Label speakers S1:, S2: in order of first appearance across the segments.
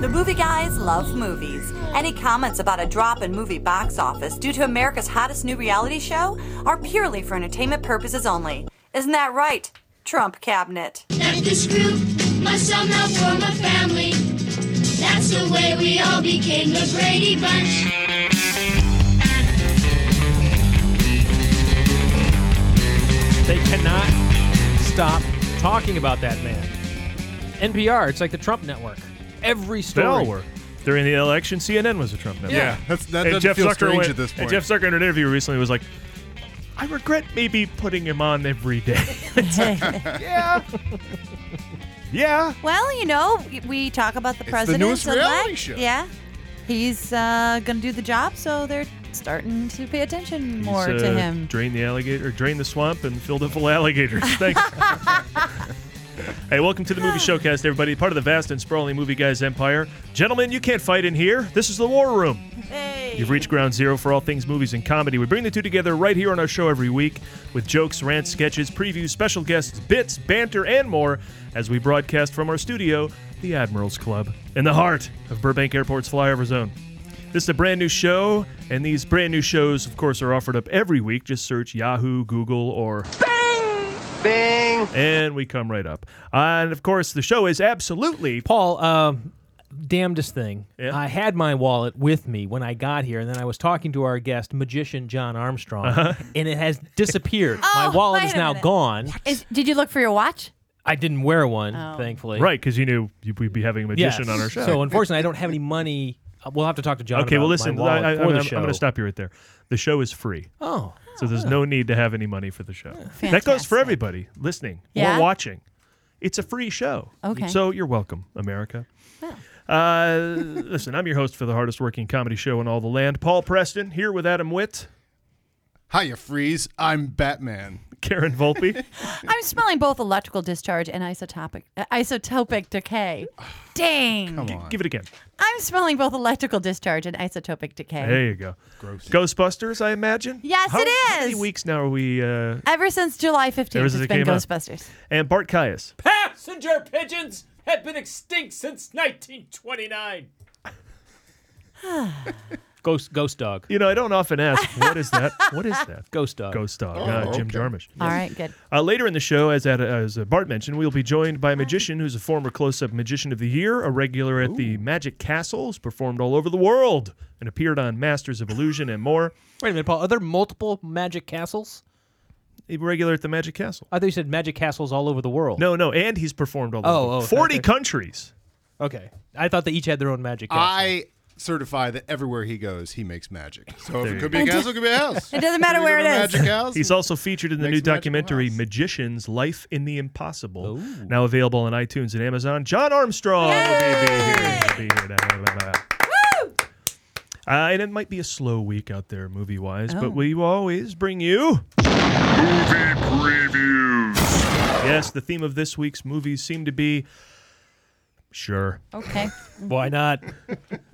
S1: The movie guys love movies. Any comments about a drop in movie box office due to America's hottest new reality show are purely for entertainment purposes only. Isn't that right, Trump Cabinet?
S2: that this group must somehow form a family. That's the way we all became the Brady Bunch.
S3: They cannot stop talking about that man. NPR, it's like the Trump Network. Every
S4: They
S3: story.
S4: all were. During the election, CNN was a Trump network.
S5: Yeah, that's, that
S4: and
S5: doesn't
S4: Jeff
S5: feel
S4: Zucker
S5: strange
S4: went-
S5: at this point.
S4: And Jeff Zucker in an interview recently was like, I regret maybe putting him on every day. It's like, yeah. yeah.
S6: Well, you know, we- we talk about the
S5: the
S6: president.
S5: newest reality show.
S6: Yeah. He's uh, going to do the job, so they're starting to pay attention more
S4: He's,
S6: to
S4: uh,
S6: him.
S4: Drain the alligator, drain the swamp, and filled it full of alligators. Thanks. hey, welcome to the Movie Showcast, everybody. Part of the vast and sprawling Movie Guys empire. Gentlemen, you can't fight in here. This is the war room. You've reached ground zero for all things movies and comedy. We bring the two together right here on our show every week with jokes, rants, sketches, previews, special guests, bits, banter, and more as we broadcast from our studio, the Admirals Club, in the heart of Burbank Airport's flyover zone. This is a brand new show, and these brand new shows, of course, are offered up every week. Just search Yahoo, Google, or
S7: Bing!
S4: and we come right up. and of course, the show is absolutely
S3: Paul, um, damnedest thing.
S4: Yeah.
S3: I had my wallet with me when I got here, and then I was talking to our guest, magician John Armstrong,
S4: Uh-huh.
S3: and it has disappeared. my
S6: Oh,
S3: wallet
S6: wait
S3: is
S6: a
S3: now
S6: minute.
S3: gone.
S6: Is, did you look for your watch?
S3: I didn't wear one,
S6: Oh.
S3: thankfully.
S4: right because you knew you- we'd be having a
S3: Yes.
S4: magician on our show.
S3: So unfortunately, I don't have any money. Uh, We'll have to talk to John.
S4: okay,
S3: about
S4: well, listen,
S3: My wallet
S4: I, I,
S3: for
S4: am
S3: the show.
S4: going to stop you right there. The show is free,
S3: Oh,
S4: so there's no need to have any money for the show. That goes for
S6: Fantastic.
S4: everybody listening
S6: Yeah?
S4: or watching. It's a free show.
S6: Okay.
S4: So you're welcome, America. Uh, listen, I'm your host for the hardest working comedy show in all the land, Paul Preston, here with Adam Witt,
S5: Hiya, freeze. I'm Batman.
S4: Karen Volpe.
S6: I'm smelling both electrical discharge and isotopic uh, isotopic decay. Dang.
S5: Come on.
S4: Give it again.
S6: I'm smelling both electrical discharge and isotopic decay.
S4: There you go.
S5: Gross.
S4: Ghostbusters, I imagine.
S6: Yes,
S4: How-
S6: it
S4: How many
S6: is.
S4: weeks now are we? Uh,
S6: Ever since July 15th,
S4: Ever
S6: it's
S4: since it
S6: been
S4: came out.
S6: Ghostbusters.
S4: and Bart Caius.
S8: Passenger pigeons have been extinct since 1929.
S3: ghost, ghost dog,
S4: You know, I don't often ask what is that. What is that?
S3: ghost Oh, dog.
S4: Ghost dog. uh, Jim Jarmusch.
S6: All right, good.
S4: Uh, later in the show, as at, as uh, Bart mentioned, we'll be joined by a magician who's a former close-up magician of the year, a regular at the Magic Castle, who's performed all over the world and appeared on Masters of Illusion and more.
S3: Wait a minute, Paul. Are there multiple magic castles?
S4: A regular at the Magic Castle.
S3: I thought you said magic castles all over the world.
S4: No, no, and he's performed all
S3: Oh,
S4: over
S3: oh,
S4: forty
S3: okay.
S4: countries.
S3: Okay. I thought they each had their own magic castle.
S5: I certify that everywhere he goes, he makes magic. So if
S4: There you
S5: it could be a castle, it could be a house.
S6: It doesn't matter
S5: Could be
S6: where it
S5: a
S6: is.
S5: Magic house.
S4: He's also featured in the
S5: Makes
S4: new
S5: magical
S4: documentary
S5: house.
S4: Magicians Life in the Impossible, now available on iTunes and Amazon. John Armstrong will be here. Will be here. Da, da, da, da. Uh, and it might be a slow week out there movie wise,
S5: Oh.
S4: but we always bring you. Yes, the theme of this week's movies seem to be. Sure.
S6: Okay.
S3: Why not?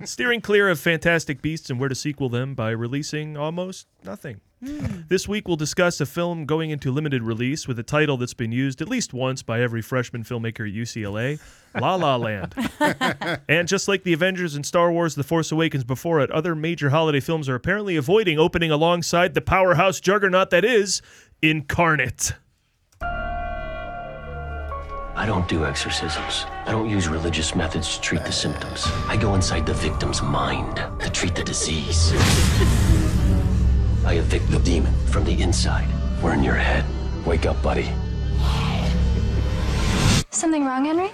S4: Steering clear of Fantastic Beasts and where to sequel them by releasing almost nothing.
S5: Hmm.
S4: This week, we'll discuss a film going into limited release with a title that's been used at least once by every freshman filmmaker at UCLA La La Land. and just like the Avengers and Star Wars The Force Awakens before it, other major holiday films are apparently avoiding opening alongside the powerhouse juggernaut that is Incarnate.
S9: I don't do exorcisms. I don't use religious methods to treat the symptoms. I go inside the victim's mind to treat the disease. I evict the demon from the inside. We're in your head. Wake up, buddy.
S2: Something wrong, Henry?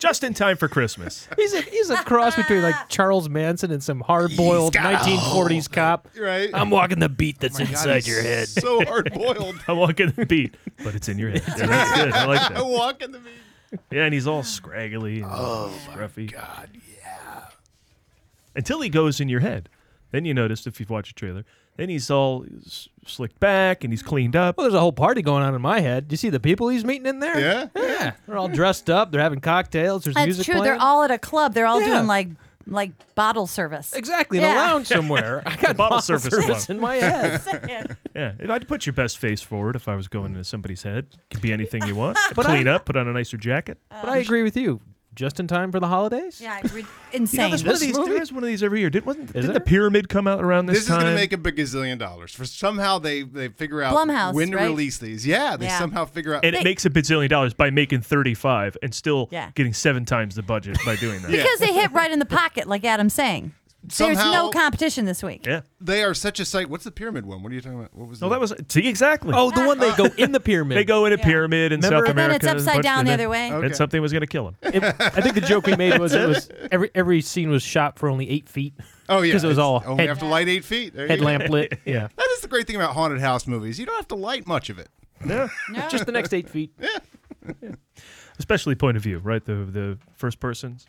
S4: Just in time for Christmas.
S3: He's a he's a cross between like Charles Manson and some hard boiled
S5: He's got-
S3: 1940s cop.
S5: Right?
S3: I'm walking the beat that's
S5: Oh God,
S3: inside
S5: he's
S3: your head.
S5: So hard boiled.
S4: I'm walking the beat, but it's in your head. Yeah, that's good. I like
S5: I
S4: that.
S5: walk in the meeting.
S4: Yeah, and he's all scraggly and scruffy. God, yeah. Until he goes in your head. Then you notice if you've watched the trailer. Then he's all s- slicked back and he's cleaned up.
S3: Well, there's a whole party going on in my head. Do you see the people he's meeting in there?
S5: Yeah?
S3: Yeah. They're all dressed up. They're having cocktails. There's
S6: That's
S3: music
S6: true.
S3: playing.
S6: They're all at a club. They're all
S3: Yeah.
S6: doing like like bottle service.
S3: Exactly, in
S6: Yeah.
S3: a lounge somewhere. I got
S4: bottle service club.
S3: in my head.
S4: Yeah, if I'd put your best face forward if I was going into somebody's head. Could be anything you want.
S3: But
S4: Clean
S3: I-
S4: up, put on a nicer jacket.
S3: but I agree with you. Just in time for the holidays?
S6: Yeah, re- insane.
S4: There's one of
S3: this
S4: these.
S3: movie-
S4: There is one of these every year. Did wasn't didn't the
S3: there?
S4: pyramid come out around this,
S5: This is
S4: time?
S5: going to make a gazillion dollars. For somehow they they figure out
S6: Blumhouse,
S5: when to
S6: right?
S5: release these. Yeah, they
S6: Yeah.
S5: somehow figure out.
S4: and it makes a bazillion dollars by making 35 and still
S6: Yeah.
S4: getting seven times the budget by doing that.
S6: because they hit right in the pocket, like Adam's saying. There's
S5: Somehow-
S6: no competition this week.
S4: Yeah.
S5: they are such a site. What's the pyramid one? What are you talking about? What was
S4: No,
S5: the-
S4: that was see exactly.
S3: Oh, the one they go in the pyramid.
S4: they go in a pyramid in
S3: Remember-
S4: South
S3: And
S6: then
S4: America.
S6: it's upside
S4: but-
S6: down
S4: and
S6: the
S4: then-
S6: other way.
S4: And
S5: Okay.
S4: something was going to kill him.
S3: It- I think the joke we made was it was every every scene was shot for only eight feet.
S5: Oh yeah,
S3: because it was
S5: it's
S3: all
S5: only
S3: head,
S5: have to light eight feet. There you go.
S3: headlamp lit. Yeah,
S5: That is the great thing about haunted house movies. You don't have to light much of it.
S3: just the next eight feet.
S4: Especially point of view, right? The the first persons.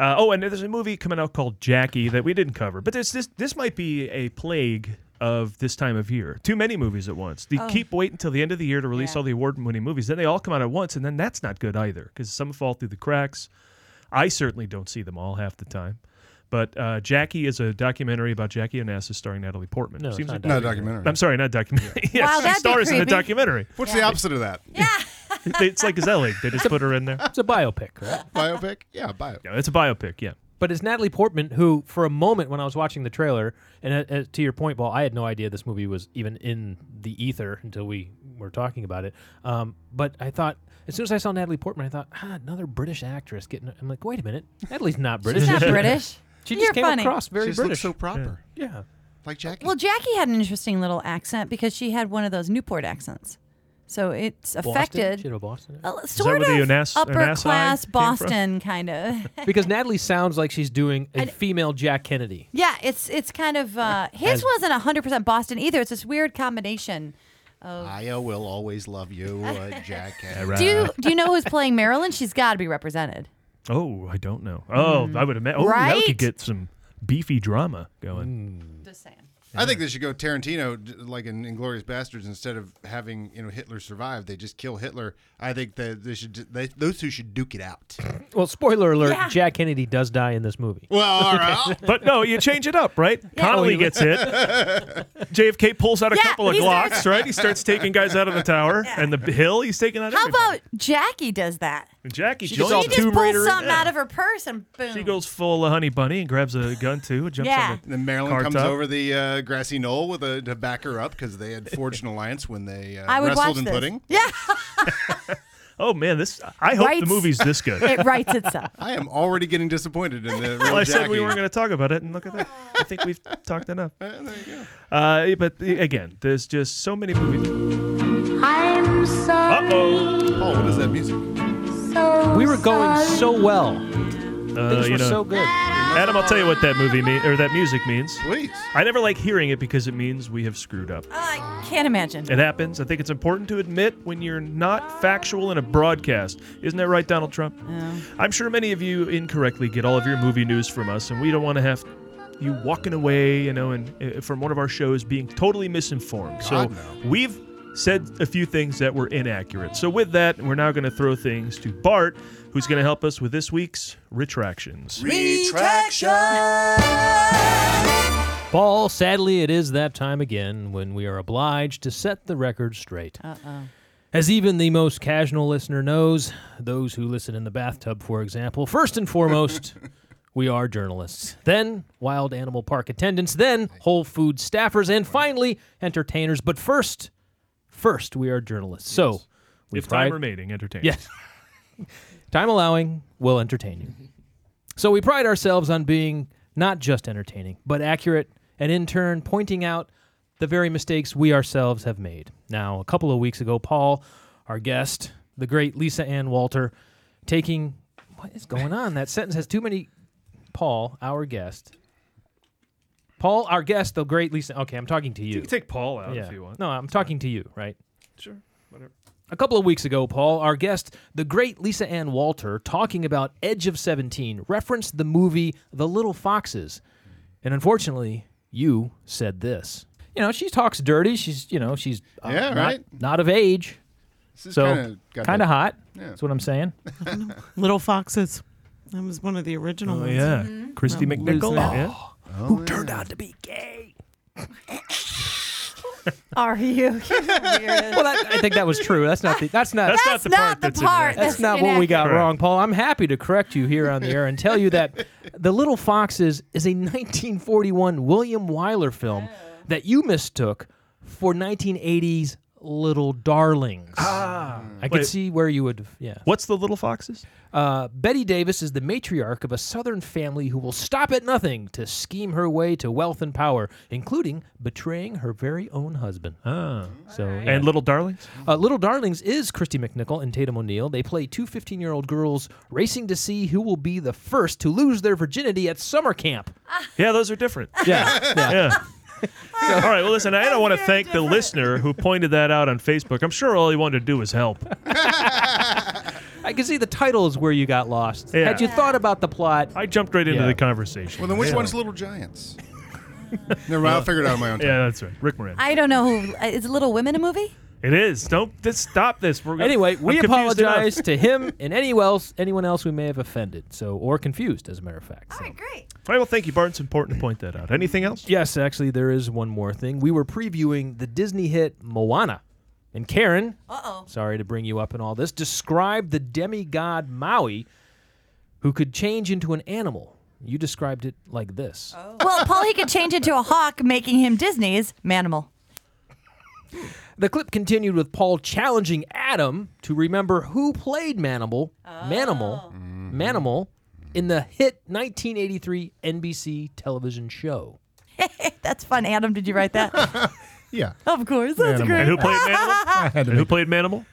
S4: Uh, oh, and there's a movie coming out called Jackie that we didn't cover, but this this this might be a plague of this time of year. Too many movies at once. They keep waiting until the end of the year to release
S6: Oh. Yeah.
S4: all the award-winning movies. Then they all come out at once, and then that's not good either because some fall through the cracks. I certainly don't see them all half the time. But uh, Jackie is a documentary about Jackie Onassis starring Natalie Portman.
S3: No, it's not
S5: No documentary.
S4: I'm sorry, not documentary. yes,
S6: Wow,
S4: she
S6: that'd be
S4: stars in the
S6: creepy.
S4: documentary.
S5: What's the opposite of that?
S4: They- it's like Zelig. They just put her in there.
S3: It's a biopic, right?
S5: Biopic? Yeah, bio.
S4: Yeah, it's a biopic. Yeah.
S3: But it's Natalie Portman who, for a moment, when I was watching the trailer, and uh, uh, to your point, Paul, I had no idea this movie was even in the ether until we were talking about it. Um, but I thought, as soon as I saw Natalie Portman, I thought, ah, another British actress getting. I'm like, wait a minute, Natalie's not British.
S6: She's not British.
S3: She just
S6: You're
S3: came
S6: funny.
S3: across very
S5: She just
S3: British.
S5: looks so proper,
S3: yeah.
S5: like Jackie.
S6: Well, Jackie had an interesting little accent because she had one of those Newport accents. So it's
S3: Boston.
S6: affected
S3: She had a Boston. accent.
S6: uh, sort
S4: where the
S6: of
S4: Onas-
S6: upper
S4: Onassi
S6: class
S4: came from?
S6: Boston kind of.
S3: because Natalie sounds like she's doing a female Jack Kennedy.
S6: yeah, it's it's kind of uh, his wasn't hundred percent Boston either. It's this weird combination.
S5: I will always love you, uh, Jackie.
S6: Do you, do you know who's playing Marilyn? She's got to be represented.
S4: Oh, I don't know. Oh, I would imagine. Oh, that
S6: Hmm. Right?
S4: could get some beefy drama going.
S6: Just saying.
S5: I think they should go Tarantino, d- like in Inglorious Bastards. Instead of having you know Hitler survive, they just kill Hitler. I think that they should. They, those two should duke it out.
S3: Well, spoiler alert:
S6: Yeah.
S3: Jack Kennedy does die in this movie.
S5: Well, all right.
S4: But no, you change it up, right? Connolly gets hit. JFK pulls out a
S6: Yeah,
S4: couple of
S6: he
S4: Glocks,
S6: starts-
S4: right? He starts taking guys out of the tower and the hill. He's taking out.
S6: How
S4: everybody.
S6: about Jackie does that?
S4: And Jackie
S3: She gets all
S4: joins?
S6: She
S4: him.
S6: just
S3: Tomb
S6: pulls
S3: Raider.
S6: something out of her purse and boom.
S4: She goes full uh, honey bunny and grabs a gun too. and Jumps
S6: Yeah.
S4: on the
S5: then Marilyn
S4: car
S5: comes
S4: top.
S5: over the uh, grassy knoll with a to back her up because they had forged an alliance when they uh,
S6: I would
S5: wrestled
S6: watch
S5: in
S6: this.
S5: pudding.
S6: Yeah,
S4: Oh man, this. I hope the
S6: Rights.
S4: movie's this good.
S6: it writes itself.
S5: I am already getting disappointed in the real
S4: Well, I
S5: Jackie.
S4: said we weren't going to talk about it, and look at that. I think we've talked enough. there you go. Uh, but uh, again, there's just so many movies.
S2: I'm
S4: Uh
S2: sorry.
S4: oh.
S5: Paul, what is that music?
S3: We were going so well. Things
S4: Uh, you
S3: were
S4: know,
S3: so good.
S4: Adam, I'll tell you what that movie mean, or that music means.
S5: Please.
S4: I never like hearing it because it means we have screwed up.
S6: I can't imagine.
S4: It happens. I think it's important to admit when you're not factual in a broadcast. Isn't that right, Donald Trump? I'm sure many of you incorrectly get all of your movie news from us, and we don't want to have you walking away, you know, and uh, from one of our shows being totally misinformed. so
S5: God, no.
S4: we've said a few things that were inaccurate. So with that, we're now going to throw things to Bart, who's going to help us with this week's retractions.
S3: Paul, sadly, it is that time again when we are obliged to set the record straight. Uh-oh. As even the most casual listener knows, those who listen in the bathtub, for example, first and foremost, we are journalists, then wild animal park attendants, then Whole Food staffers, and finally, entertainers. But first, first, we are journalists. So, we
S4: If time
S3: pride-
S4: remaining, entertain.
S3: Yes. Time allowing will entertain you. So we pride ourselves on being not just entertaining, but accurate, and in turn pointing out the very mistakes we ourselves have made. Now, a couple of weeks ago, Paul, our guest, the great Lisa Ann Walter, taking what is going on? that sentence has too many. Paul, our guest. Paul, our guest, the great Lisa. Okay, I'm talking to you.
S4: You can take Paul out if you want.
S3: No, I'm talking to you, right?
S4: Sure. Whatever.
S3: A couple of weeks ago, Paul, our guest, the great Lisa Ann Walter, talking about Edge of 17, referenced the movie The Little Foxes. And unfortunately, you said this. You know, she talks dirty. She's, you know, she's uh,
S5: Yeah,
S3: not,
S5: right.
S3: not of age.
S5: This is
S3: So
S5: kinda got
S3: kind
S5: that-
S3: of hot.
S5: Yeah.
S3: That's what I'm saying.
S10: Little Foxes. That was one of the original
S4: Oh
S10: ones.
S4: yeah, Christy McNichol. Yeah.
S3: who turned out to be gay.
S6: Are you?
S3: Well, that, I think that was true. That's not the. That's not.
S4: That's,
S6: That's not the
S4: not the part that's
S6: part.
S4: In there.
S3: That's not what we got
S4: Correct.
S3: wrong, Paul. I'm happy to correct you here on the air and tell you that The Little Foxes is a 1941 William Wyler film that you mistook for 1980s Little Darlings. Ah, I could
S4: Wait.
S3: see where you would. Yeah.
S4: What's the little foxes?
S3: Uh, Betty Davis is the matriarch of a Southern family who will stop at nothing to scheme her way to wealth and power, including betraying her very own husband.
S4: Ah.
S3: So, yeah.
S4: And little darlings.
S3: Uh, Little Darlings is Christy McNichol and Tatum O'Neill. They play two 15 year old girls racing to see who will be the first to lose their virginity at summer camp.
S4: Yeah, those are different.
S3: Yeah. yeah.
S4: Yeah. All right. Well, listen. I don't want to thank the listener who pointed that out on Facebook. I'm sure all he wanted to do was help.
S3: I can see the title is where you got lost.
S4: Yeah.
S3: Had you thought about the plot,
S4: I jumped right into
S3: Yeah.
S4: the conversation.
S5: Well, then which
S4: yeah.
S5: one's Little Giants? Never mind. I'll figure it out on my own. Time.
S4: Yeah, that's right. Rick Moran.
S6: I don't know. Who, uh, is Little Women a movie?
S4: It is. Don't just stop this. We're gonna,
S3: anyway,
S4: I'm
S3: we
S4: confused enough.
S3: apologize to him and anyone else, anyone else we may have offended, so or confused, as a matter of fact. So.
S1: Great.
S4: All right. Well, thank you, Bart. It's important to point that out. Anything else?
S3: Yes, actually, there is one more thing. We were previewing the Disney hit Moana, and Karen. Uh oh. Sorry to bring you up in all this. Described the demigod Maui, who could change into an animal. You described it like this.
S6: Well, Paul, he could change into a hawk, making him Disney's Manimal.
S3: The clip continued with Paul challenging Adam to remember who played Manimal, Manimal, Manimal, in the hit 1983 NBC television show.
S6: That's fun. Adam, did you write that?
S5: Yeah.
S6: of course. That's
S5: Manimal.
S4: And
S6: great.
S4: who played Manimal? and who played Manimal?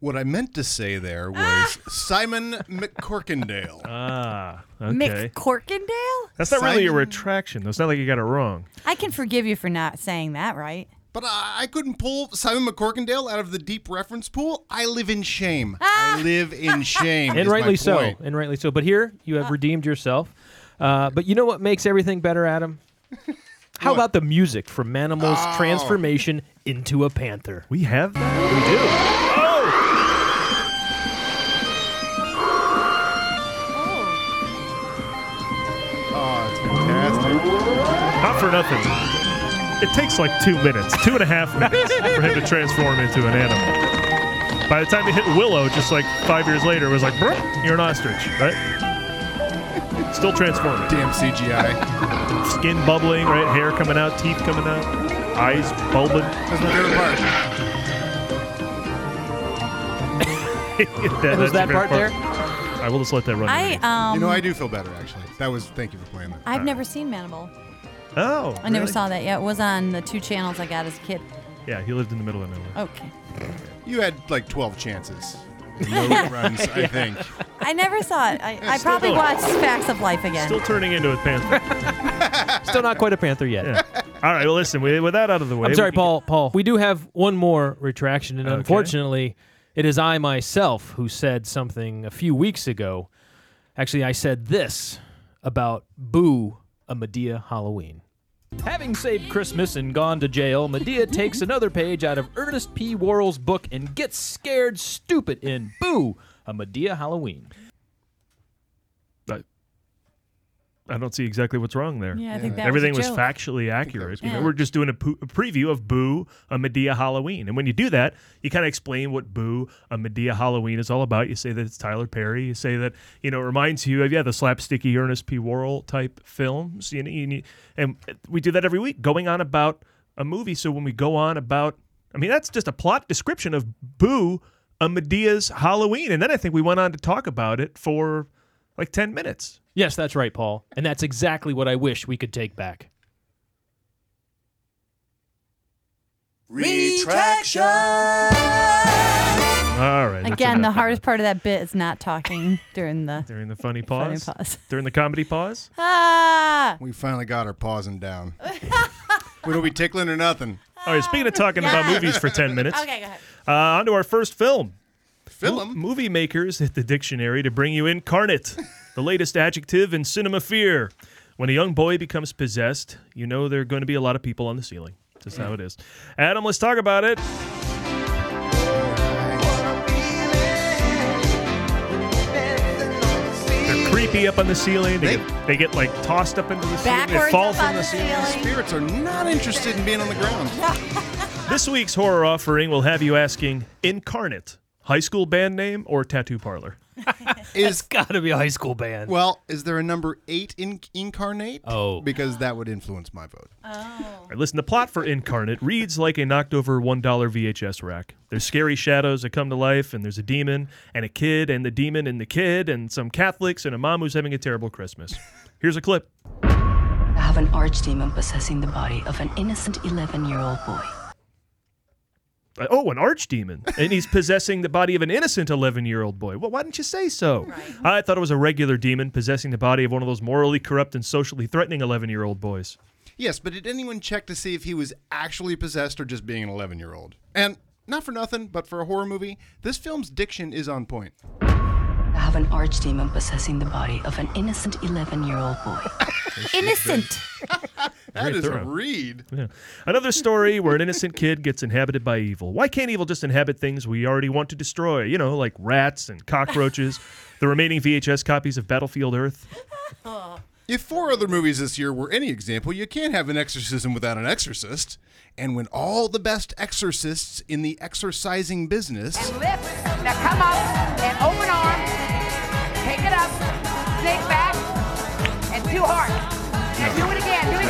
S5: What I meant to say there was Simon McCorkindale.
S3: Uh.
S4: Ah. Okay.
S6: Mick Corkindale?
S4: That's not really a
S5: Simon-
S4: retraction. though. It's not like you got it wrong.
S6: I can forgive you for not saying that, right?
S5: But I, I couldn't pull Simon McCorkindale out of the deep reference pool. I live in shame. I live in shame. is
S3: and
S5: my
S3: rightly so,
S5: point.
S3: and rightly so. But here you have redeemed yourself. Uh, but you know what makes everything better, Adam? How about the music from Manimal's
S5: Oh.
S3: transformation into a panther?
S4: We have that.
S3: Oh!
S5: Oh, it's fantastic.
S4: Not for nothing. It takes like two minutes, two and a half minutes for him to transform into an animal. By the time he hit Willow, just like five years later, it was like, "Brr, you're an ostrich, right? Still transforming.
S5: Damn CGI.
S4: Skin bubbling, right? Hair coming out, teeth coming out, eyes bulbing.
S5: That's my favorite part.
S4: That-
S3: was
S4: that's your
S3: that part
S4: favorite
S3: there?
S4: I will just let that run.
S6: I um
S5: You know, I do feel better actually. That was. Thank you for playing that.
S6: I've never seen Manimal.
S4: oh,
S6: I never saw that yet. It was on the two channels I got as a kid.
S4: Yeah, he lived in the middle of nowhere.
S6: Okay.
S5: You had like 12 chances. No runs, I think.
S6: I never saw it. I, I
S4: still
S6: probably
S4: don't.
S6: watched Facts of Life again.
S4: Still turning into a panther.
S3: Still not quite a panther yet.
S4: All right, well, listen, we, with that out of the way,
S3: I'm
S4: we
S3: sorry,
S4: can get-
S3: Paul. Paul, we do have one more retraction, and unfortunately, it is I myself who said something a few weeks ago. Actually, I said this about Boo, a Medea Halloween. Having saved Christmas and gone to jail, Medea takes another page out of Ernest P. Worrell's book and gets scared stupid in Boo, a Medea Halloween.
S4: I don't see exactly what's wrong there.
S6: yeah, I think that
S4: Everything
S6: was,
S4: was,
S6: a joke.
S4: factually accurate.
S5: was
S4: You know,
S6: right.
S4: we're just doing a, poo- a preview of Boo, a Medea Halloween. And when you do that, you kind of explain what Boo, a Medea Halloween is all about. You say that it's Tyler Perry. You say that, you know, it reminds you of, yeah, the slapsticky Ernest P. Worrell type films. You know, you need- and we do that every week, going on about a movie. So when we go on about, I mean, that's just a plot description of Boo, a Medea's Halloween. And then I think we went on to talk about it for like 10 minutes.
S3: Yes, that's right, Paul. And that's exactly what I wish we could take back.
S4: All right. that's
S6: Again, the
S4: enough.
S6: hardest part of that bit is not talking during the
S4: During the funny
S6: funny
S4: pause?
S6: pause.
S4: During the comedy pause?
S6: Ah!
S5: We finally got our pausing down. we don't be tickling or nothing.
S4: All right, speaking of talking about movies for 10 minutes,
S6: Okay, go ahead.
S4: uh, on to our first film. Mo-
S5: Film.
S4: movie makers hit the dictionary to bring you incarnate, the latest adjective in cinema fear. When a young boy becomes possessed, you know there are going to be a lot of people on the ceiling. That's how it is. Adam, let's talk about it.
S7: Better than
S4: be up on the ceiling. They,
S5: They-
S4: get, they get like tossed up into the ceiling. They
S6: Backwards
S4: fall
S6: up
S4: from
S6: on the ceiling.
S5: Spirits are not interested in being on the ground.
S4: This week's horror offering will have you asking Incarnate, high school band name or tattoo parlor?
S5: Is
S3: Gotta be a high school band.
S5: well, is there a number eight in incarnate?
S3: Oh.
S5: because that would influence my vote.
S1: Uh.
S4: All right, listen, the plot for Incarnate reads like a knocked over $1 VHS rack. There's scary shadows that come to life, and there's a demon, and a kid, and the demon, and the kid, and some Catholics, and a mom who's having a terrible Christmas. Here's a clip.
S10: I have an archdemon possessing the body of an innocent 11 year old boy.
S4: Uh, Oh, an archdemon. And he's possessing the body of an innocent 11 year old boy. Well, why didn't you say so? I thought it was a regular demon possessing the body of one of those morally corrupt and socially threatening 11 year old boys.
S5: Yes, but did anyone check to see if he was actually possessed or just being an 11 year old? And not for nothing, but for a horror movie, this film's diction is on point.
S10: I have an archdemon possessing the body of an innocent 11 year old boy.
S6: Innocent.
S5: That is
S4: thorough.
S5: a read.
S4: Yeah. Another story where an innocent kid gets inhabited by evil. Why can't evil just inhabit things we already want to destroy? You know, like rats and cockroaches, the remaining VHS copies of Battlefield Earth.
S5: If four other movies this year were any example, you can't have an exorcism without an exorcist. And when all the best exorcists in the exorcising business,
S10: Now come up and open arms, pick it up, dig back, and two hearts. Now do it again. Here we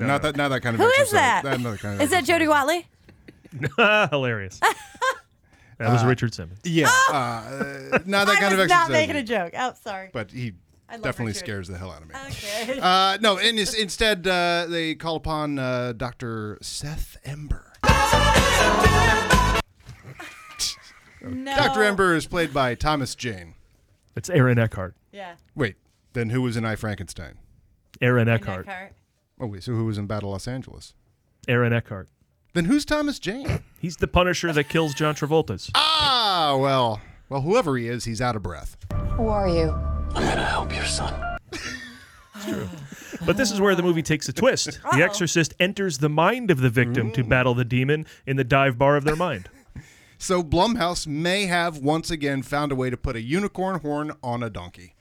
S10: go.
S5: not that, not that kind of.
S1: Who
S5: exorcism.
S1: is that?
S5: another kind of
S1: Is that Jody Watley?
S4: Ah, Hilarious. That was Richard Simmons.
S5: Yeah, uh, not that
S6: Oh! I
S5: kind of
S6: was
S5: exorcism.
S6: not making a joke. Oh, sorry.
S5: but he
S6: love
S5: definitely
S6: Richard.
S5: scares the hell out of me.
S6: Okay.
S5: Uh, no, and it's- instead uh, they call upon uh, Doctor Seth Ember.
S6: No.
S5: Doctor Ember is played by Thomas Jane.
S4: That's Aaron Eckhart.
S6: Yeah.
S5: Wait, then who was in I Frankenstein?
S4: Aaron
S6: In that
S4: Eckhart.
S6: cart.
S5: Oh wait, so who was in Battle Los Angeles?
S4: Aaron Eckhart.
S5: Then who's Thomas Jane?
S4: He's the Punisher that kills John Travolta's.
S5: ah, well, well, whoever he is, he's out of breath.
S10: Who are you?
S9: I'm gonna help your son.
S4: But this is where the movie takes a twist. The exorcist enters the mind of the victim to battle the demon in the dive bar of their mind.
S5: So Blumhouse may have once again found a way to put a unicorn horn on a donkey.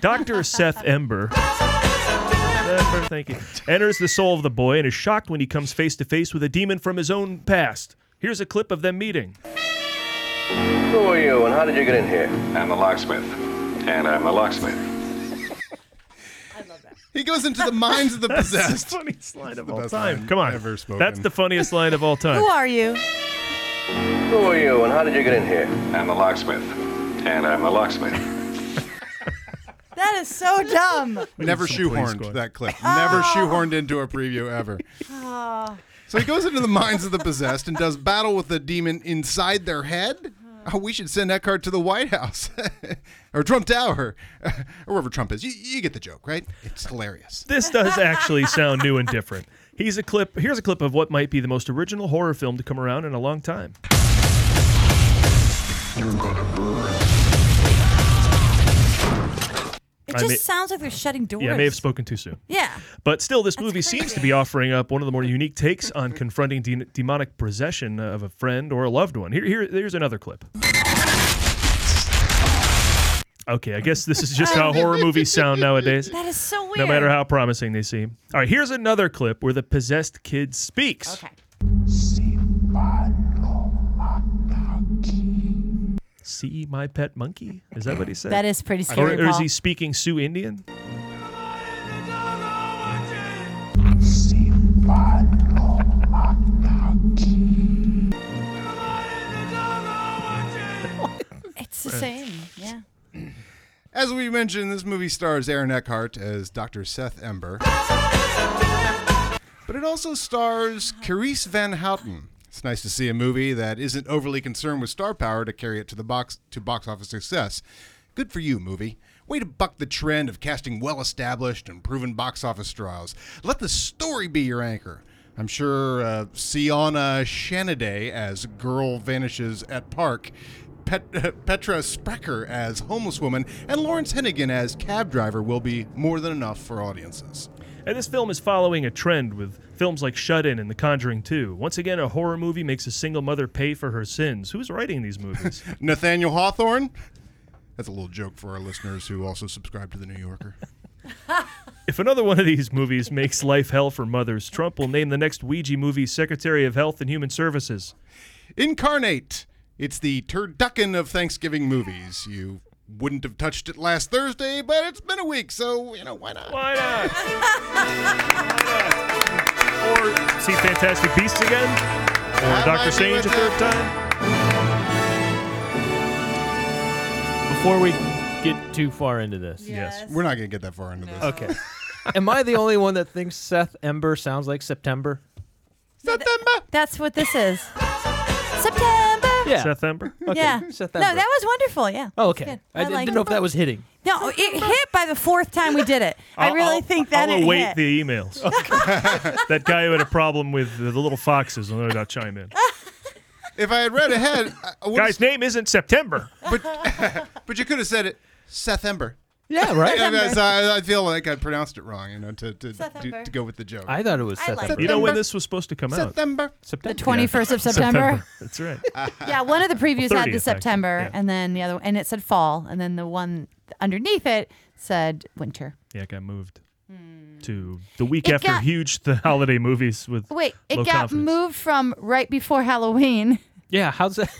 S4: Dr. Seth Ember. Ember, thank you. Enters the soul of the boy and is shocked when he comes face to face with a demon from his own past. Here's a clip of them meeting.
S7: Who are you and how did you get in here?
S9: I'm a locksmith, and I'm a locksmith.
S5: He goes into the minds of the possessed.
S4: Funniest line of
S5: the
S4: all
S5: best
S4: time.
S5: line
S4: Come on.
S5: ever spoken.
S4: That's the funniest line of all time.
S6: Who are you?
S7: Who are you and how did you get in here?
S9: I'm a locksmith, and I'm a locksmith.
S6: That is so dumb.
S5: Never
S4: some police
S5: shoehorned
S4: squad.
S5: that clip. Never shoehorned into a preview ever. So he goes into the minds of the possessed and does battle with the demon inside their head. Oh, we should send Eckhart to the White House or Trump Tower or wherever Trump is. You, you get the joke, right? It's hilarious.
S4: This does actually sound new and different. He's a clip. Here's a clip of what might be the most original horror film to come around in a long time.
S1: It
S4: I
S1: just
S4: may-
S1: sounds like they're shutting doors.
S4: Yeah, I may have spoken too soon.
S1: Yeah.
S4: But still, this movie seems to be offering up one of the more unique takes on confronting de- demonic possession of a friend or a loved one. Here, here, here's another clip. Okay, I guess this is just how horror movies sound nowadays.
S6: That is so Um, weird.
S4: No matter how promising they seem. All right, here's another clip where the possessed kid speaks.
S6: Okay.
S4: See my pet monkey? Is that what he said?
S6: That is pretty
S4: Or,
S6: scary.
S4: or is
S6: Paul.
S4: he speaking Sioux Indian?
S6: It's the
S4: uh,
S6: same. Yeah.
S5: As we mentioned, this movie stars Aaron Eckhart as Dr. Seth Ember. But it also stars Carice Van Houten. It's nice to see a movie that isn't overly concerned with star power to carry it to the box to box office success. Good for you, movie. Way to buck the trend of casting well-established and proven box office draws. Let the story be your anchor. I'm sure uh, Sienna Shanaday as girl vanishes at park, Pet- Petra Sprecher as homeless woman, and Lawrence Hennigan as cab driver will be more than enough for audiences.
S4: And this film is following a trend with films like Shut In and The Conjuring 2. Once again, a horror movie makes a single mother pay for her sins. Who's writing these movies?
S5: Nathaniel Hawthorne? That's a little joke for our listeners who also subscribe to The New Yorker.
S4: If another one of these movies makes life hell for mothers, Trump will name the next Ouija movie Secretary of Health and Human Services.
S5: Incarnate. It's the turducken of Thanksgiving movies. You wouldn't have touched it last Thursday, but it's been a week, so, you know, why not?
S4: Why not? Or see Fantastic Beasts again? Or Doctor Strange a third time?
S3: Before we get too far into this,
S5: Yes. We're not going to get that far into this.
S3: Okay. Am I the only one that thinks Seth Ember sounds like September?
S5: September.
S6: That's what this is. September.
S3: Yeah.
S4: Seth Ember?
S3: Okay.
S6: Yeah.
S3: Seth
S6: no,
S3: Ember.
S6: that was wonderful. Yeah.
S3: Oh, okay.
S6: Good.
S3: I, didn't
S6: liked
S3: know
S6: it.
S3: if that was hitting.
S6: No, it hit by the fourth time we did it. I
S4: I'll-
S6: really
S4: I'll-
S6: think that
S4: I'll
S6: it
S4: await
S6: hit.
S4: the emails. that guy who had a problem with the, the little foxes will no doubt chime in.
S5: If I had read ahead, I- I would've-
S4: Guy's name isn't September.
S5: but you could have said it Seth Ember.
S3: Yeah,
S5: I,
S3: right.
S5: I- so I- I feel like I pronounced it wrong, you know, to, to,
S6: Seth
S5: to,
S6: Ember.
S5: to go with the joke.
S3: I thought it was
S6: I
S3: Seth
S6: like
S3: Ember.
S4: You know when
S6: September.
S4: this was supposed to come out?
S5: Seth Ember.
S3: September. yeah.
S6: 21st of September. Ah.
S4: That's right.
S6: yeah, one of the previews had
S4: 30th,
S6: the
S4: actually,
S6: September,
S4: yeah.
S6: and then the other, and it said fall, and then the one underneath it said winter.
S4: Yeah, it got moved to the week
S6: Hmm. It
S4: after
S6: got-
S4: huge the holiday movies with.
S6: Wait, it
S4: low
S6: got
S4: confidence.
S6: moved from right before Halloween.
S3: Yeah, how's that?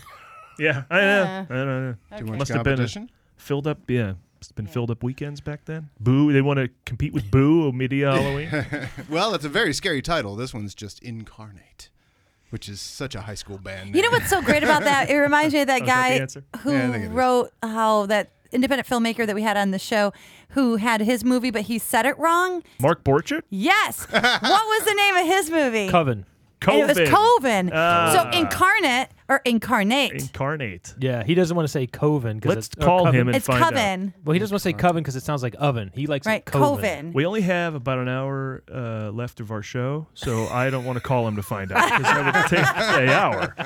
S4: Yeah, I know. I don't know.
S5: Too much
S4: Must have been a-
S5: competition.
S4: filled up. Yeah, it's been filled up weekends back then. Boo, they want to compete with Boo or Media Halloween.
S5: Well, it's a very scary title. This one's just Incarnate, which is such a high school band.
S6: You know
S5: name.
S6: what's so great about that? It reminds me of that
S4: Oh, is that the
S6: guy
S4: answer?
S6: who
S5: Yeah, I think it is.
S6: wrote how that independent filmmaker that we had on the show who had his movie, but he said it wrong.
S4: Mark Borchert.
S6: Yes. what was the name of his movie?
S3: Coven.
S6: And It was Coven.
S4: Ah.
S6: so incarnate or incarnate.
S4: Incarnate.
S3: Yeah, he doesn't want to say Coven. 'cause
S4: Let's
S3: it's- or
S4: call
S3: Coven.
S4: him and
S6: it's
S4: find out.
S6: Coven,
S3: Well, he doesn't want to say Coven because it sounds like oven. He likes
S6: right?
S3: it Coven.
S6: Coven.
S4: We only have about an hour uh, left of our show, so I don't want to call him to find out because that would take an hour.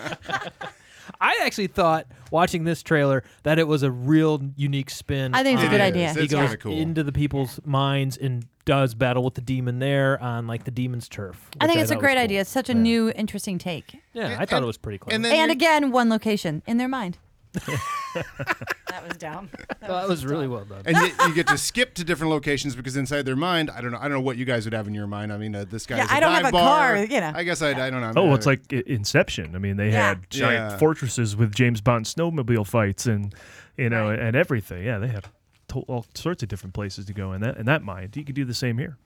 S3: I actually thought watching this trailer that it was a real unique spin.
S6: I think it's a
S3: on-
S6: good
S5: is.
S6: idea.
S5: It's
S3: He goes
S5: kinda cool.
S3: into the people's minds and does battle with the demon there on like the demon's turf.
S6: I think
S3: which
S6: it's a
S3: thought was
S6: great
S3: cool.
S6: idea. It's such a
S3: Yeah.
S6: new, interesting take.
S3: Yeah, I thought it was pretty clever.
S5: And then
S6: And
S5: you-
S6: again, one location in their mind. that was dumb.
S3: that was really well done.
S5: and you, you get to skip to different locations because inside their mind, I don't know. I don't know what you guys would have in your mind. I mean, uh, this guy.
S6: Yeah,
S5: is a
S6: I don't
S5: dive
S6: have a
S5: bar.
S6: car, you know.
S5: I guess I, I don't know.
S4: Oh, well, it's like I- Inception. I mean, they
S6: Yeah.
S4: had giant
S5: Yeah.
S4: fortresses with James Bond snowmobile fights and you know and everything. Yeah, they had to- all sorts of different places to go in that in that mind. You could do the same here.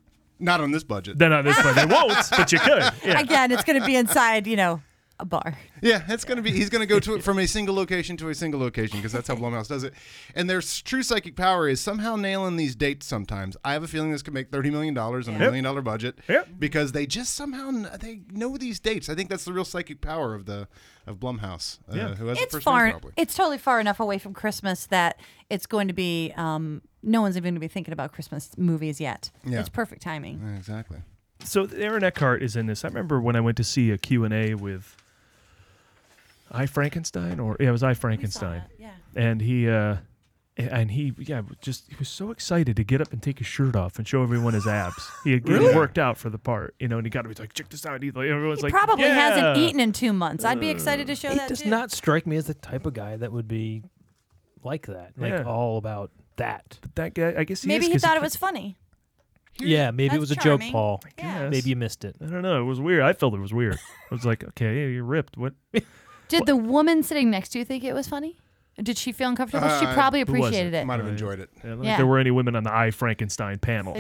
S5: not on this budget.
S4: Then not this place. They won't, but you could. Yeah.
S6: Again, it's going to be inside, you know, a bar.
S5: Yeah, it's gonna be. He's gonna go to from a single location to a single location because that's how Blumhouse does it. And their s- true psychic power is somehow nailing these dates. Sometimes I have a feeling this could make thirty million dollars on a million dollar budget
S4: Yep.
S5: because they just somehow kn- they know these dates. I think that's the real psychic power of the of Blumhouse. Uh,
S4: Yeah.
S5: who has the
S6: It's
S5: first
S6: far.
S5: name probably.
S6: It's totally far enough away from Christmas that it's going to be. Um, no one's even going to be thinking about Christmas movies yet.
S5: Yeah.
S6: It's perfect timing.
S5: Yeah, exactly.
S4: So Aaron Eckhart is in this. I remember when I went to see a Q&A with I Frankenstein or yeah, it was I Frankenstein.
S6: Yeah.
S4: and he uh and he yeah just he was so excited to get up and take his shirt off and show everyone his abs he had really? worked out for the part you know and he got to be like check this out He's like, everyone's
S6: He
S4: like
S6: probably
S4: yeah.
S6: hasn't eaten in two months. I'd be excited to show
S3: He
S6: that
S3: does
S6: too.
S3: not strike me as the type of guy that would be like that, like
S4: Yeah.
S3: all about that.
S4: that guy i guess he
S6: Maybe
S4: is
S6: he
S4: 'cause
S6: thought it was funny.
S3: Yeah, maybe it
S6: That's
S3: was a joke,
S6: charming.
S3: Paul.
S6: Yeah.
S3: Maybe you missed it.
S4: i don't know it was weird i felt it was weird i was like okay yeah, you're ripped what
S6: Did the woman sitting next to you think it was funny? Did she feel uncomfortable? she
S5: Uh,
S6: probably
S4: who was
S6: appreciated it.
S5: Might have enjoyed it.
S4: I don't think
S6: Yeah.
S4: there were any women on the i frankenstein panel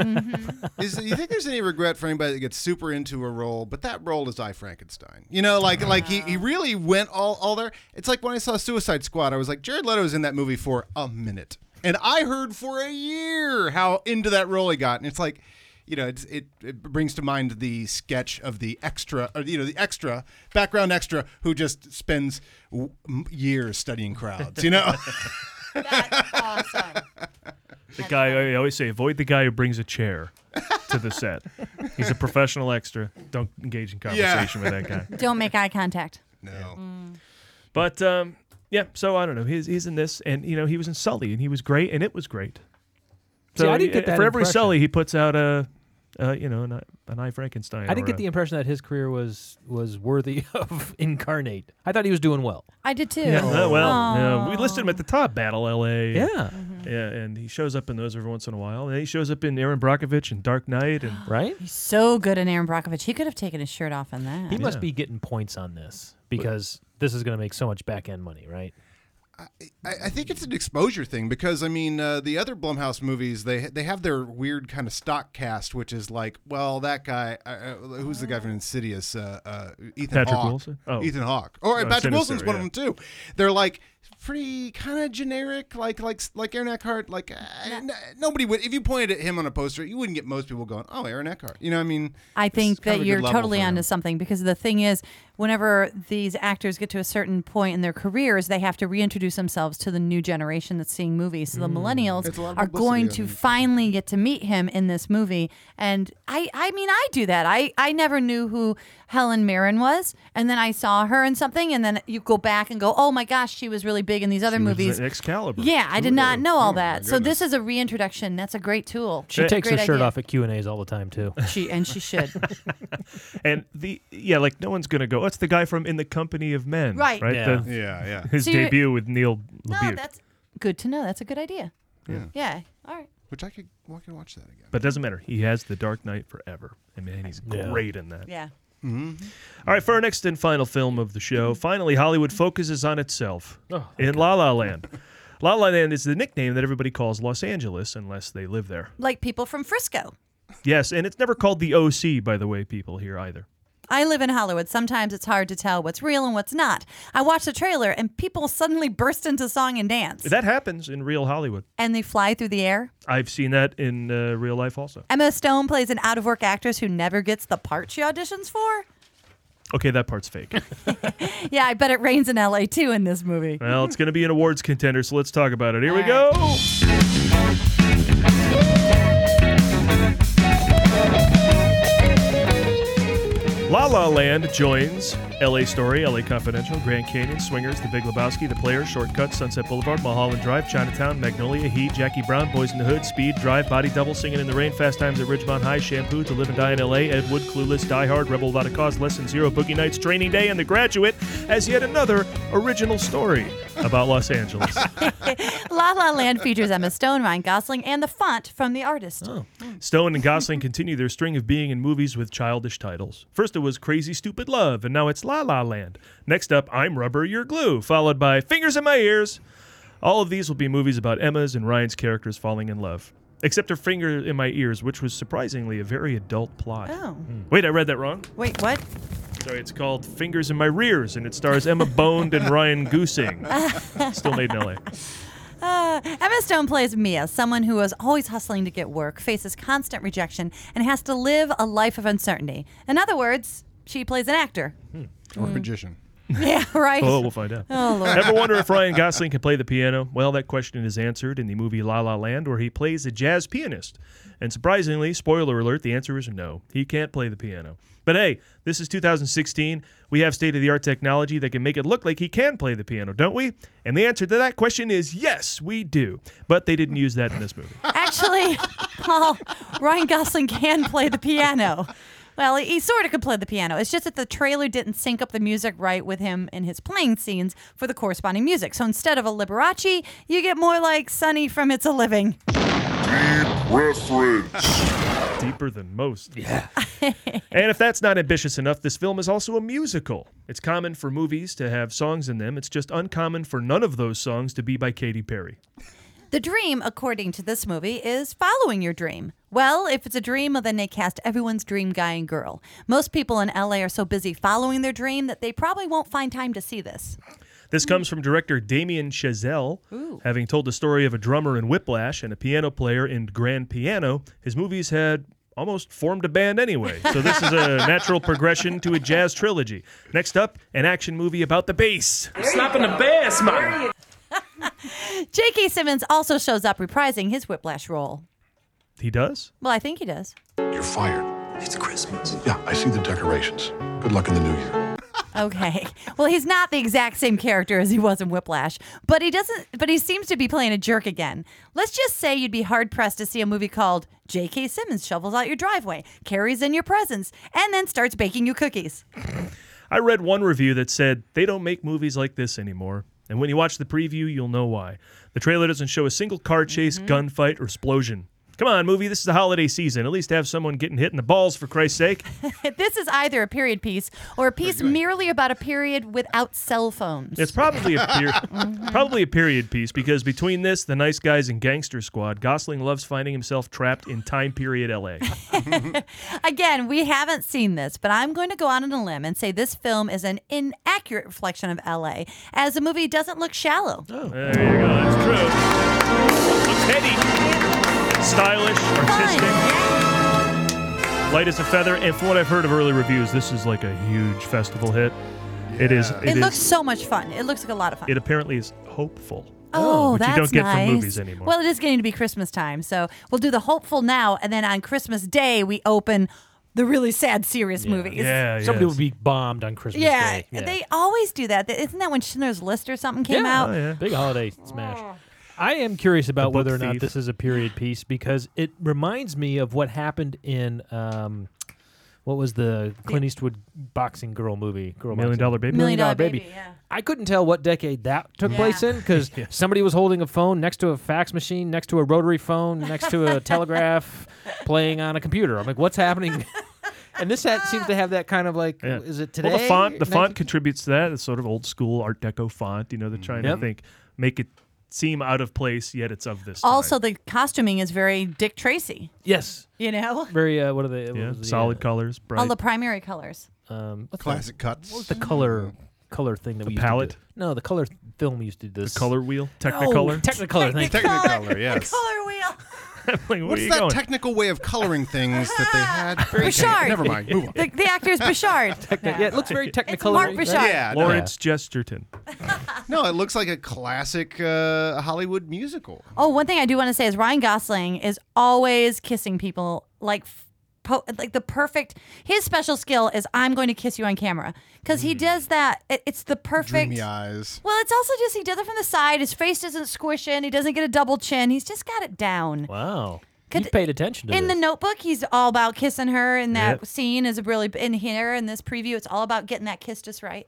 S5: Is you think there's any regret for anybody that gets super into a role, but that role is I Frankenstein. You know, like like he, he really went all all there. It's like when I saw Suicide Squad, I was like, Jared Leto was in that movie for a minute, and I heard for a year how into that role he got, and it's like. You know, it's, it it brings to mind the sketch of the extra, or, you know, the extra background extra who just spends w- m- years studying crowds. You know,
S6: That's awesome.
S4: the guy i always say avoid the guy who brings a chair to the set he's a professional extra don't engage in conversation with that guy
S6: Don't make eye contact.
S5: no,
S4: But um, yeah, so I don't know. He's he's in this, and you know he was in Sully, and he was great, and it was great.
S3: See, I didn't get
S4: uh,
S3: that
S4: for every
S3: impression.
S4: Sully, he puts out a uh, you know, an, an I Frankenstein.
S3: I didn't
S4: or
S3: get
S4: a-
S3: the impression that his career was was worthy of incarnate. I thought he was doing well.
S6: I did too.
S4: Yeah, uh, well,
S6: Aw.
S4: yeah, we listed him at the top, Battle L.A.
S3: Yeah.
S6: Mm-hmm.
S4: yeah, and he shows up in those every once in a while. And he shows up in Aaron Brockovich and Dark Knight, and
S3: Right?
S6: He's so good in Aaron Brockovich. He could have taken his shirt off in that.
S3: He must
S4: Yeah.
S3: be getting points on this because this is going to make so much back end money, right?
S5: I, I think it's an exposure thing because I mean uh, the other Blumhouse movies they they have their weird kind of stock cast which is like well that guy uh, uh, who's the guy from Insidious uh, uh, Ethan
S4: Patrick
S5: Hawke.
S4: Wilson? Oh.
S5: Ethan Hawke or
S4: Oh,
S5: Patrick
S4: Sinister,
S5: Wilson's one of
S4: yeah.
S5: them too they're like pretty kind of generic like like like Aaron Eckhart like uh, n- nobody would if you pointed at him on a poster you wouldn't get most people going oh Aaron Eckhart you know what I mean
S6: I
S5: It's
S6: think
S5: kind of
S6: that
S5: a good
S6: you're
S5: level
S6: totally
S5: for
S6: onto
S5: him.
S6: something because the thing is, whenever these actors get to a certain point in their careers, they have to reintroduce themselves to the new generation that's seeing movies. So the
S5: Mm. It's a lot
S6: millennials
S5: of
S6: are
S5: publicity,
S6: going
S5: I
S6: to
S5: think.
S6: finally get to meet him in this movie. And I, I mean, I do that. I, I never knew who Helen Mirren was, and then I saw her in something, and then you go back and go, oh my gosh, she was really big in these other
S4: he was
S6: movies.
S4: in Excalibur.
S6: Yeah, I did not know all
S5: Oh, my
S6: that. So
S5: goodness.
S6: this is a reintroduction. That's a great tool.
S3: She takes her
S6: Great
S3: shirt
S6: idea.
S3: off at Q and A's all the time too.
S6: She and she should.
S4: and the yeah, like no one's gonna go. That's the guy from In the Company of Men,
S6: Right.
S4: Right,
S3: Yeah.
S4: The-
S5: yeah yeah
S4: his
S6: So you're-
S4: debut with Neil
S6: No,
S4: Labute.
S6: that's good to know. That's a good idea.
S5: Yeah.
S6: All right.
S5: which I could well, I could watch that again
S4: but it doesn't matter. He has the Dark Knight forever. I mean, he's
S3: Yeah.
S4: great in that.
S6: Yeah.
S4: All right, for our next and final film of the show, finally, Hollywood focuses on itself
S3: Oh,
S4: in La La Land. La La Land is the nickname that everybody calls Los Angeles unless they live there.
S6: Like people from Frisco.
S4: Yes, and it's never called the OC, by the way, people here either.
S6: I live in Hollywood. Sometimes it's hard to tell what's real and what's not. I watch the trailer and people suddenly burst into song and dance
S4: That happens in real Hollywood.
S6: and they fly through the air.
S4: I've seen that in uh, real life also.
S6: Emma Stone plays an out of work actress who never gets the part she auditions for.
S4: Okay, that part's fake.
S6: Yeah, I bet it rains in LA too in this movie.
S4: well, it's going to be an awards contender, so let's talk about it. Here we go. La La Land joins LA Story, LA Confidential, Grand Canyon, Swingers, The Big Lebowski, The Players, Shortcuts, Sunset Boulevard, Mulholland Drive, Chinatown, Magnolia, Heat, Jackie Brown, Boys in the Hood, Speed, Drive, Body Double, Singing in the Rain, Fast Times at Ridgemont High, Shampoo, To Live and Die in LA, Ed Wood, Clueless, Die Hard, Rebel Without a Cause, Lesson Zero, Boogie Nights, Training Day, and The Graduate as yet another original story about Los Angeles.
S6: La La Land features Emma Stone, Ryan Gosling, and the font from the artist.
S4: Oh. Stone and Gosling continue their string of being in movies with childish titles. First it was Crazy Stupid Love, and now it's La La Land. Next up, I'm Rubber, You're Glue, followed by Fingers in My Ears. All of these will be movies about Emma's and Ryan's characters falling in love. Except for Finger in My Ears, which was surprisingly a very adult plot. Hmm.
S6: Oh.
S4: Wait, I read that wrong.
S6: Wait, what?
S4: Sorry, it's called Fingers in My Rears, and it stars Emma Boned and Ryan Goosing. Still made in LA.
S6: Uh, Emma Stone plays Mia, someone who is always hustling to get work, faces constant rejection, and has to live a life of uncertainty. In other words, she plays an actor.
S5: or
S6: Mm.
S5: magician
S6: Yeah, right.
S4: Oh, we'll find out.
S6: Oh, Lord.
S4: Ever wonder if Ryan Gosling can play the piano? Well, that question is answered in the movie La La Land, where he plays a jazz pianist. And surprisingly, spoiler alert, the answer is no. He can't play the piano. But hey, this is 2016. We have state of the art technology that can make it look like he can play the piano, don't we? And the answer to that question is yes, we do. But they didn't use that in this movie.
S6: Actually, Paul, Ryan Gosling can play the piano. Well, he, he sort of could play the piano. It's just that the trailer didn't sync up the music right with him in his playing scenes for the corresponding music. So instead of a Liberace, you get more like Sonny from It's a Living.
S4: deeper than most. Yeah. and if that's not ambitious enough, this film is also a musical. It's common for movies to have songs in them. It's just uncommon for none of those songs to be by Katy Perry.
S6: The dream, according to this movie, is following your dream. Well, if it's a dream, well, then they cast everyone's dream guy and girl. Most people in LA are so busy following their dream that they probably won't find time to see this.
S4: This comes from director Damien Chazelle. Having told the story of a drummer in Whiplash and a piano player in Grand Piano, his movies had almost formed a band anyway. So this is a natural progression to a jazz trilogy. Next up, an action movie about the bass.
S8: Slapping the bass, man.
S6: J.K. Simmons also shows up reprising his whiplash role.
S4: He does?
S6: Well, I think he does.
S11: You're fired. It's Christmas. Yeah, I see the decorations. Good luck in the new year.
S6: Okay. Well, he's not the exact same character as he was in Whiplash, but he doesn't. But he seems to be playing a jerk again. Let's just say you'd be hard pressed to see a movie called J.K. Simmons shovels out your driveway, carries in your presents, and then starts baking you cookies.
S4: I read one review that said they don't make movies like this anymore. And when you watch the preview, you'll know why. The trailer doesn't show a single car chase, gunfight, or explosion. Come on, movie, this is the holiday season. At least have someone getting hit in the balls for Christ's sake.
S6: this is either a period piece or a piece merely about a period without cell phones.
S4: It's probably a per- probably a period piece because between this, The Nice Guys, and Gangster Squad, Gosling loves finding himself trapped in time period LA.
S6: Again, we haven't seen this, but I'm going to go out on a limb and say this film is an inaccurate reflection of LA, as the movie doesn't look shallow.
S4: There you go. That's true. Looks heady, stylish,
S6: Fun.
S4: artistic,
S6: yeah.
S4: light as a feather. And from what I've heard of early reviews, this is like a huge festival hit. It is.
S6: It,
S4: is-
S6: looks so much fun. It looks like a lot of fun.
S4: It apparently is hopeful.
S6: Oh,
S4: which
S6: that's
S4: you don't get
S6: nice.
S4: from movies anymore.
S6: Well, it is getting to be Christmas time, so we'll do the hopeful now, and then on Christmas Day we open the really sad, serious movies.
S4: yeah,
S3: Some
S4: yes.
S3: people would be bombed on Christmas
S6: Yeah,
S3: Day.
S6: they always do that. Isn't that when Schindler's List or something came
S3: Yeah.
S6: out?
S4: Oh, yeah.
S3: Big holiday smash. I am curious about
S4: book
S3: whether or not
S4: thief.
S3: this is a period piece because it reminds me of what happened in um, what was the Clint Eastwood boxing girl movie? Girl
S4: Million
S3: boxing.
S4: Dollar Baby?
S6: Million Dollar Baby, yeah.
S3: I couldn't tell what decade that took
S6: Yeah.
S3: place in because somebody was holding a phone next to a fax machine, next to a rotary phone, next to a telegraph, playing on a computer. I'm like, what's happening? and this hat seems to have that kind of like,
S4: Yeah.
S3: is it today?
S4: Well, the font the font
S3: 19
S4: contributes to that. It's sort of old school Art Deco font. You know, they're trying
S3: Yep.
S4: to think, make it seem out of place, yet it's of this. time.
S6: Also, the costuming is very Dick Tracy.
S3: yes,
S6: You know,
S3: very. Uh, what are they? what
S4: yeah,
S3: was the,
S4: solid
S3: uh,
S4: colors, bright.
S6: all the primary colors.
S3: um, what's that?
S5: Classic cuts.
S3: the color color thing that we used to
S4: palette?
S3: do. No, the color film used to do this.
S4: color wheel,
S3: no, Oh,
S4: Technicolor.
S3: Technicolor thing.
S5: Technicolor, yes.
S6: The color wheel.
S4: Like, where are
S5: What's
S4: you
S5: that
S4: going?
S5: technical way of coloring things that they had? Okay,
S6: Richard.
S5: Never mind. Move on.
S6: The, the actor is Bouchard.
S3: yeah, it looks very
S6: It's
S3: technicolor.
S6: Mark
S3: right?
S6: Bouchard.
S5: Yeah, no,
S4: Lawrence Chesterton.
S5: no, it looks like a classic uh, Hollywood musical.
S6: Oh, one thing I do want to say is Ryan Gosling is always kissing people like f- po- like the perfect his special skill is I'm going to kiss you on camera cuz he does that it, it's the perfect
S5: Dreamy eyes.
S6: Well, it's also just he does it from the side. His face doesn't squish in. He doesn't get a double chin. He's just got it down.
S3: Wow.
S6: Could-
S3: you paid attention to
S6: In the
S3: this.
S6: notebook, he's all about kissing her, and that
S4: Yep.
S6: scene is really in here in this preview. It's all about getting that kiss just right.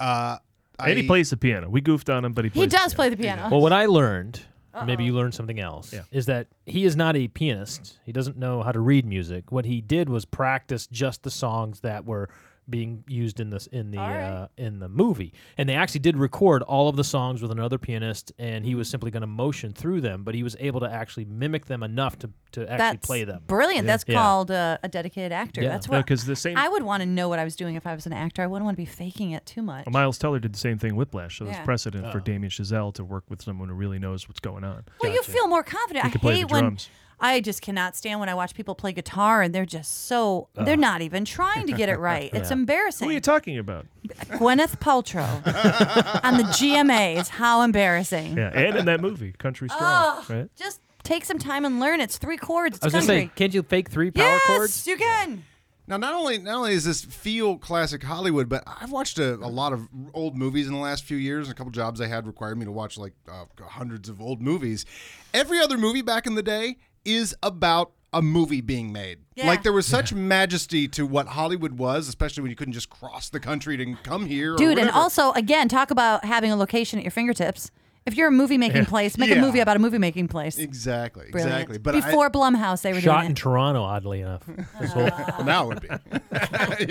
S4: And he
S5: Uh, I-
S4: plays the piano. We goofed on him, but he plays
S6: He
S4: the
S6: does
S4: piano.
S6: play the piano.
S3: well, what I learned, maybe you learned something else, is that he is not a pianist. He doesn't know how to read music. What he did was practice just the songs that were being used in this in the uh, in the movie, and they actually did record all of the songs with another pianist, and he was simply going to motion through them, but he was able to actually mimic them enough to to actually
S6: That's
S3: play them.
S6: brilliant. That's
S3: Yeah.
S6: called uh, a dedicated actor.
S3: Yeah.
S6: That's
S4: No,
S6: what
S4: 'cause the same-
S6: I would want to know what I was doing if I was an actor. I wouldn't want to be faking it too much.
S4: Miles Teller did the same thing with Whiplash, so
S6: Yeah.
S4: there's precedent for Damien Chazelle to work with someone who really knows what's going on.
S6: Well, you feel more confident. I
S4: could play the
S6: hate when
S4: drums.
S6: I just cannot stand when I watch people play guitar and they're just so they're not even trying to get it right. It's embarrassing.
S4: Who are you talking about?
S6: Gwyneth Paltrow on the GMAs. How embarrassing.
S4: Yeah, and in that movie, Country Strong, right?
S6: Just take some time and learn. It's three chords. It's
S3: I was going to
S6: country.
S3: say, can't you fake three power
S6: yes,
S3: chords?
S6: you can.
S5: Now, not only not only does this feel classic Hollywood, but I've watched a, a lot of old movies in the last few years, and a couple jobs I had required me to watch like uh, hundreds of old movies. Every other movie back in the day is about a movie being made.
S6: Yeah.
S5: Like there was such majesty to what Hollywood was, especially when you couldn't just cross the country to come here, or
S6: Dude, and
S5: whatever.
S6: also, again, talk about having a location at your fingertips. If you're a movie making
S4: Yeah.
S6: place, make a
S5: Yeah.
S6: movie about a movie making place.
S5: exactly,
S6: Brilliant.
S5: exactly. But
S6: Before Blumhouse, they were
S3: Shot
S6: doing
S3: in
S6: it.
S3: Toronto, oddly enough. This whole-
S5: I, well, now it would be,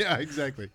S5: yeah, exactly.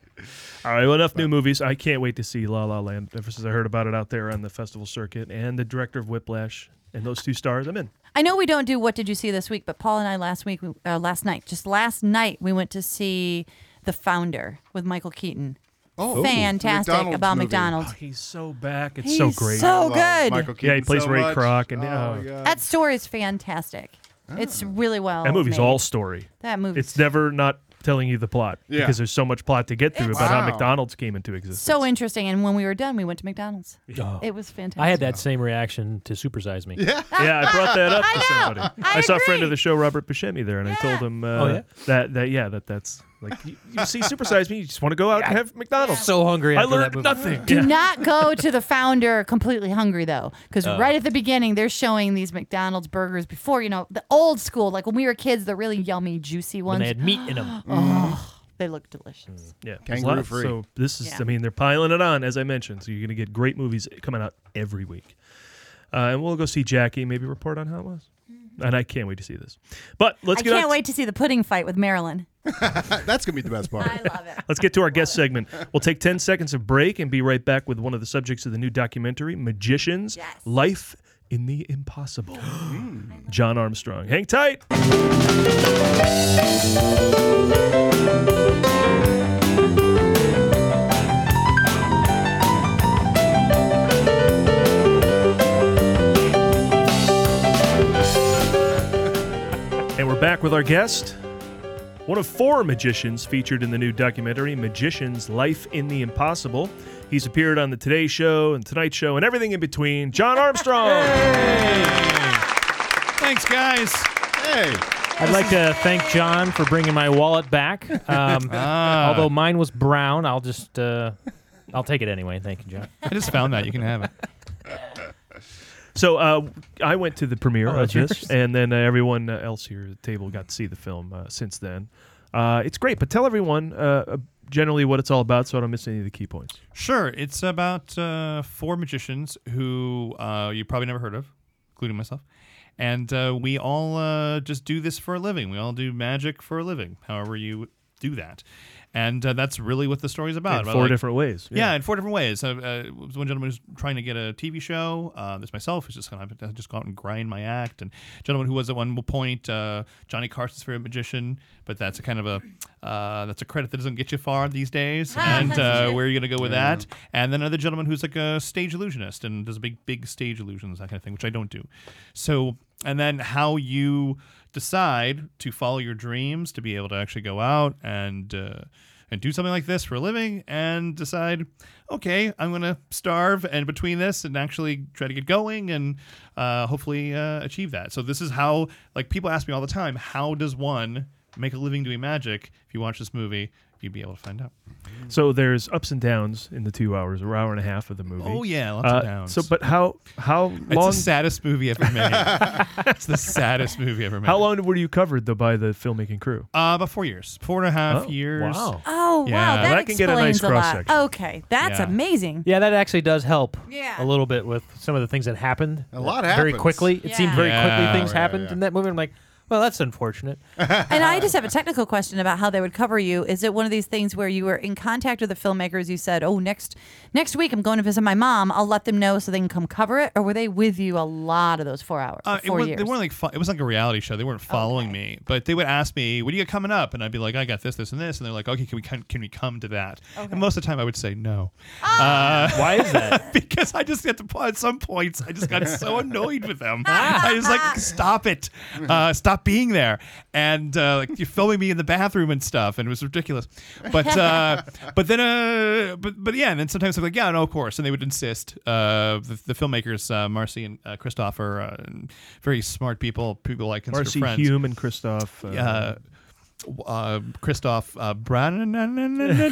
S4: All right, well, enough new movies. I can't wait to see La La Land ever since I heard about it out there on the festival circuit and the director of Whiplash and those two stars. I'm in.
S6: I know we don't do what did you see this week, but Paul and I last week, uh, last night, just last night, we went to see The Founder with Michael Keaton.
S5: Oh,
S6: Fantastic
S5: McDonald's
S6: about
S5: movie. Ah.
S6: McDonald's.
S4: Oh, He's so back. It's
S6: He's
S4: so great.
S6: So
S5: Love
S6: good.
S5: Michael
S4: Yeah, he
S5: Keaton
S4: plays
S5: so
S4: Ray
S5: much.
S4: Kroc, and-
S5: oh,
S4: oh.
S5: my God.
S6: That story is fantastic. It's
S5: Ah.
S6: really well.
S4: that movie's
S6: made.
S4: all story.
S6: That movie's-
S4: It's never not telling you the plot
S5: Yeah.
S4: because there's so much plot to get through
S6: It's-
S4: about how
S5: Wow.
S4: McDonald's came into existence.
S6: so interesting. And when we were done, we went to McDonald's.
S3: Oh.
S6: It was fantastic.
S3: I had that same reaction to Supersize Me.
S5: Yeah.
S4: yeah, I brought that up to
S6: I know.
S4: somebody.
S6: I
S4: saw a friend
S6: agree.
S4: of the show, Robert Buscemi, there, and I told him uh,
S3: Oh, yeah?
S4: that that yeah that that's Like you, you see supersize me, you just want to go out and have McDonald's.
S3: So hungry
S4: I
S3: after that
S4: learned
S3: movie.
S4: nothing.
S6: Do
S4: Yeah.
S6: not go to the founder completely hungry though, because right at the beginning they're showing these McDonald's burgers before you know the old school, like when we were kids, the really yummy, juicy
S3: when
S6: ones.
S3: they had meat in them.
S6: They look delicious.
S4: Yeah, there's
S5: Kangaroo
S4: lots.
S5: free.
S4: So this is,
S6: Yeah.
S4: I mean, they're piling it on, as I mentioned. So you're going to get great movies coming out every week. Uh, and we'll go see Jackie, maybe report on how it was. And I can't wait to see this. But
S6: Mm-hmm.
S4: let's
S6: I
S4: get on
S6: can't
S4: to-
S6: wait to see the pudding fight with Marilyn.
S5: That's gonna be the best part.
S6: love it.
S4: Let's get to our guest segment. We'll take 10 seconds of break and be right back with one of the subjects of the new documentary, Magicians
S6: Yes.
S4: Life in the Impossible. John Armstrong. Hang tight. And we're back with our guest, one of four magicians featured in the new documentary, Magician's Life in the Impossible. He's appeared on The Today Show and Tonight Show and everything in between. John Armstrong.
S11: Thanks, guys.
S5: Hey,
S3: I'd like to thank John for bringing my wallet back. Um,
S5: Ah.
S3: Although mine was brown, I'll just uh, I'll take it anyway. Thank you, John.
S11: I just found that. You can have it.
S4: so uh, I went to the premiere
S3: Oh, that's
S4: of this,
S3: yours.
S4: and then uh, everyone uh, else here at the table got to see the film uh, since then. Uh, it's great, but tell everyone uh, uh, generally what it's all about so I don't miss any of the key points.
S11: Sure. It's about uh, four magicians who uh, you probably never heard of, including myself. And uh, we all uh, just do this for a living. We all do magic for a living, however you do that. And uh, that's really what the story's about.
S4: In
S11: About,
S4: four
S11: like-
S4: different ways.
S11: Yeah, in four different ways. Uh, uh, there was one gentleman who's trying to get a TV show. Uh, there's myself who's just going to just go out and grind my act. And gentleman who was at one point uh, Johnny Carson's favorite magician, but that's a kind of a uh, that's a credit that doesn't get you far these days. and uh, where are you going to go with that? And then another gentleman who's like a stage illusionist and does big big stage illusions that kind of thing, which I don't do. So and then how you decide to follow your dreams to be able to actually go out and uh, and do something like this for a living and decide okay i'm going to starve and between this and actually try to get going and uh, hopefully uh, achieve that so this is how like people ask me all the time how does one make a living doing magic if you watch this movie you'd be able to find out
S4: So there's ups and downs in the two hours or hour and a half of the movie.
S11: Oh, yeah, lots of
S4: Uh,
S11: downs.
S4: So, but how how long
S11: it's the saddest movie ever made it's the saddest movie ever made
S4: how long were you covered though by the filmmaking crew?
S11: uh, about four years four and a half
S4: Oh,
S11: years
S4: Wow.
S6: Oh
S11: Yeah.
S6: wow, that,
S4: That can get a nice
S6: explains a lot.
S4: cross-section.
S6: Okay, that's
S11: Yeah.
S6: amazing.
S3: Yeah, that actually does help.
S6: Yeah.
S3: A little bit with some of the things that happened.
S5: A lot
S3: very
S5: happens.
S3: quickly. It seemed very
S11: Yeah.
S3: quickly things
S5: Yeah,
S3: happened
S5: yeah.
S3: in that movie. I'm like, well, that's unfortunate.
S6: And I just have a technical question about how they would cover you. Is it one of these things where you were in contact with the filmmakers? You said, "Oh, next next week I'm going to visit my mom. I'll let them know so they can come cover it." Or were they with you a lot of those four hours,
S11: Uh, it
S6: four
S11: was,
S6: years?
S11: They weren't like fo- it was like a reality show. They weren't following me, but they would ask me, "What do you got coming up?" And I'd be like, "I got this, this, and this." And they're like, "Okay, can we come, can we come to that?" And most of the time, I would say no,
S3: Why is that?
S11: because I just get to at some points I just got so annoyed with them. I was like, "Stop it, uh, stop being there," and uh, like you're filming me in the bathroom and stuff, and it was ridiculous. But uh, but then uh, but but yeah, and then sometimes I'm like, "Yeah, no, of course," and they would insist. Uh, the, the filmmakers, uh, Marcy and uh, Christoph, are uh, very smart people, people I consider
S4: Marcy
S11: friends
S4: Hume and Christoph. Uh,
S11: uh, uh, Christoph uh, Brannen,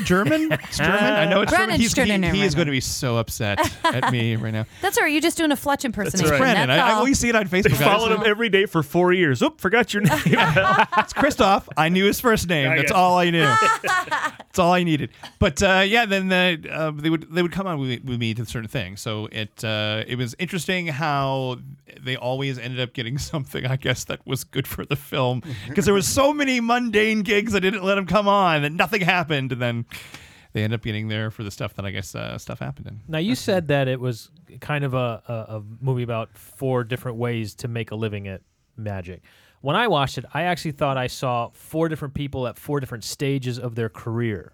S11: German, it's German. I know it's German. He's, he, he is
S6: Brannensternenrunner.
S11: going to be so upset at me right now.
S6: That's all right. You're just doing a Fletch impersonation.
S11: It's Brennan.
S6: That's
S11: I, I
S6: all.
S11: always Oh, see it on
S4: They
S11: Facebook.
S4: followed him every day for four years. Oop, forgot your name.
S11: It's Christoph. I knew his first name. That's all I knew. That's all I needed. But uh, yeah, then the, uh, they would they would come on with, with me to certain things. So it uh, it was interesting how they always ended up getting something. I guess that was good for the film because there was so many mundane gigs I didn't let them come on that nothing happened, and then they end up getting there for the stuff that I guess uh, stuff happened in.
S3: now you said that it was kind of a, a, a movie about four different ways to make a living at magic. When I watched it, I actually thought I saw four different people at four different stages of their career.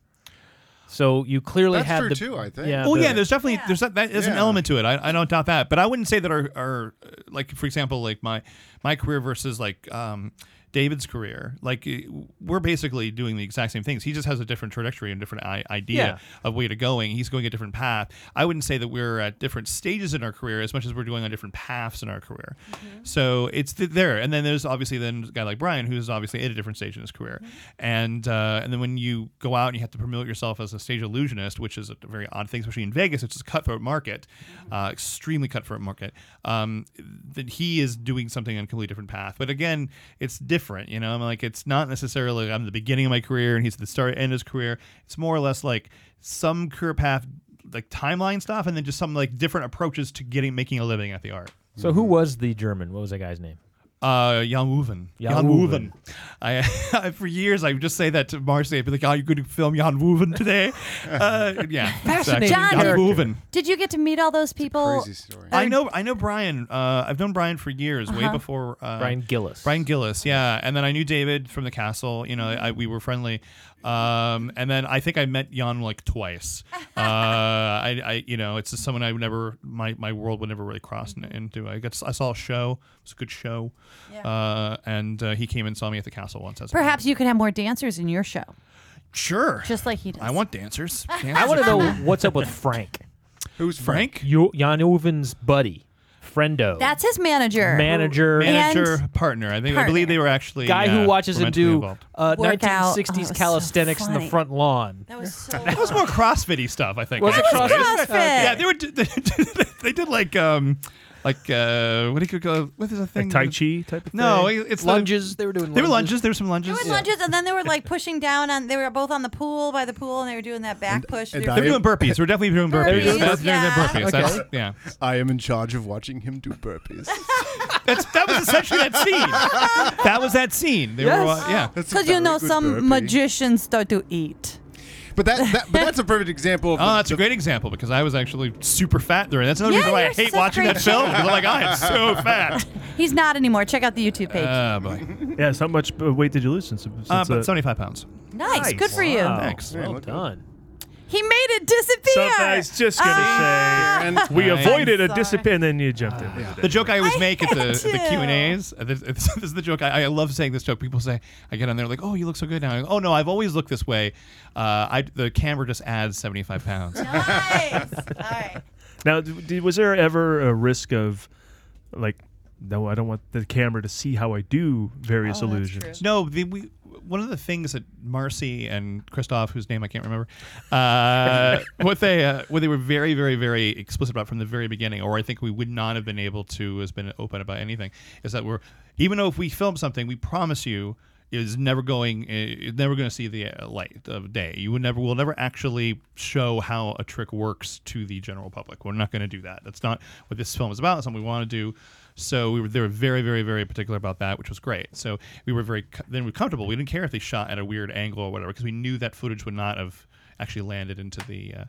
S3: So you clearly
S5: That's
S3: had
S5: true
S3: the,
S5: too, I think.
S3: Yeah,
S11: Well,
S3: the-
S11: Oh, yeah, there's definitely there's that, that is an
S5: Yeah.
S11: element to it. I, I don't doubt that, but I wouldn't say that our, our uh, like for example like my my career versus like um David's career. Like eh, we're basically doing the exact same things. He just has a different trajectory and different i- idea of way to going. He's going a different path. I wouldn't say that we're at different stages in our career as much as we're going on different paths in our career. So it's th- there. And then there's obviously then a guy like Brian who's obviously at a different stage in his career. And uh, and then when you go out and you have to promote yourself as a stage illusionist, which is a very odd thing, especially in Vegas, which is a cutthroat market, uh, extremely cutthroat market. Um, that he is doing something on a completely different path. But again, it's different. You know, I'm like it's not necessarily I'm the beginning of my career and he's at the start end of his career. It's more or less like some career path, like timeline stuff, and then just some like different approaches to getting making a living at the art.
S3: So who was the German? What was that guy's name?
S11: Uh, Jan Woven.
S3: Jan
S11: Jan
S3: Woeven.
S11: Woven. I, I for years I would just say that to Marcy. I'd be like, "Oh, you're going to film Jan Woven today?" Uh, yeah,
S6: Fascinating
S11: Jan
S6: character.
S11: Woeven.
S6: Did you get to meet all those people?
S11: I know, I know Brian. Uh, I've known Brian for years, way
S6: Uh-huh.
S11: before uh,
S3: Brian Gillis.
S11: Brian Gillis, yeah. And then I knew David from the castle. You know, I, we were friendly. Um, and then I think I met Jan like twice. Uh, I, I, you know, it's just someone I would never, my, my world would never really cross in- into. I got, I saw a show. It was a good show.
S6: Yeah.
S11: Uh, and uh, he came and saw me at the castle once. As well.
S6: Perhaps you could have more dancers in your show,
S11: Sure.
S6: just like he does.
S11: I want dancers.
S3: I want to know what's up with Frank.
S5: Who's
S11: Frank?
S3: Yo- Jan Uven's buddy, friendo,
S6: That's his manager.
S3: manager,
S11: Manager
S6: And-
S11: partner. I think I
S6: partner.
S11: believe they were actually
S3: guy who
S11: yeah,
S3: watches him
S11: romantically
S3: do
S11: involved.
S3: uh,
S6: Workout.
S3: 1960s
S6: Oh, it was so
S3: calisthenics in the
S6: funny.
S3: front lawn.
S6: That was so.
S11: That was more CrossFitty stuff, I think.
S3: Was it
S11: actually.
S3: CrossFit?
S6: CrossFit.
S11: Yeah, they were. They, they did like um, like uh, what do you call what is the thing?
S4: Like Tai Chi type of
S11: No,
S4: thing?
S11: it- it's like-
S3: Lunges. They were doing.
S11: There were lunges. There were some lunges.
S6: There was lunges, and then they were like pushing down on. They were both on the pool by the pool, and they were doing that back push.
S5: and
S6: They were-
S11: They were doing burpees. We're definitely doing burpees.
S6: Burpees,
S11: That's-
S6: yeah.
S11: burpees. That's, yeah.
S5: I am in charge of watching him do burpees.
S11: That's that was essentially that scene. That was that scene. They were,
S3: Yes.
S11: uh, yeah.
S5: That's a
S6: Because you
S5: very
S6: know
S5: good
S6: some
S5: burpee.
S6: magicians start to eat.
S5: But that, that but that's a perfect example of
S11: Oh,
S5: the-
S11: that's a great example because I was actually super fat during. That's another
S6: Yeah,
S11: reason why I
S6: you're
S11: hate
S6: so
S11: watching that
S6: great.
S11: film. Because I'm like, I am so fat.
S6: He's not anymore. Check out the YouTube page.
S11: Oh boy.
S4: Yes. How much uh, weight did you lose since? since
S11: Uh,
S4: uh, Oh,
S11: but 75 pounds.
S6: nice.
S4: nice.
S6: good for you.
S3: Wow.
S11: Thanks.
S3: Well
S5: look at
S3: done.
S6: He made it disappear.
S4: Something I was just gonna
S6: Ah!
S5: and
S4: we
S11: Right.
S4: avoided a
S6: I'm sorry.
S4: disappear, and then you jumped in. with it.
S11: The joke I always
S6: I
S11: make at the,
S6: hate
S11: at the
S6: you.
S11: Q and A's. uh, This, this is the joke I, I love saying. This joke people say. I get on there like, "Oh, you look so good now." I go, oh no, I've always looked this way. Uh, I the camera just adds seventy five pounds.
S6: Nice. All right.
S4: Now, d- d- was there ever a risk of, like, no, I don't want the camera to see how I do various illusions?
S11: No, the, we one of the things that Marcy and Christoph, whose name I can't remember, uh, what they uh, what they were very very very explicit about from the very beginning, or I think we would not have been able to has been open about anything, is that we're even though if we film something, we promise you is never going is never going to see the uh, light of day. You would never will never actually show how a trick works to the general public. We're not going to do that. That's not what this film is about. It's something we want to do. So we were they were very very very particular about that, which was great. So we were very co- then we were comfortable. We didn't care if they shot at a weird angle or whatever because we knew that footage would not have actually landed into the uh,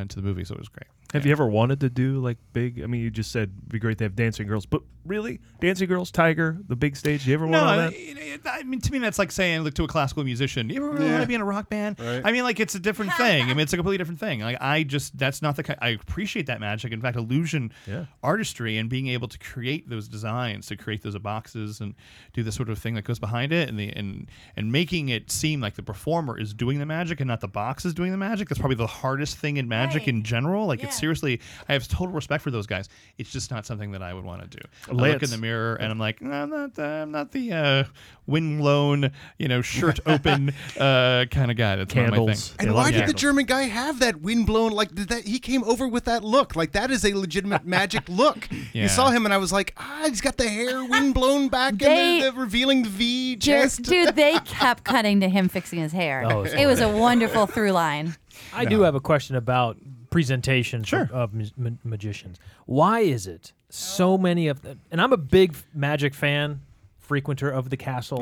S11: into the movie. So it was great.
S4: Have you ever wanted to do like big? I mean, you just said it'd be great to have dancing girls, but really, dancing girls, Tiger, the big stage. You ever
S11: No,
S4: want on
S11: I,
S4: that?
S11: I- I mean to me that's like saying like to a classical musician, you ever really want
S5: Yeah.
S11: to be in a rock band?
S5: Right.
S11: I mean, like it's a different thing. I mean, it's a completely different thing. Like I just that's not the ki I appreciate that magic. In fact, illusion
S4: Yeah.
S11: artistry and being able to create those designs, to create those boxes and do the sort of thing that goes behind it, and the and and making it seem like the performer is doing the magic and not the box is doing the magic. That's probably the hardest thing in magic in general. Like it's seriously, I have total respect for those guys. It's just not something that I would want to do. I look in
S4: Lance.
S11: the mirror and I'm like, "No, I'm not the, I'm not the uh, wind loan, you know, shirt open uh, kind of guy. That's not my
S4: Candles.
S11: thing.
S5: And
S4: They
S5: why
S4: love
S5: did the
S4: candles.
S5: German guy have that windblown like did that? He came over with that look. Like that is a legitimate magic look.
S11: Yeah.
S5: You saw him, and I was like, ah, he's got the hair windblown back
S6: They-
S5: and the, the revealing the V
S6: Jer-
S5: chest.
S6: Dude, they kept cutting to him fixing his hair.
S3: Oh, it's
S6: it was a wonderful through line.
S3: I do have a question about presentation of mu- ma- magicians. Why is it so many of them? And I'm a big f- magic fan, frequenter of the castle,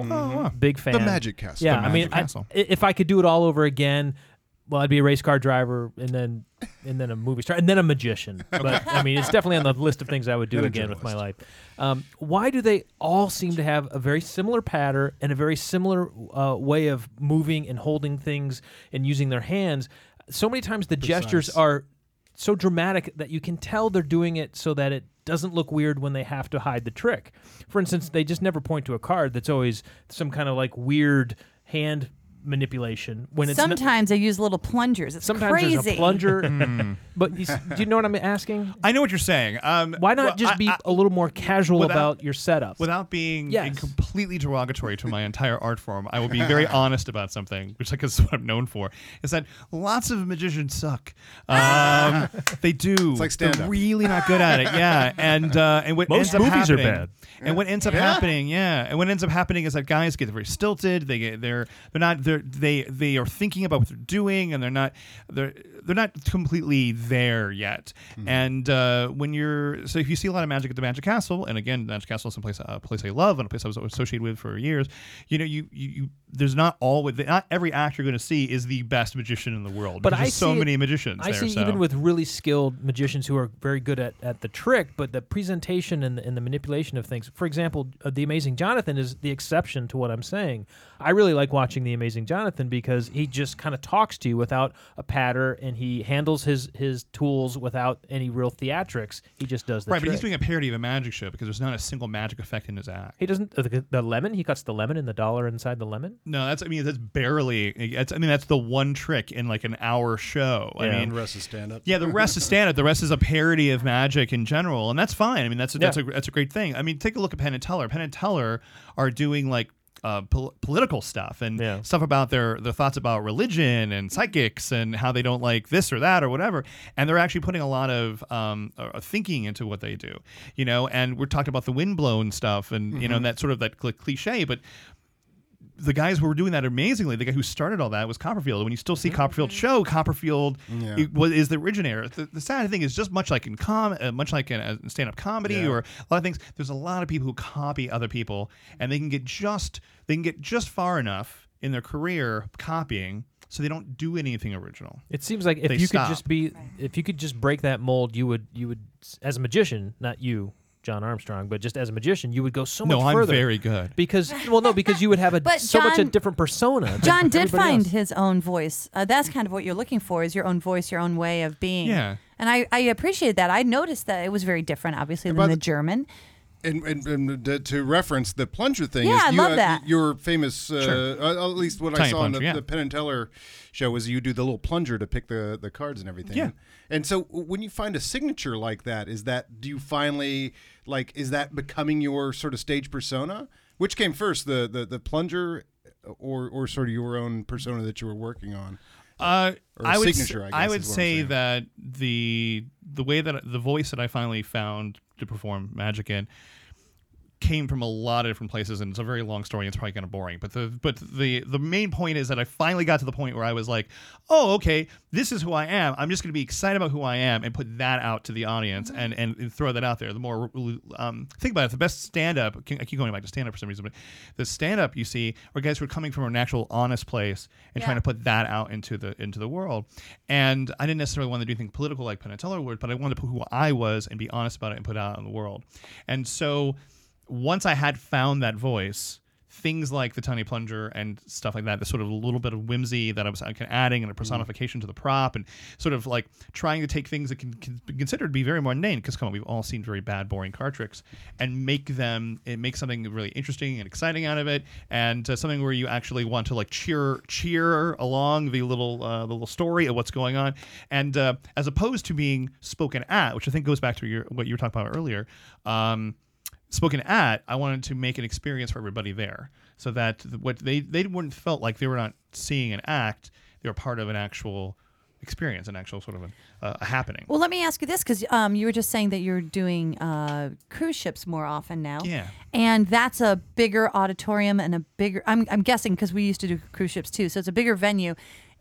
S3: big fan.
S5: Magic Castle.
S3: Yeah,
S11: The
S3: I mean,
S11: Mm-hmm. Magic
S3: I-
S11: Castle.
S3: i- if I could do it all over again, well, I'd be a race car driver, and then and then a movie star, and then a magician. But I mean, it's definitely on the list of things I would do
S5: And a
S3: again with my life. Um, why do they all seem to have a very similar pattern and a very similar uh, way of moving and holding things and using their hands? So many times the gestures are so dramatic that you can tell they're doing it so that it doesn't look weird when they have to hide the trick. For instance, they just never point to a card that's always some kind of like weird hand manipulation when it's not-
S6: Sometimes they use little plungers. It's
S3: sometimes
S6: crazy.
S3: there's a plunger. but you, s- do you know what I'm asking?
S11: Hmm. I know what you're saying. Um,
S3: Why not
S11: well,
S3: just
S11: I-
S3: be
S11: I-
S3: a little more casual
S11: without-
S3: about your setup?
S11: Without being
S3: Yes.
S11: completely derogatory to my entire art form, I will be very honest about something, which I guess is what I'm known for, is that lots of magicians suck. Um, they do. It's
S5: like
S11: They're
S5: stand-up.
S11: really not good at it. Yeah, and uh, and what
S4: Most
S11: ends up
S4: movies are
S11: happening,
S4: bad.
S11: And what ends up
S5: Yeah.
S11: happening, yeah, and what ends up happening is that guys get very stilted. They get they're they're not they're, they they are thinking about what they're doing, and they're not they're they're not completely there yet.
S5: Mm-hmm.
S11: And uh, when you're so if you see a lot of magic at the Magic Castle, and again, Magic Castle is a place a place I love and a place I was associated with for years. You know, you you, you there's not always not every act you're going to see is the best magician in the world.
S3: but
S11: because
S3: I
S11: there's so
S3: see it-
S11: many magicians.
S3: I
S11: there,
S3: see
S11: so.
S3: even with really skilled magicians who are very good at, at the trick, but the presentation and the, and the manipulation of things. For example, uh, the Amazing Jonathan is the exception to what I'm saying. I really like watching the Amazing Jonathan because he just kind of talks to you without a patter, and he handles his his tools without any real theatrics. He just does the
S11: right, but he's
S3: trick.
S11: doing a parody of a magic show because there's not a single magic effect in his act.
S3: He doesn't uh, the, the lemon. He cuts the lemon and the dollar inside the lemon.
S11: No, that's I mean that's barely. That's I mean that's the one trick in like an hour show. I
S3: Yeah.
S11: mean,
S5: rest is stand up.
S11: yeah, the rest is stand up. The rest is a parody of magic in general, and that's fine. I mean, that's a, that's a that's a great thing. I mean, take a look at Penn and Teller. Penn and Teller are doing like. Uh, pol- political stuff and
S3: Yeah.
S11: stuff about their their thoughts about religion and psychics and how they don't like this or that or whatever and they're actually putting a lot of um, uh, thinking into what they do you know and we're talking about the windblown stuff and you know and that sort of that cl- cliche but the guys who were doing that amazingly, the guy who started all that was Copperfield. When you still see Copperfield show, Copperfield
S5: Yeah.
S11: it was, is the originator. The, the sad thing is, just much like in com, uh, much like in uh, stand-up comedy
S5: Yeah.
S11: or a lot of things, there's a lot of people who copy other people, and they can get just they can get just far enough in their career copying, so they don't do anything original.
S3: It seems like
S11: They
S3: if you
S11: stop.
S3: could just be, if you could just break that mold, you would, you would, as a magician, not you, John Armstrong, but just as a magician, you would go so
S11: No,
S3: much
S11: I'm
S3: further.
S11: very good.
S3: Because, well, no, because you would have a
S6: But
S3: so much a
S6: John-
S3: different persona. than
S6: John did
S3: everybody
S6: find
S3: else.
S6: his own voice. Uh, that's kind of what you're looking for is your own voice, your own way of being.
S11: Yeah.
S6: And I, I appreciate that. I noticed that it was very different, obviously,
S5: by
S6: than the
S5: the-
S6: German.
S5: And, and, and to, to reference the plunger thing,
S6: Yeah, I
S5: is you
S6: love
S5: have-
S6: that.
S5: Your famous, uh,
S11: Sure.
S5: uh, at least what I
S11: Tiny
S5: saw
S11: plunger,
S5: in the,
S11: yeah.
S5: the Penn and Teller show, was you do the little plunger to pick the, the cards and everything.
S11: Yeah.
S5: And so when you find a signature like that, is that do you finally like is that becoming your sort of stage persona? Which came first, the the, the plunger, uh, or or sort of your own persona that you were working on?
S11: Uh,
S5: Or a
S11: I would
S5: signature,
S11: s-
S5: I guess,
S11: would
S5: is what I'm
S11: say
S5: saying.
S11: that the the way that the voice that I finally found to perform magic in came from a lot of different places, and it's a very long story. and It's probably kind of boring, but the but the the main point is that I finally got to the point where I was like, oh, okay, this is who I am. I'm just going to be excited about who I am and put that out to the audience and, and and throw that out there. The more um, think about it, the best stand up. I keep going back to stand up for some reason, but the stand up you see are guys who are coming from an actual honest place and trying to put that out into the into the world. And I didn't necessarily want to do anything political like Penatello would, but I wanted to put who I was and be honest about it and put it out in the world. And so once I had found that voice, things like the tiny plunger and stuff like that, the sort of little bit of whimsy that I was like, adding and a personification to the prop, and sort of like trying to take things that can, can be considered to be very mundane, because come on, we've all seen very bad, boring card tricks, and make them it make something really interesting and exciting out of it, and uh, something where you actually want to like cheer cheer along the little uh, the little story of what's going on, and uh, as opposed to being spoken at, which I think goes back to your what you were talking about earlier. Um, spoken at, I wanted to make an experience for everybody there, so that th- what they they wouldn't felt like they were not seeing an act; they were part of an actual experience, an actual sort of an, uh, a happening.
S6: Well, let me ask you this because um, you were just saying that you're doing uh, cruise ships more often now.
S11: Yeah.
S6: And that's a bigger auditorium and a bigger. I'm, I'm guessing because we used to do cruise ships too, so it's a bigger venue.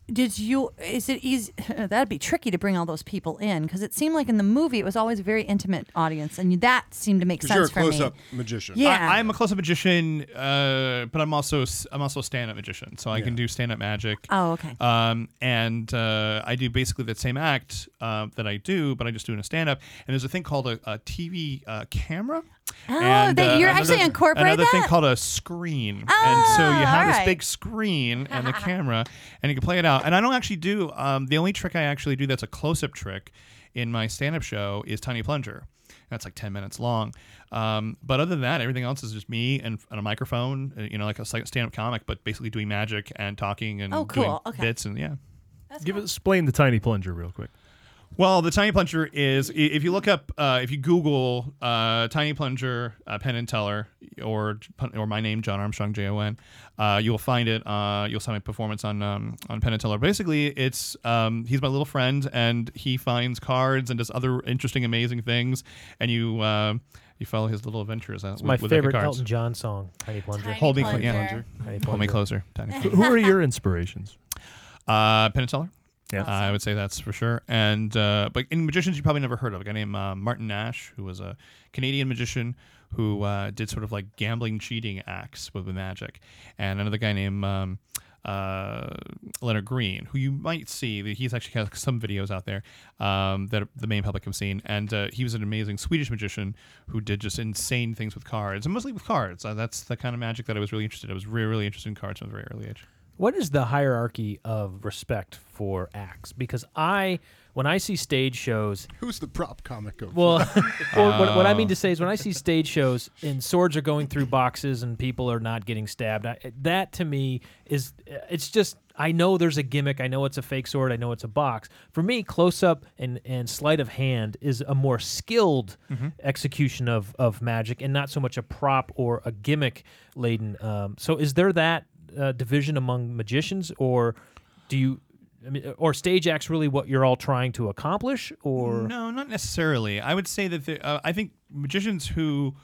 S6: Did you? Is it easy? That'd be tricky to bring all those people in because it seemed like in the movie it was always a very intimate audience, and that seemed to make sense
S5: Because you're
S6: for
S5: a
S6: me.
S5: close up magician.
S6: Yeah.
S11: I, I'm a close-up magician, uh, but I'm also s- I'm also a stand-up magician, so I can do stand-up magic.
S6: Oh, okay.
S11: Um, and uh, I do basically the same act uh, that I do, but I just do it in a stand-up. And there's a thing called a, a TV uh, camera. uh,
S6: Oh, that- you're actually incorporate
S11: another thing
S6: that?
S11: called a screen. and so
S6: Ah,
S11: you have this
S6: alright.
S11: big screen and the camera, and you can play it out. And I don't actually do um, the only trick I actually do that's a close-up trick in my stand-up show is Tiny Plunger. That's like ten minutes long. Um, but other than that, everything else is just me and, and a microphone. uh, You know, like a stand- stand-up comic, but basically doing magic and talking and
S6: Oh,
S11: doing
S6: cool. Okay.
S11: bits and yeah.
S4: Give explain the tiny plunger real quick.
S11: Well, the tiny plunger is i- if you look up, uh, if you Google uh, tiny plunger uh, Penn and Teller or or my name John Armstrong J O N, uh, you'll find it. Uh, you'll see my performance on um, on Penn and Teller. Basically, it's um, he's my little friend and he finds cards and does other interesting, amazing things, and you. Uh, you follow his little adventures. uh, It's
S3: my favorite Elton John song, Tiny Plunger. Tiny
S11: Hold me
S3: Plunger.
S11: closer. Yeah.
S3: Tiny
S11: Hold me
S3: Plunger.
S11: closer. Tiny
S3: Who-
S11: Plunger.
S4: Who are your inspirations?
S11: Uh, Penn and Teller.
S4: Yeah.
S11: Uh, I would say that's for sure. And uh, but in magicians, you probably never heard of a guy named uh, Martin Nash, who was a Canadian magician who uh, did sort of like gambling, cheating acts with the magic, and another guy named. Um, uh, Leonard Green, who you might see, he's actually has some videos out there um, that the main public have seen, and uh, he was an amazing Swedish magician who did just insane things with cards, and mostly with cards. Uh, that's the kind of magic that I was really interested. in. I was really, really interested in cards from a very early age.
S3: What is the hierarchy of respect for acts? Because I, when I see stage shows,
S5: Who's the prop comic over?
S3: well, or what, what I mean to say is when I see stage shows and swords are going through boxes and people are not getting stabbed, I, that to me is, it's just, I know there's a gimmick. I know it's a fake sword. I know it's a box. For me, close up and, and sleight of hand is a more skilled execution of, of magic and not so much a prop or a gimmick laden. Um, so is there that uh, division among magicians or do you, I mean, or stage acts really what you're all trying to accomplish or?
S11: no, not necessarily. I would say that the, uh, I think magicians who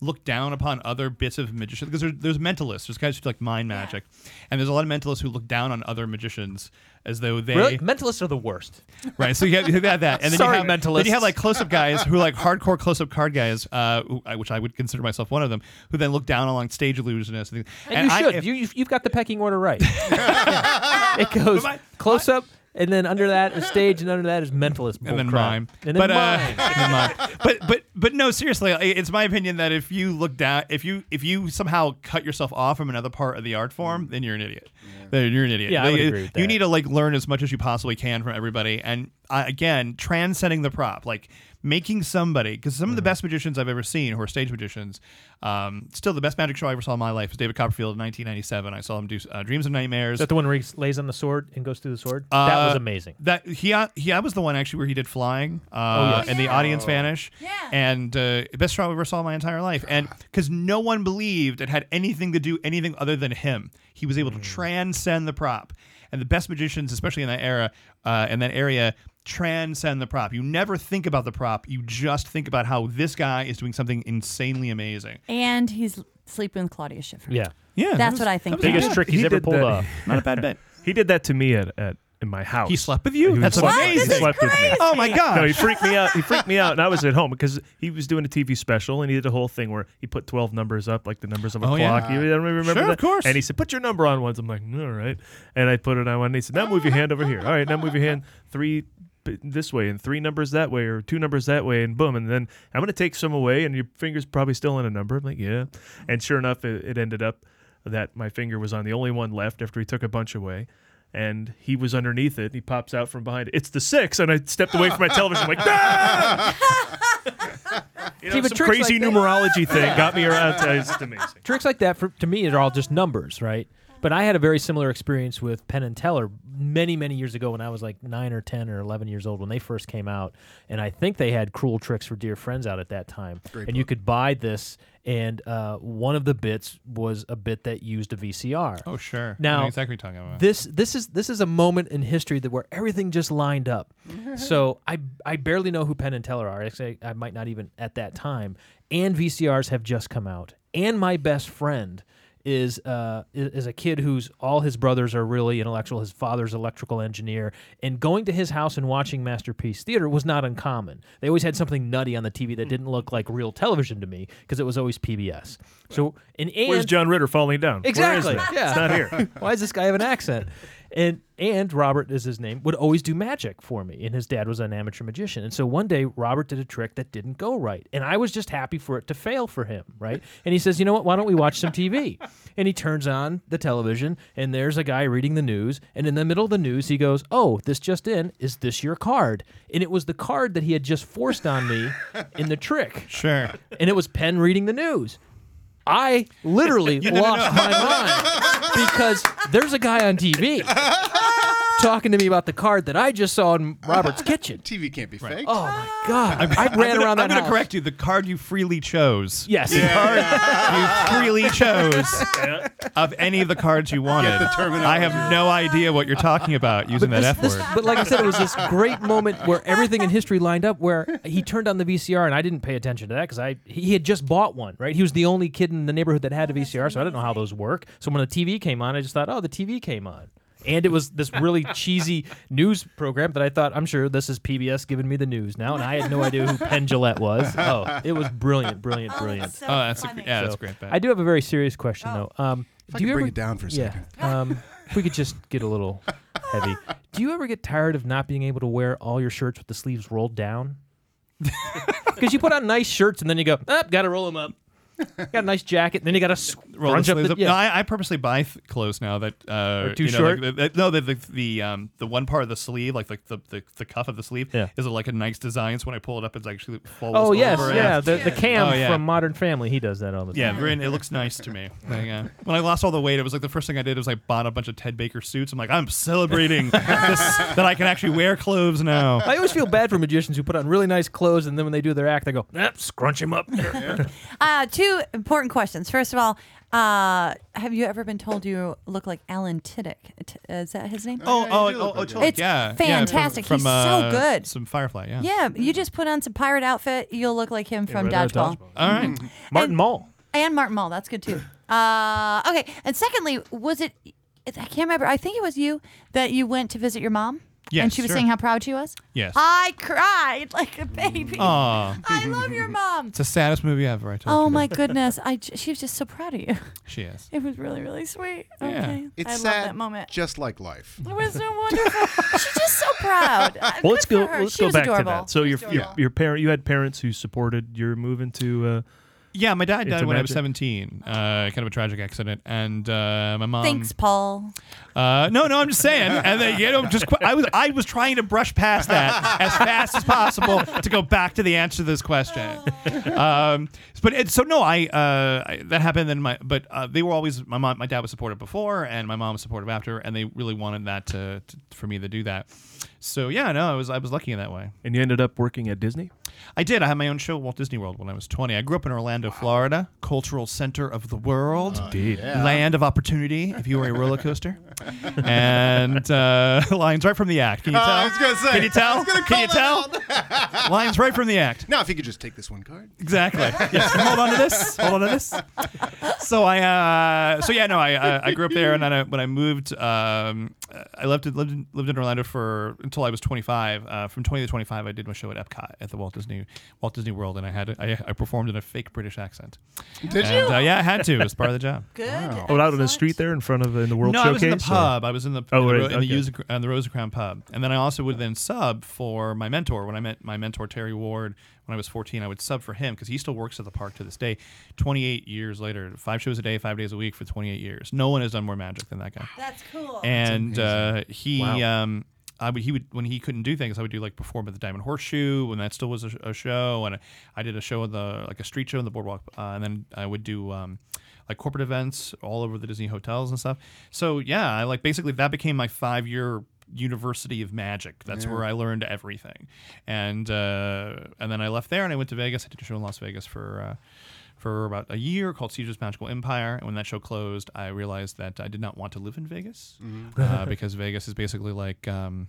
S11: look down upon other bits of magicians because there's, there's mentalists, there's guys who do like mind magic, and there's a lot of mentalists who look down on other magicians as though they
S3: Really? Uh, Mentalists are the worst.
S11: right. So you have, you have that, and then
S3: Sorry,
S11: you have
S3: mentalists.
S11: Then you have like close-up guys who are like hardcore close-up card guys, uh, who, I- which I would consider myself one of them, who then look down on stage illusionists. And, things.
S3: And,
S11: And
S3: you
S11: I-
S3: should.
S11: if-
S3: you, you've, you've got the pecking order right. it goes close up, and then under that is stage, and under that is mentalist.
S11: and then
S3: bullcrap.
S11: mime.
S3: And then
S11: but,
S3: mime.
S11: Uh, and then mime. But but but no, seriously, i- it's my opinion that if you look down, if you if you somehow cut yourself off from another part of the art form, then you're an idiot. Then you're an idiot.
S3: Yeah, I would
S11: Like,
S3: agree with
S11: You
S3: that.
S11: need to like learn as much as you possibly can from everybody, and uh, again, transcending the prop, like making somebody because some of
S3: Mm-hmm.
S11: the best magicians I've ever seen who are stage magicians. Um, still, the best magic show I ever saw in my life was David Copperfield in 1997. I saw him do uh, Dreams of Nightmares.
S3: Is that the one where he lays on the sword and goes through the sword? that was
S11: Uh,
S3: amazing.
S11: That he he I was the one actually where he did flying, uh,
S3: yes.
S11: and the
S3: Oh.
S11: audience vanished. Yeah, and uh, best show I ever saw in my entire life, and because no one believed it had anything to do anything other than him, he was able to transcend the prop. And the best magicians, especially in that era, uh, in that area, transcend the prop. You never think about the prop; you just think about how this guy is doing something insanely amazing.
S6: And he's sleeping with Claudia Schiffer.
S3: Yeah.
S11: Yeah, that
S6: That's
S11: was-
S6: what I think.
S11: that was
S6: too.
S11: good. trick he's ever pulled off. Not a bad bet.
S4: He did that to me at, at in my house.
S11: He slept with you?
S4: He
S11: That's
S4: slept-
S11: amazing.
S4: He slept with me.
S11: Oh my gosh.
S4: No, he freaked me out. He freaked me out, and I was at home because he was doing a TV special, and he did a whole thing where he put twelve numbers up, like the numbers of a
S11: Oh, yeah.
S4: clock. You I don't remember
S11: Sure, of
S4: that?
S11: course.
S4: And he said, "Put your number on once." I'm like, "Mm, "All right," and I put it on one. And he said, "Now move your hand over here. All right, now move your hand three b- this way and three numbers that way or two numbers that way and boom and then i'm going to take some away and your finger's probably still in a number i'm like yeah and sure enough it, it ended up that my finger was on the only one left after he took a bunch away and he was underneath it he pops out from behind it. it's the six and i stepped away from my television I'm like "Ah!" you know,
S3: See, but tricks
S4: some crazy
S3: like that-
S4: numerology thing got me around to it's just amazing
S3: Tricks like that, for, to me, are all just numbers, right? But I had a very similar experience with Penn and Teller many, many years ago when I was like nine or ten or eleven years old when they first came out, and I think they had Cruel Tricks for Dear Friends out at that time. and you could buy this, and uh, one of the bits was a bit that used a VCR.
S11: Oh sure. I know
S3: Now,
S11: exactly what you're talking about.
S3: This this is this is a moment in history that where everything just lined up. so I I barely know who Penn and Teller are. Actually, I might not even at that time. And VCRs have just come out. And my best friend is uh i- is a kid who's all his brothers are really intellectual. His father's electrical engineer, and going to his house and watching Masterpiece Theater was not uncommon. They always had something nutty on the TV that didn't look like real television to me because it was always PBS. So and, and
S4: where's john ritter falling down Where is
S3: Exactly.
S4: that?
S3: Yeah.
S4: it's not here
S3: Why does this guy have an accent? And and Robert is his name would always do magic for me, and his dad was an amateur magician. And so one day Robert did a trick that didn't go right, and I was just happy for it to fail for him, right? And he says, "You know what? Why don't we watch some TV?" And he turns on the television, and there's a guy reading the news, and in the middle of the news he goes, "Oh, this just in, is this your card?" And it was the card that he had just forced on me in the trick.
S11: Sure.
S3: And it was Penn reading the news. I literally
S11: No, no,
S3: lost
S11: no.
S3: my mind because there's a guy on TV talking to me about the card that I just saw in Robert's kitchen.
S5: TV can't be fake.
S3: Oh my god! I ran
S11: gonna,
S3: around that
S11: I'm going
S3: house.
S11: to correct you. The card you freely chose.
S3: Yes.
S11: The
S3: Yeah.
S11: card you freely chose
S4: Yeah.
S11: of any of the cards you wanted.
S5: the terminology
S11: I have no idea what you're talking about using that F
S3: This-
S11: word.
S3: this- but like I said, it was this great moment where everything in history lined up. Where he turned on the VCR, and I didn't pay attention to that because I he had just bought one. Right, he was the only kid in the neighborhood that had a VCR, so I didn't know how those work. So when the TV came on, I just thought, oh, the TV came on. And it was this really cheesy news program that I thought, I'm sure this is PBS giving me the news now, and I had no idea who Penn Gillette was. Oh, it was brilliant, brilliant, brilliant.
S11: oh, that's a, yeah, that's a great. bet.
S3: I do have a very serious question though. Um,
S5: Oh. I
S3: do
S5: could
S3: you
S5: bring
S3: ever-
S5: it down for a
S3: yeah, Um, if we could just get a little heavy. Do you ever get tired of not being able to wear all your shirts with the sleeves rolled down? Because you put on nice shirts and then you go, up, got to roll them up. Got a nice jacket, and then you got to
S11: roll the
S3: up.
S11: sleeves
S3: The,
S11: up.
S3: yeah.
S11: No, I, I purposely buy th- clothes now that uh,
S3: Are too
S11: you know,
S3: short?
S11: Like, that- that- no, the the the, um, the one part of the sleeve, like like the, the, the cuff of the sleeve,
S3: Yeah.
S11: is like a nice design. So when I pull it up, it's actually folds
S3: oh yes,
S11: over.
S3: yeah. The, the Cam
S11: Oh, yeah.
S3: from Modern Family, he does that all the time.
S11: Yeah, very- it looks nice to me. Like, uh, when I lost all the weight, it was like the first thing I did was I bought a bunch of Ted Baker suits. I'm like, I'm celebrating this, that I can actually wear clothes now.
S3: I always feel bad for magicians who put on really nice clothes and then when they do their act, they go, "Nah, scrunch him up.
S6: Uh, two important questions. First of all, uh, have you ever been told you look like Alan Tiddick? T- uh, Is that his name?
S11: Oh, oh,
S5: you do
S11: oh,
S5: look
S11: oh,
S5: like
S11: totally.
S6: It's
S11: yeah,
S6: fantastic.
S11: Yeah, from,
S6: He's
S11: from,
S6: so
S11: uh,
S6: good.
S11: Some Firefly, yeah.
S6: Yeah, you just put on some pirate outfit. You'll look like him from
S3: right,
S6: Dodgeball.
S3: Dodgeball.
S11: All right.
S3: Martin
S6: And-
S3: Mull.
S6: And Martin Mull. That's good too. Uh, okay. And secondly, was it, I can't remember, I think it was you that you went to visit your mom?
S11: Yes,
S6: And she was
S11: sure.
S6: saying how proud she was?
S11: Yes.
S6: I cried like a baby.
S11: Aw.
S6: I love your mom.
S11: It's the saddest movie ever. I told
S6: Oh
S11: you.
S6: my goodness. I, j- she was just so proud of you.
S11: She is.
S6: It was really, really sweet.
S11: Yeah.
S6: Okay.
S5: It's
S6: I
S5: sad,
S6: love that moment.
S5: just like life.
S6: It was so wonderful. She's just so proud. Uh,
S4: Well, let's
S6: good
S4: go.
S6: for her.
S4: Let's
S6: she
S4: go
S6: was
S4: back
S6: adorable.
S4: to that. So your your, your parent, you had parents who supported your move into. Uh,
S11: Yeah, my dad
S4: It's
S11: died
S4: a
S11: when I was
S4: magic-
S11: 17. Uh, kind of a tragic accident, and uh, my mom.
S6: Thanks, Paul.
S11: Uh, no, no, I'm just saying. And then, you know, just qu- I was I was trying to brush past that as fast as possible to go back to the answer to this question. Um, but it, so no, I, uh, I that happened. Then my but uh, they were always my mom. My dad was supportive before, and my mom was supportive after, and they really wanted that to, to for me to do that. So yeah, no, I was I was lucky in that way.
S4: and you ended up working at Disney.
S11: I did. I had my own show, at Walt Disney World, when I was 20. I grew up in Orlando, Florida, cultural center of the world,
S5: Uh,
S4: Indeed.
S11: land of opportunity. If you were a roller coaster, and uh, lines right from the act. Can you
S5: Uh,
S11: tell?
S5: I was gonna say.
S11: Can you tell?
S5: I was gonna
S11: Can you
S5: call
S11: tell? lines right from the act.
S5: Now, if you could just take this one card.
S11: Exactly. Yes. Hold on to this. Hold on to this. So I, uh, so yeah, no, I, I, I grew up there, and then I, when I moved, um, I lived in, lived in, lived in Orlando for until I was 25. Uh, from 20 to 25, I did my show at Epcot at the Walt Disney Walt Disney World, and I had I, I performed in a fake British accent.
S5: Did
S11: And, uh, yeah, I had to. It was part of the job.
S6: Good.
S4: Oh, out on the street there in front of uh, in the World
S11: no, I
S4: Showcase.
S11: was in the
S4: or-
S11: pub. I was in the
S4: Oh,
S11: in the,
S4: right,
S11: Ro- in the
S4: okay.
S11: Usa- uh, the Rosa Crown pub, and then I also would then sub for my mentor. When I met my mentor Terry Ward when I was 14, I would sub for him because he still works at the park to this day. 28 years later, five shows a day, five days a week for 28 years. No one has done more magic than that guy.
S6: That's cool.
S11: And uh, he, um, I would, he would when he couldn't do things, I would do like perform at the Diamond Horseshoe when that still was a, sh- a show, and I, I did a show at the like a street show in the boardwalk, uh, and then I would do um, like corporate events all over the Disney hotels and stuff. So yeah, I like basically that became my five year University of Magic. That's where I learned everything, and uh, and then I left there and I went to Vegas. I did a show in Las Vegas for. Uh, for about a year called Caesar's Magical Empire. And when that show closed, I realized that I did not want to live in Vegas uh, because Vegas is basically like. Um,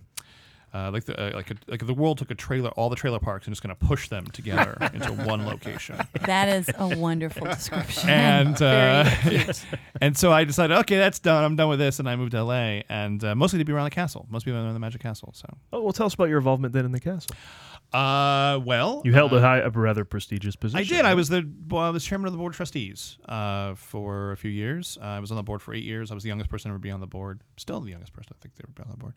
S11: uh, like the uh, like, a, like if the world took a trailer, all the trailer parks, and just going to push them together into one location.
S6: That is a wonderful description.
S11: And uh,
S6: Very-
S11: and so I decided, okay, that's done. I'm done with this, and I moved to LA, and uh, mostly to be around the castle. Most people around the Magic Castle. So
S4: Oh well, tell us about your involvement then in the castle.
S11: Uh, well,
S4: You held
S11: uh,
S4: a high, a rather prestigious position.
S11: I did. I was the well, I was chairman of the board of trustees uh, for a few years. Uh, I was on the board for eight years. I was the youngest person to ever be on the board. Still the youngest person, I think, to ever be on the board,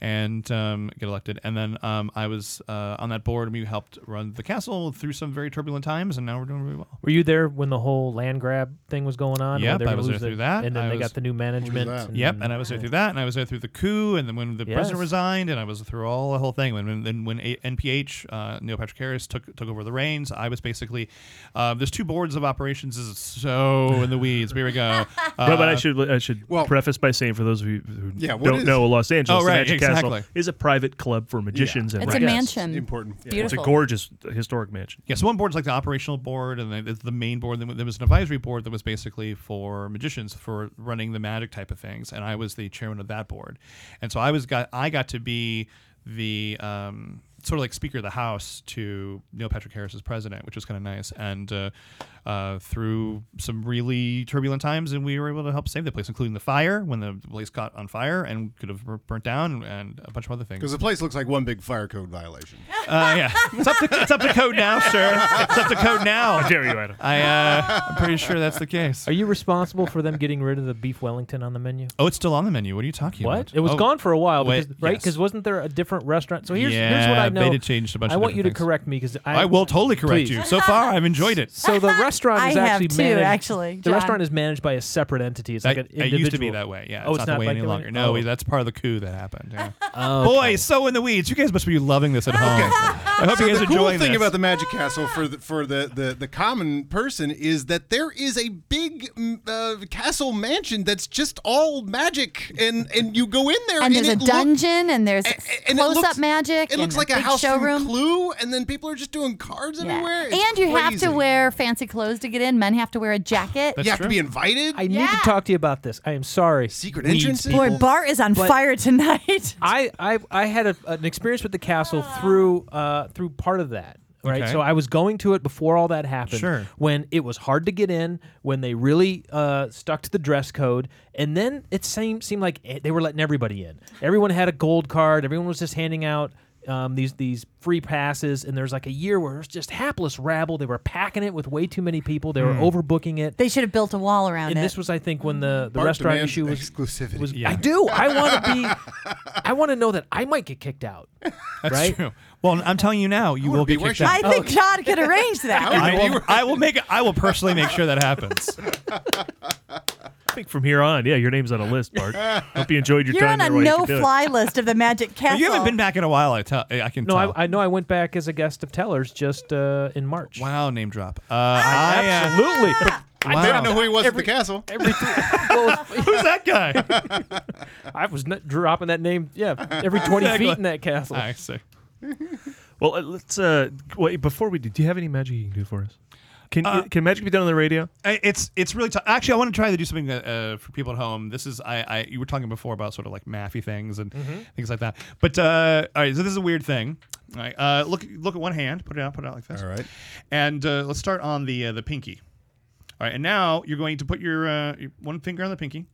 S11: and um, get elected. And then um, I was uh, on that board, and we helped run the castle through some very turbulent times. And now we're doing really well.
S3: Were you there when the whole land grab thing was going on?
S11: Yep,
S3: Yeah,
S11: I was there through that.
S3: And then
S11: I
S3: they
S11: was-
S3: got the new management. And
S11: Yep, and I was there through that, and I was there through the coup, and then when the president
S3: Yes.
S11: resigned, and I was through all the whole thing. When- When then when A- NPH uh, Neil Patrick Harris took took over the reins, I was basically uh, there's two boards of operations. This is so in the weeds. Here we go. Uh,
S4: Well, but I should I should preface by saying for those of you who
S11: Yeah, what
S4: don't
S11: is-
S4: know, Los Angeles
S11: Oh, right,
S4: the Magic Castle
S11: exactly.
S4: is a private club for magicians and
S6: It's a
S4: writers.
S6: mansion. Important.
S4: It's a
S6: Beautiful.
S4: gorgeous historic mansion.
S11: Yes, one board's like the operational board, and then there's the main board. Then there was an advisory board that was basically for magicians for running the magic type of things, and I was the chairman of that board, and so I was got I got to be the um, sort of like Speaker of the House to Neil Patrick Harris as president, which was kind of nice, and uh, uh, through some really turbulent times, and we were able to help save the place, including the fire when the place got on fire and could have bur- burnt down, and a bunch of other things.
S5: Because the place looks like one big fire code violation.
S11: Uh, yeah, it's up, to, it's up to code now, sir. It's up to code now.
S4: How dare you, Adam?
S11: I, uh, I'm pretty sure that's the case.
S3: Are you responsible for them getting rid of the beef Wellington on the menu?
S11: Oh, it's still on the menu. What are you talking
S3: What?
S11: about?
S3: It was
S11: Oh,
S3: gone for a while,
S11: wait,
S3: because, right? Because
S11: yes.
S3: wasn't there a different restaurant? So here's here's what
S11: Yeah,
S3: I know.
S11: Beta changed a bunch
S3: I
S11: of
S3: want you to
S11: different things.
S3: correct me because I,
S11: I will totally correct
S3: Please.
S11: you. So far, I've enjoyed it.
S3: So the restaurant
S6: I
S3: is
S6: have
S3: actually
S6: too,
S3: managed.
S6: actually,
S3: the
S6: John.
S3: restaurant is managed by a separate entity. It's like an
S11: That-
S3: individual.
S11: it used to be that way. Yeah,
S3: oh, it's, not,
S11: the way
S3: like
S11: any
S3: that
S11: longer.
S3: Oh.
S11: No, we- that's part of the coup that happened. Yeah.
S3: Oh,
S11: Boy, so in the weeds. You guys must be loving this at home. I hope
S5: so
S11: you guys
S5: the
S11: are
S5: cool
S11: enjoying
S5: thing
S11: this.
S5: about the Magic Castle for the, for the, the, the common person is that there is a big mm, uh, castle mansion that's just all magic, and and you go in there
S6: And there's a
S5: it look-
S6: dungeon, and there's
S5: and it
S6: close up
S5: looks-
S6: magic.
S5: It
S6: and
S5: looks like a
S6: big
S5: house
S6: showroom.
S5: from Clue, and then people are just doing cards
S6: Yeah.
S5: everywhere. It's
S6: And you have
S5: crazy.
S6: to wear fancy clothes to get in. Men have to wear a jacket.
S5: you have to be invited.
S3: I need to talk to you about this. I am sorry. Secret
S5: entrances?
S6: Boy, Bart is on fire tonight.
S3: I, I I had a, an experience with the castle through uh, through part of that. Right,
S11: Okay.
S3: so I was going to it before all that happened.
S11: Sure.
S3: When it was hard to get in, when they really uh, stuck to the dress code, and then it seemed seemed like eh, they were letting everybody in. Everyone had a gold card. Everyone was just handing out um, these these free passes. And there's like a year where it was just hapless rabble. They were packing it with way too many people. They were
S11: Hmm.
S3: overbooking it.
S6: They should have built a wall around
S3: And
S6: it.
S3: this was, I think, when
S11: Mm-hmm.
S3: the, the
S5: Bart
S3: restaurant
S5: demands
S3: issue was
S5: exclusivity.
S3: was- I do. I want to be. I want to know that I might get kicked out.
S11: That's
S3: right?
S11: true. Well, I'm telling you now, you will get kicked
S6: I
S11: out.
S6: think John could arrange that.
S11: I will, I will make. it- I will personally make sure that happens.
S4: I think from here on, yeah, your name's on a list, Bart. Hope you enjoyed your
S6: You're on
S4: time
S6: a
S4: there while you could do it.
S6: no-fly list of the Magic Castle.
S11: You haven't been back in a while. I tell. I can
S3: No,
S11: tell.
S3: I, I know. I went back as a guest of Tellers just uh, in March.
S11: wow, name drop. Uh, I, uh,
S3: Absolutely. But
S11: Wow.
S5: I didn't know who he was at the castle.
S3: every three, well,
S11: Who's that guy?
S3: I was not dropping that name. Yeah, every twenty
S11: Exactly.
S3: feet in that castle.
S11: I see.
S4: Well, uh, let's. Uh, wait, before we do, do you have any magic you can do for us? Can can magic be done on the radio?
S11: I- It's it's really tough. Actually, I want to try to do something that, uh, for people at home. This is I, I you were talking before about sort of like mathy things and
S5: Mm-hmm.
S11: things like that. But uh, all right, so this is a weird thing. All right, uh, look look at one hand. Put it out. Put it out like this.
S5: All right.
S11: And uh, let's start on the uh, the pinky. All right, and now you're going to put your, uh, your one finger on the pinky,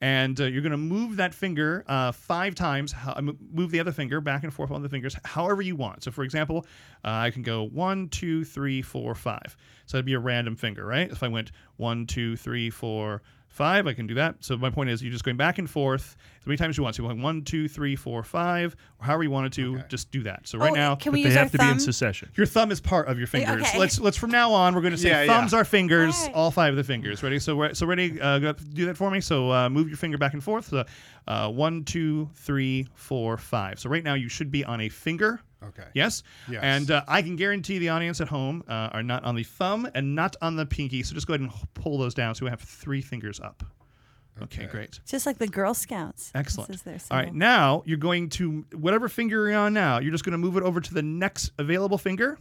S11: and uh, you're going to move that finger uh, five times. ho- m- Move the other finger back and forth on the fingers, however you want. So, for example, uh, I can go one, two, three, four, five. So that'd be a random finger, right? If I went one, two, three, four, five, I can do that. So my point is, you're just going back and forth as many times as you want. So you're going one, two, three, four, five, or however you wanted to. Just do that. So right
S6: Oh,
S11: now,
S6: can we
S4: They
S6: use our
S4: have to be
S6: thumb?
S4: in secession.
S11: your thumb is part of your fingers.
S6: okay.
S11: Let's let's from now on we're going to say
S5: Yeah, yeah.
S11: thumbs are fingers,
S6: Alright.
S11: all five of the fingers. Ready? So we're- so ready. Uh, go- do that for me. So uh, move your finger back and forth. So, uh, one, two, three, four, five. So right now you should be on a finger.
S5: Okay.
S11: Yes.
S5: Yes.
S11: And uh, I can guarantee the audience at home uh, are not on the thumb and not on the pinky. So just go ahead and h- pull those down. So we have three fingers up. okay great.
S6: Just like the Girl Scouts. This
S11: Excellent.
S6: is their
S11: All right,
S6: symbol.
S11: now you're going to whatever finger you're on now. You're just going to move it over to the next available finger.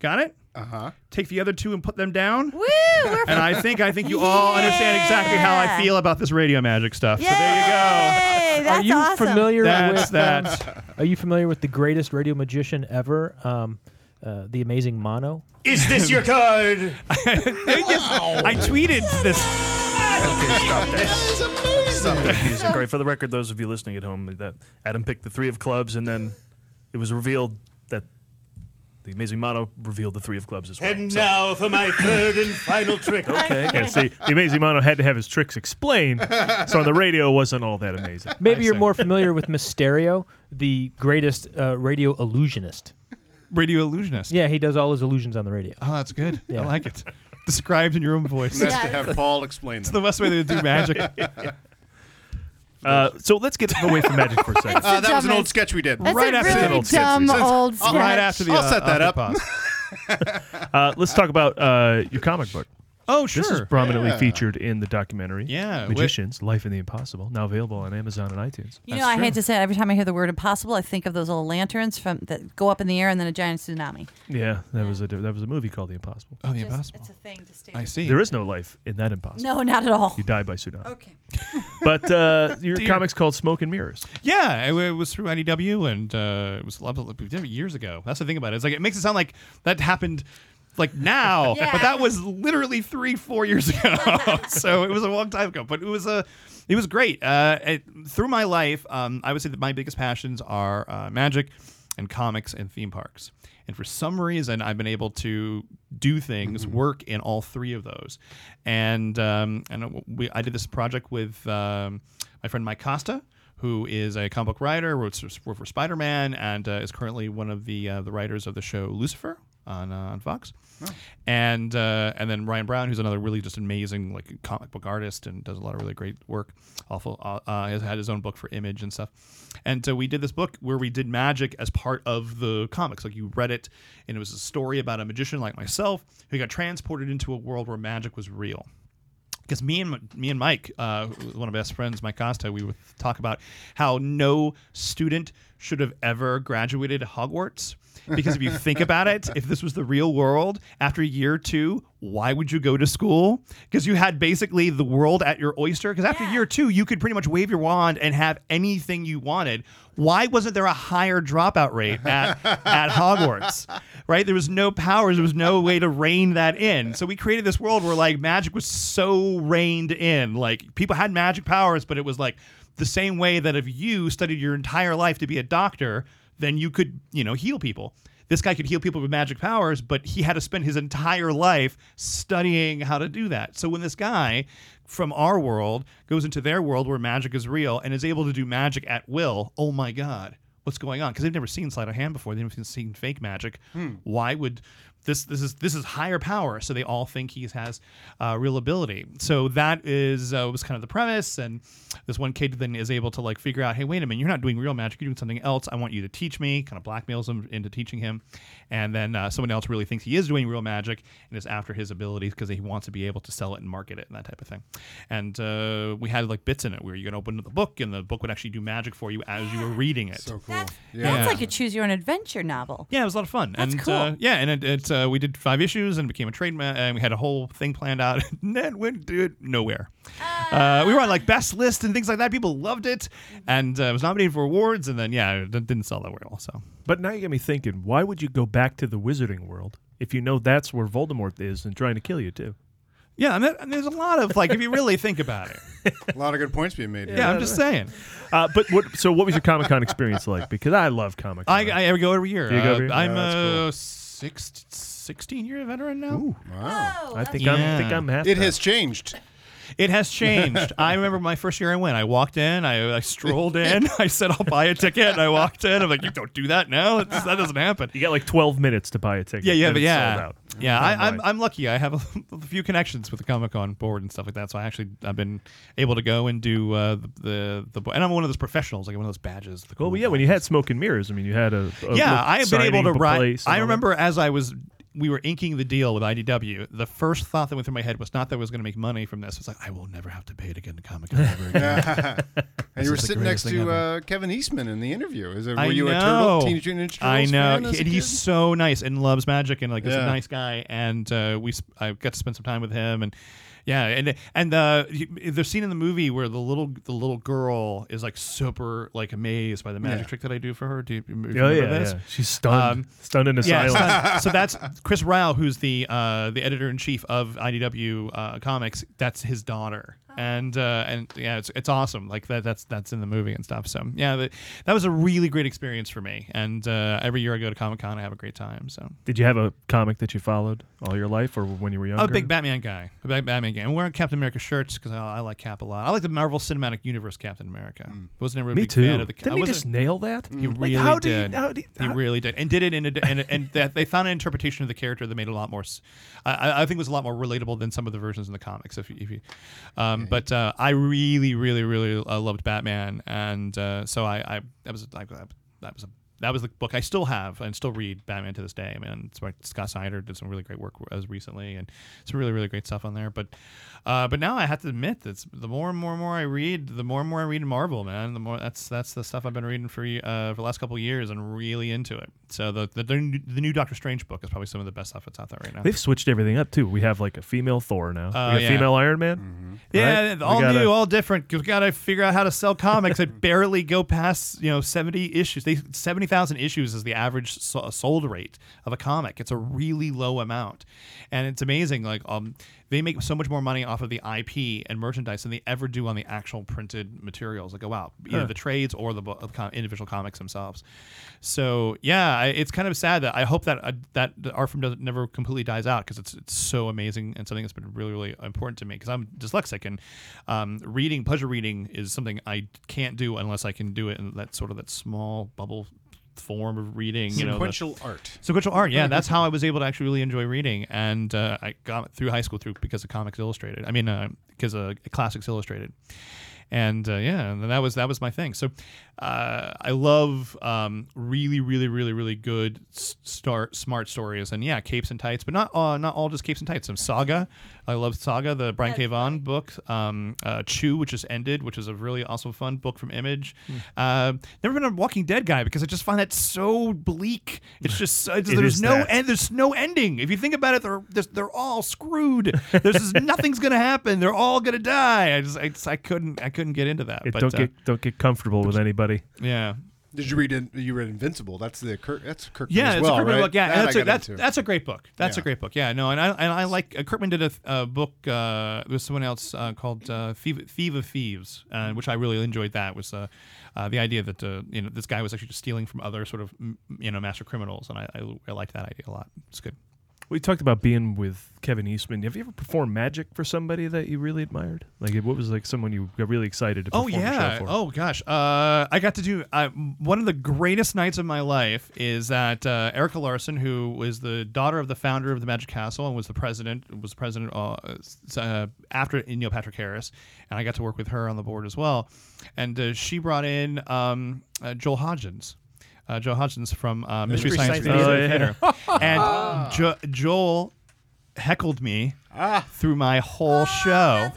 S11: Got it?
S5: Uh huh.
S11: Take the other two and put them down.
S6: Woo! We're
S11: And I think I think you all understand exactly how I
S6: Yeah.
S11: feel about this radio magic stuff.
S6: Yay!
S11: So there you go.
S3: Are
S6: That's
S3: you
S6: awesome.
S3: familiar
S11: That's
S3: with um,
S11: that.
S3: Are you familiar with the greatest radio magician ever? Um, uh, the amazing Mono.
S8: Is this your card?
S11: I tweeted this.
S5: That's amazing.
S4: Confusing. Great. For the record, those of you listening at home, that Adam picked the three of clubs, and then it was revealed that
S12: The amazing motto revealed the three of clubs as well.
S13: And
S12: So-
S13: now for my third and final trick.
S12: Okay.
S4: Yeah, see, the amazing Mono had to have his tricks explained, so on the radio it wasn't all that amazing.
S3: Maybe you're more familiar with Mysterio, the greatest uh, radio illusionist.
S11: Radio illusionist.
S3: Yeah, he does all his illusions on the radio.
S11: Oh, that's good.
S3: Yeah.
S11: I like it. Described in your own voice.
S5: Nice to have Paul explain
S11: It's
S5: them.
S11: the best way to do magic.
S4: Uh, so let's get away from magic for a second.
S5: Uh, that was an old sketch we did.
S6: That's a really
S4: sketch.
S6: dumb
S5: Since-
S6: old
S5: I'll-
S6: sketch.
S5: right after the, I'll uh, set that up.
S4: Uh, let's talk about uh, your comic book.
S11: Oh,
S4: This is
S11: sure.
S4: prominently
S11: Yeah.
S4: featured in the documentary.
S11: Yeah, wh-
S4: Magicians, Life in the Impossible, now available on Amazon and iTunes.
S6: You know, I hate to say it. Every time I hear the word impossible, I think of those little lanterns from that go up in the air and then a giant tsunami.
S4: Yeah, that was a that was a movie called The Impossible.
S11: Oh, The
S6: Just- Impossible. it's a thing to stay- I
S11: see.
S4: There is no life in that impossible.
S6: No, not at all.
S4: You die by tsunami.
S6: Okay.
S4: But uh, your
S11: Dear.
S4: comic's called Smoke and Mirrors.
S11: Yeah, it, wa- it was through IDW, and uh, it was a lot of- we did it years ago. That's the thing about it. It's like it makes it sound like that happened like now,
S12: Yeah.
S11: but that was literally three, four years ago. so it was a long time ago, but it was a. It was great. Uh, it, through my life, um, I would say that my biggest passions are uh, magic and comics and theme parks. And for some reason, I've been able to do things, work in all three of those. And um, and we, I did this project with um, my friend Mike Costa, who is a comic book writer, wrote s- wrote for Spider Man, and uh, is currently one of the uh, the writers of the show Lucifer on uh, on Fox. And uh, and then Ryan Brown, who's another really just amazing like comic book artist and does a lot of really great work. Also, uh, uh, has had his own book for Image and stuff. And so we did this book where we did magic as part of the comics. Like you read it, and it was a story about a magician like myself who got transported into a world where magic was real because me and me and Mike, uh, who was one of my best friends, Mike Costa, we would talk about how no student should have ever graduated Hogwarts. Because if you think about it, if this was the real world, after year two, why would you go to school? Because you had basically the world at your oyster. Because after year two, you could pretty much wave your wand and have anything you wanted. Why wasn't there a higher dropout rate at, at Hogwarts? right? There was no powers. There was no way to rein that in. So we created this world where like magic was so reined in. Like people had magic powers, but it was like the same way that if you studied your entire life to be a doctor, then you could, you know, heal people. This guy could heal people with magic powers, but he had to spend his entire life studying how to do that. So when this guy from our world goes into their world where magic is real and is able to do magic at will, oh my God, what's going on because they've never seen sleight of hand before. They've never seen- seen fake magic.
S12: Hmm.
S11: Why would this? This is this is higher power. So they all think he has uh, real ability. So that is uh, was kind of the premise. And this one kid then is able to like figure out, hey, wait a minute, you're not doing real magic. You're doing something else. I want you to teach me. Kind of blackmails him into teaching him. And then uh, someone else really thinks he is doing real magic and is after his abilities because he wants to be able to sell it and market it and that type of thing. And uh, we had like bits in it where you can open the book and the book would actually do magic for you as you were reading it. So
S5: cool.
S6: That's like a choose your own adventure novel.
S11: Yeah, it was a lot of fun.
S6: That's
S11: and,
S6: cool.
S11: Uh, yeah, and it, it uh, we did five issues and became a trade ma- and we had a whole thing planned out. and then went to it nowhere. Uh, we were on like best list and things like that. People loved it,
S12: Mm-hmm.
S11: and uh, it was nominated for awards. And then yeah, it didn't didn't sell that well. So
S12: But now you get me thinking, why would you go back to the wizarding world if you know that's where Voldemort is and trying to kill you too?
S11: yeah, I mean, and there's a lot of like if you really think about it.
S5: A lot of good points being made. here.
S11: Yeah, I'm just saying.
S12: Uh, but what? So what was your Comic Con experience like? Because I love Comic Con.
S11: I, I ever go every year.
S12: Do you go
S11: Uh,
S12: every year?
S11: I'm
S12: Yeah, that's
S11: a
S12: cool.
S11: six, 16 year veteran now.
S4: Oh,
S6: Oh,
S5: wow.
S12: I think I'm- think I'm half
S5: It
S12: that.
S5: has changed.
S11: It has changed. I remember my first year I went. I walked in, I, I strolled in, I said, I'll buy a ticket. And I walked in. I'm like, you don't do that now. It's- that doesn't happen.
S12: You got like 12 minutes to buy a ticket.
S11: Yeah, yeah,
S12: and
S11: but
S12: it's
S11: yeah.
S12: sold out.
S11: Yeah,
S12: Oh,
S11: I, I'm,
S12: my.
S11: I'm lucky. I have a, few connections with the Comic Con board and stuff like that. So I actually I've been able to go and do uh, the, the the and I'm one of those professionals. like one of those badges. The
S12: Well, yeah, when you had Smoke and Mirrors, I mean, you had a, a
S11: yeah,
S12: look-
S11: I have been able
S12: signing
S11: to
S12: a
S11: write.
S12: place and
S11: I
S12: all that.
S11: remember as I was, we were inking the deal with IDW. The first thought that went through my head was not that I was going to make money from this. It was like I will never have to pay to get into Comic Con ever again.
S5: and
S11: This
S5: you were
S11: is the
S5: sitting next
S11: greatest thing
S5: to
S11: ever.
S5: uh, Kevin Eastman in the interview. Is it, were
S11: I
S5: you
S11: know.
S5: a turtle, Teenage Mutant Ninja
S11: I
S5: Turtles
S11: know,
S5: fan as a
S11: and he's
S5: kid?
S11: so nice and loves magic and like is
S5: Yeah.
S11: a nice guy. And uh, we, sp- I got to spend some time with him, and yeah, and and uh, you- the scene in the movie where the little the little girl is like super like amazed by the magic
S12: Yeah.
S11: trick that I do for her. Do you, you
S12: Yeah,
S11: remember
S12: Oh, yeah,
S11: this? Um,
S12: yeah. She's stunned. Stunned into
S11: yeah,
S12: silence.
S11: stunned. so that's Chris Ryle, who's the uh, the editor in chief of IDW uh, Comics. That's his daughter. and uh, and yeah, it's it's awesome. Like that that's that's in the movie and stuff. So yeah, that, that was a really great experience for me. And uh, every year I go to Comic Con, I have a great time. So
S12: Did you have a comic that you followed all your life, or when you were younger?
S11: I'm a big Batman guy. A big Batman guy. I'm wearing Captain America shirts because I, I like Cap a lot. I like the Marvel Cinematic Universe Captain America. I was never a
S12: Mm. Me
S11: big
S12: too.
S11: fan of the.
S12: Didn't
S11: I
S12: he
S11: wasn't- Mm,
S12: just nail that?
S11: He
S12: Mm. Like,
S11: really
S12: how do you-
S11: did.
S12: how do you-
S11: he really did, and did it in a and, and that they found an interpretation of the character that made it a lot more. s- I- I, I think was a lot more relatable than some of the versions in the comics. If you, if you um, but uh, I really, really, really uh, loved Batman, and uh, so I, I that was I, that was a. That was the book I still have and still read Batman to this day. I mean, it's why Scott Snyder did some really great work as recently, and some really really great stuff on there. But, uh, but now I have to admit that the more and more and more I read, the more and more I read Marvel, man. The more that's that's the stuff I've been reading for ye- uh, for the last couple of years and really into it. So the the, the new- the new Doctor Strange book is probably some of the best stuff that's out there right now.
S12: They've switched everything up too. We have like a female Thor now.
S11: Oh,
S12: we got
S11: yeah. Mm-hmm.
S12: female Iron Man.
S11: Yeah,
S12: Right? We
S11: all
S12: got a-
S11: new, all different. You've got to figure out how to sell comics that barely go past you know seventy issues. They seventy thousand issues is the average so- uh, sold rate of a comic. It's a really low amount, and it's amazing. Like um, they make so much more money off of the IP and merchandise than they ever do on the actual printed materials that go out, either
S12: Huh.
S11: the trades or the bo- of com- individual comics themselves. So yeah, I, it's kind of sad that I hope that uh, that the art form doesn't never completely dies out because it's it's so amazing and something that's been really really important to me because I'm dyslexic and um, reading pleasure reading is something I can't do unless I can do it in that sort of that small bubble form of reading. You know, the-
S5: Sequential art.
S11: Sequential art. Yeah, that's how I was able to actually really enjoy reading, and uh, I got through high school through because of Comics Illustrated. I mean, uh, because of Classics Illustrated, and uh, yeah, and that was that was my thing. So uh, I love um, really, really, really, really good s- start smart stories, and yeah, capes and tights, but not uh, not all just capes and tights. Some Saga. I love Saga, the Brian K. Vaughan book. Um, uh, Chew, which just ended, which is a really also fun book from Image.
S12: Hmm.
S11: Uh, never been a Walking Dead guy because I just find that so bleak. It's just it's,
S12: It
S11: there's
S12: is
S11: no
S12: that.
S11: end. There's no ending. If you think about it, they're they're, they're all screwed. There's just, nothing's gonna happen. They're all gonna die. I just I, just- I couldn't I couldn't get into that.
S12: Yeah,
S11: but,
S12: don't
S11: uh,
S12: get don't get comfortable with anybody.
S11: yeah.
S5: Did you read? In, you read Invincible? That's the Kirk. That's Kirkman
S11: Yeah,
S5: as
S11: it's
S5: well,
S11: a Kirkman
S5: right?
S11: book. Yeah,
S5: That
S11: and
S5: I
S11: that's
S5: got
S11: a, that's,
S5: into.
S11: that's a great book. That's
S5: Yeah.
S11: a great book. Yeah, no, and I and I like uh, Kirkman did a, th- a book uh, with someone else uh, called uh, Thieve, Thieve of Thieves, uh, which I really enjoyed. That It was uh, uh, the idea that uh, you know this guy was actually just stealing from other sort of m- you know master criminals, and I, I, I liked that idea a lot. It's good.
S12: We talked about being with Kevin Eastman. Have you ever performed magic for somebody that you really admired? Like, what was like someone you got really excited to perform
S11: Oh
S12: a
S11: yeah.
S12: show for?
S11: Oh gosh. Uh, I got to do uh, one of the greatest nights of my life is that uh, Erica Larson, who was the daughter of the founder of the Magic Castle and was the president, was president uh, s- uh, after Neil Patrick Harris, and I got to work with her on the board as well, and uh, she brought in um, uh, Joel Hodgins. Uh, Joel Hodgins from uh, Mystery
S12: Mystery
S11: Science
S12: Science
S11: Theater,
S12: Theater. Oh,
S11: and jo- Joel heckled me
S12: Ah.
S11: through my whole show.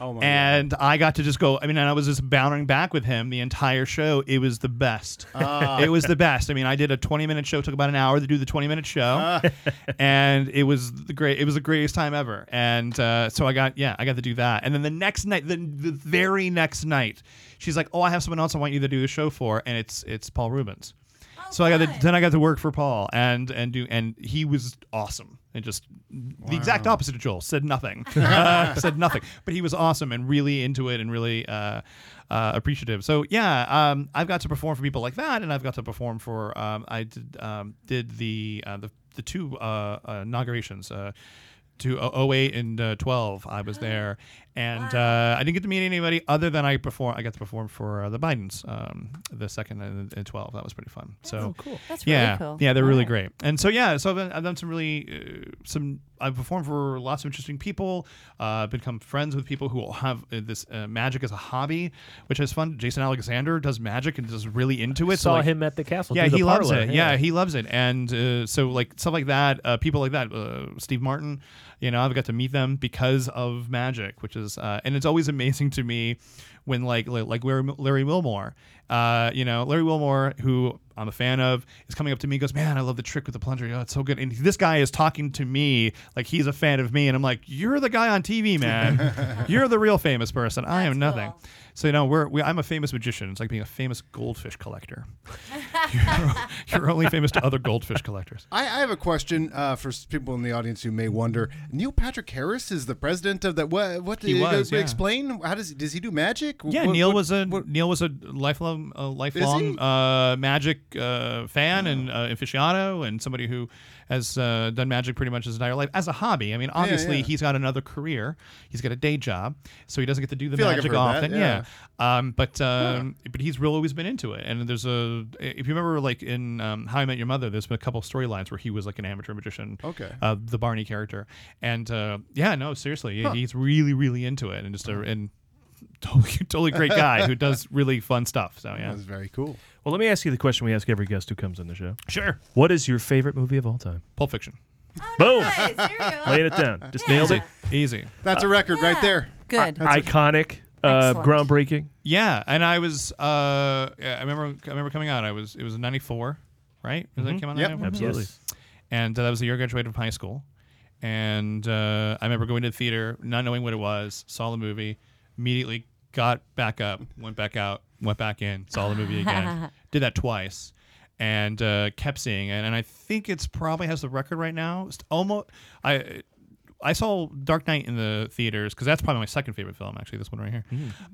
S5: Oh my
S11: and I got to just go. I mean, and I was just bouncing back with him the entire show. It was the best.
S13: Ah.
S11: It was the best. I mean, I did a 20 minute show. Took about an hour to do the 20 minute show, and it was the great. It was the greatest time ever. And uh, so I got yeah, I got to do that. And then the next night, the, the very next night, she's like, "Oh, I have someone else I want you to do a show for," and it's it's Paul Rubens. So I got to, then I got to work for Paul and and do and he was awesome and just the exact opposite of Joel said nothing Uh, said nothing but he was awesome and really into it and really uh, uh, appreciative so yeah um, I've got to perform for people like that and I've got to perform for um, I did um, did the uh, the the two uh, uh, inaugurations. Uh, to uh, 08 and uh, 12 i was there and uh, i didn't get to meet anybody other than i perform i got to perform for uh, the bidens um, the second and, and 12 that was pretty fun so
S13: cool.
S6: That's really
S11: Oh, yeah
S6: cool.
S11: yeah they're really
S6: Wow.
S11: great and so yeah so i've, done- I've done some really uh, some i've performed for lots of interesting people uh, become friends with people who have uh, this uh, magic as a hobby which is fun jason alexander does magic and is really into it so,
S3: Saw
S11: like-
S3: him at the castle.
S11: yeah,
S3: through the
S11: he loves
S3: parlor,
S11: it. Yeah. he loves it, and uh, so like stuff like that, uh, people like that, uh, Steve Martin. You know, I've got to meet them because of magic, which is, uh, and it's always amazing to me when like li- like Larry, Larry Wilmore, uh, you know, Larry Wilmore, who I'm a fan of, is coming up to me, and goes, "Man, I love the trick with the plunger. Oh, it's so good." And this guy is talking to me like he's a fan of me, and I'm like, "You're the guy on TV, man. You're the real famous person. I am nothing." So you know, we're we, I'm a famous magician. It's like being a famous goldfish collector. you're, you're only famous to other goldfish collectors.
S5: I, I have a question uh, for s- people in the audience who may wonder. Neil Patrick Harris is the president of that. What? What?
S11: He
S5: you
S11: was,
S5: go-
S11: yeah.
S5: Explain. How does he? Does he do magic?
S11: Yeah,
S5: What-
S11: Neil
S5: what-
S11: was a Neil was a lifelong a
S5: he?
S11: lifelong uh, magic uh, fan and uh, aficionado, and somebody who has uh, done magic pretty much his entire life as a hobby. I mean, obviously
S12: yeah.
S11: he's got another career, he's got a day job, so he doesn't get to do the
S12: Feel like I've
S11: magic
S12: heard that,
S11: often. yeah. Um, but um, but he's real always been into it. And there's a if you remember like in um, How I Met Your Mother, there's been a couple storylines where he was like an amateur magician.
S5: Okay.
S11: Uh, the Barney character, and uh, yeah, no, seriously,
S12: Huh.
S11: he's really really into it, and just a and totally totally great guy who does really fun stuff. So yeah,
S5: That's very cool.
S12: Well, let me ask you the question we ask every guest who comes on the show.
S11: Sure.
S12: What is your favorite movie of all time?
S11: Pulp Fiction.
S6: Oh,
S12: Boom.
S5: nice. There you go.
S12: Laying it down. Just
S5: Yeah.
S12: nailed it.
S11: Easy.
S5: That's a record right there. uh,
S6: Good.
S12: I- iconic, uh, groundbreaking.
S11: Yeah, and I was uh, yeah, I remember I remember coming out. I was it was in '94, right? Was
S12: Mhm.
S11: it came out in
S12: Yep.
S11: 94?
S12: Absolutely.
S11: Yes. And uh, that was the year I graduated from high school, and uh, I remember going to the theater, not knowing what it was, saw the movie, immediately got back up, went back out, went back in, saw the movie again, did that twice. And uh, kept seeing it, and I think it's probably has the record right now. It's almost, I I saw Dark Knight in the theaters because that's probably my second favorite film. Actually, this one right here.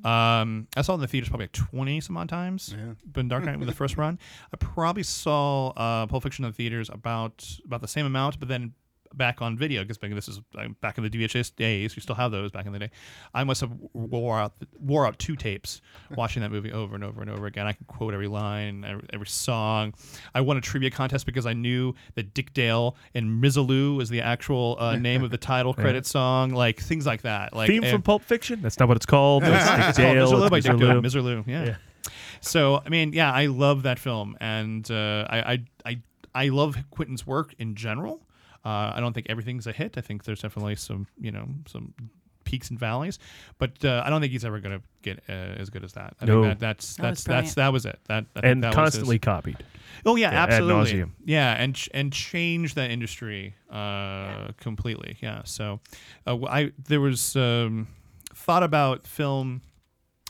S11: Um, I saw it in the theaters probably like twenty some odd times. But Dark Knight with the first run, I probably saw uh, Pulp Fiction in the theaters about about the same amount, but then back on video because this is like, back in the DVHS days. You still have those back in the day. I must have wore out wore out two tapes watching that movie over and over and over again. I could quote every line, every, every song. I won a trivia contest because I knew that Dick Dale and Mizaloo was the actual uh, name of the title
S12: Yeah.
S11: credit song, like things like that. Like
S12: Theme from
S11: and-
S12: Pulp Fiction. That's not what it's called. but
S11: I think
S12: It's
S11: it's called
S12: Dale.
S11: Mr. Oh, Lou
S12: it's
S11: by Dick Dale.
S12: Mr.
S11: Mr. Lou, yeah. So I mean, yeah, I love that film, and uh, I, I I I love Quentin's work in general. Uh, I don't think everything's a hit. I think there's definitely some you know some peaks and valleys, but uh, I don't think he's ever gonna get uh, as good as that. I
S12: No.
S11: think that, that's
S12: That was
S11: that's that's
S12: brilliant.
S11: that was it. That I think
S12: And
S11: that was his-
S12: constantly copied.
S11: Oh yeah,
S12: Yeah, ad
S11: absolutely.
S12: nauseam.
S11: Yeah, and ch- and change that industry uh, completely. Yeah. So, uh, wh- I there was um, thought about film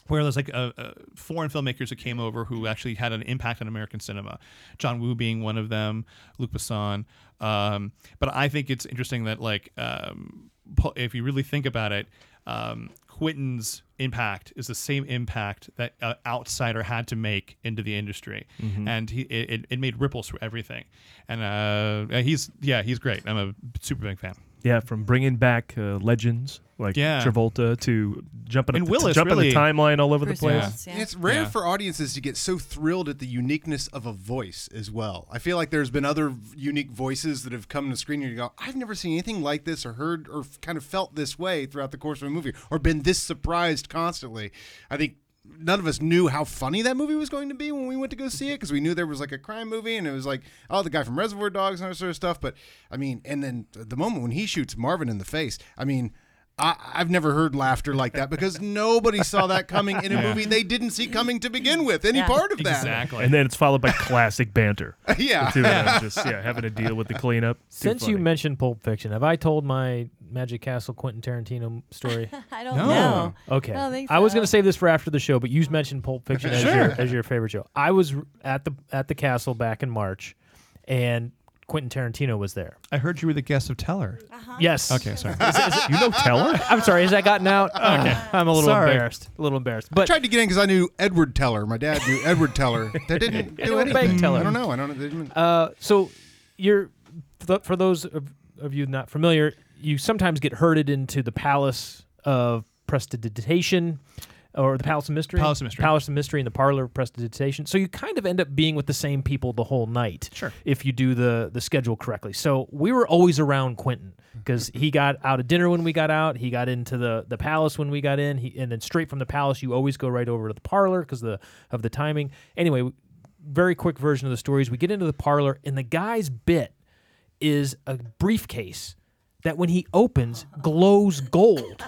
S11: where there's like uh uh foreign filmmakers that came over who actually had an impact on American cinema. John Woo being one of them, Luc Besson. Um, but I think it's interesting that like um, Paul- if you really think about it, um, Quentin's impact is the same impact that an outsider had to make into the industry,
S12: Mhm.
S11: and he it, it- it made ripples through everything. And uh, he's yeah, he's great. I'm a super big fan.
S12: Yeah, from bringing back uh, legends like
S11: Yeah.
S12: Travolta to jumping
S11: And
S12: to
S11: Willis,
S12: jumping
S11: really.
S12: the timeline all over the place.
S5: It's rare
S11: Yeah.
S5: for audiences to get so thrilled at the uniqueness of a voice as well. I feel like there's been other v- unique voices that have come to screen and you go, I've never seen anything like this or heard or f- kind of felt this way throughout the course of a movie or been this surprised constantly. I think none of us knew how funny that movie was going to be when we went to go see it because we knew there was like a crime movie and it was like, oh, the guy from Reservoir Dogs and all that sort of stuff. But I mean, and then the moment when he shoots Marvin in the face, I mean, I, I've never heard laughter like that because nobody saw that coming in a
S12: Yeah.
S5: movie they didn't see coming to begin with. Any
S12: Yeah.
S5: part of that.
S12: And then it's followed by classic banter.
S5: Yeah.
S12: The two of them just yeah, having to deal with the cleanup. Too
S3: Since
S12: funny.
S3: you mentioned Pulp Fiction, have I told my Magic Castle Quentin Tarantino story?
S6: I don't No. know.
S3: Okay.
S6: I don't think
S3: was going to save this for after the show, but you mentioned Pulp Fiction as,
S6: Sure.
S3: your, as your favorite show. I was r- at the at the castle back in March, and Quentin Tarantino was there.
S11: I heard you were the guest of Teller.
S3: Yes.
S11: Okay, sorry.
S3: Is- is- I'm sorry. Has that gotten out?
S11: Okay.
S3: Ah, I'm a little
S11: Sorry.
S3: embarrassed. A little embarrassed.
S5: I
S3: But
S5: tried to get in because I knew Edward Teller. My dad knew Edward Teller. That didn't
S3: Yeah,
S5: do
S3: Edward
S5: anything.
S3: Teller.
S5: I don't know. I don't know. They didn't-
S3: Uh, so you're th- for those of, of you not familiar, you sometimes get herded into the palace of prestidigitation. Or the Palace of Mystery?
S11: Palace of Mystery.
S3: Palace of Mystery and the Parlor of Prestidigitation. So you kind of end up being with the same people the whole night. Sure. If you do the the schedule correctly. So we were always around Quentin because he got out of dinner when we got out. He got into the, the palace when we got in. He, and then straight from the palace, you always go right over to the parlor because the, of the timing. Anyway, very quick version of the stories. We get into the parlor, and the guy's bit is a briefcase that when he opens glows gold.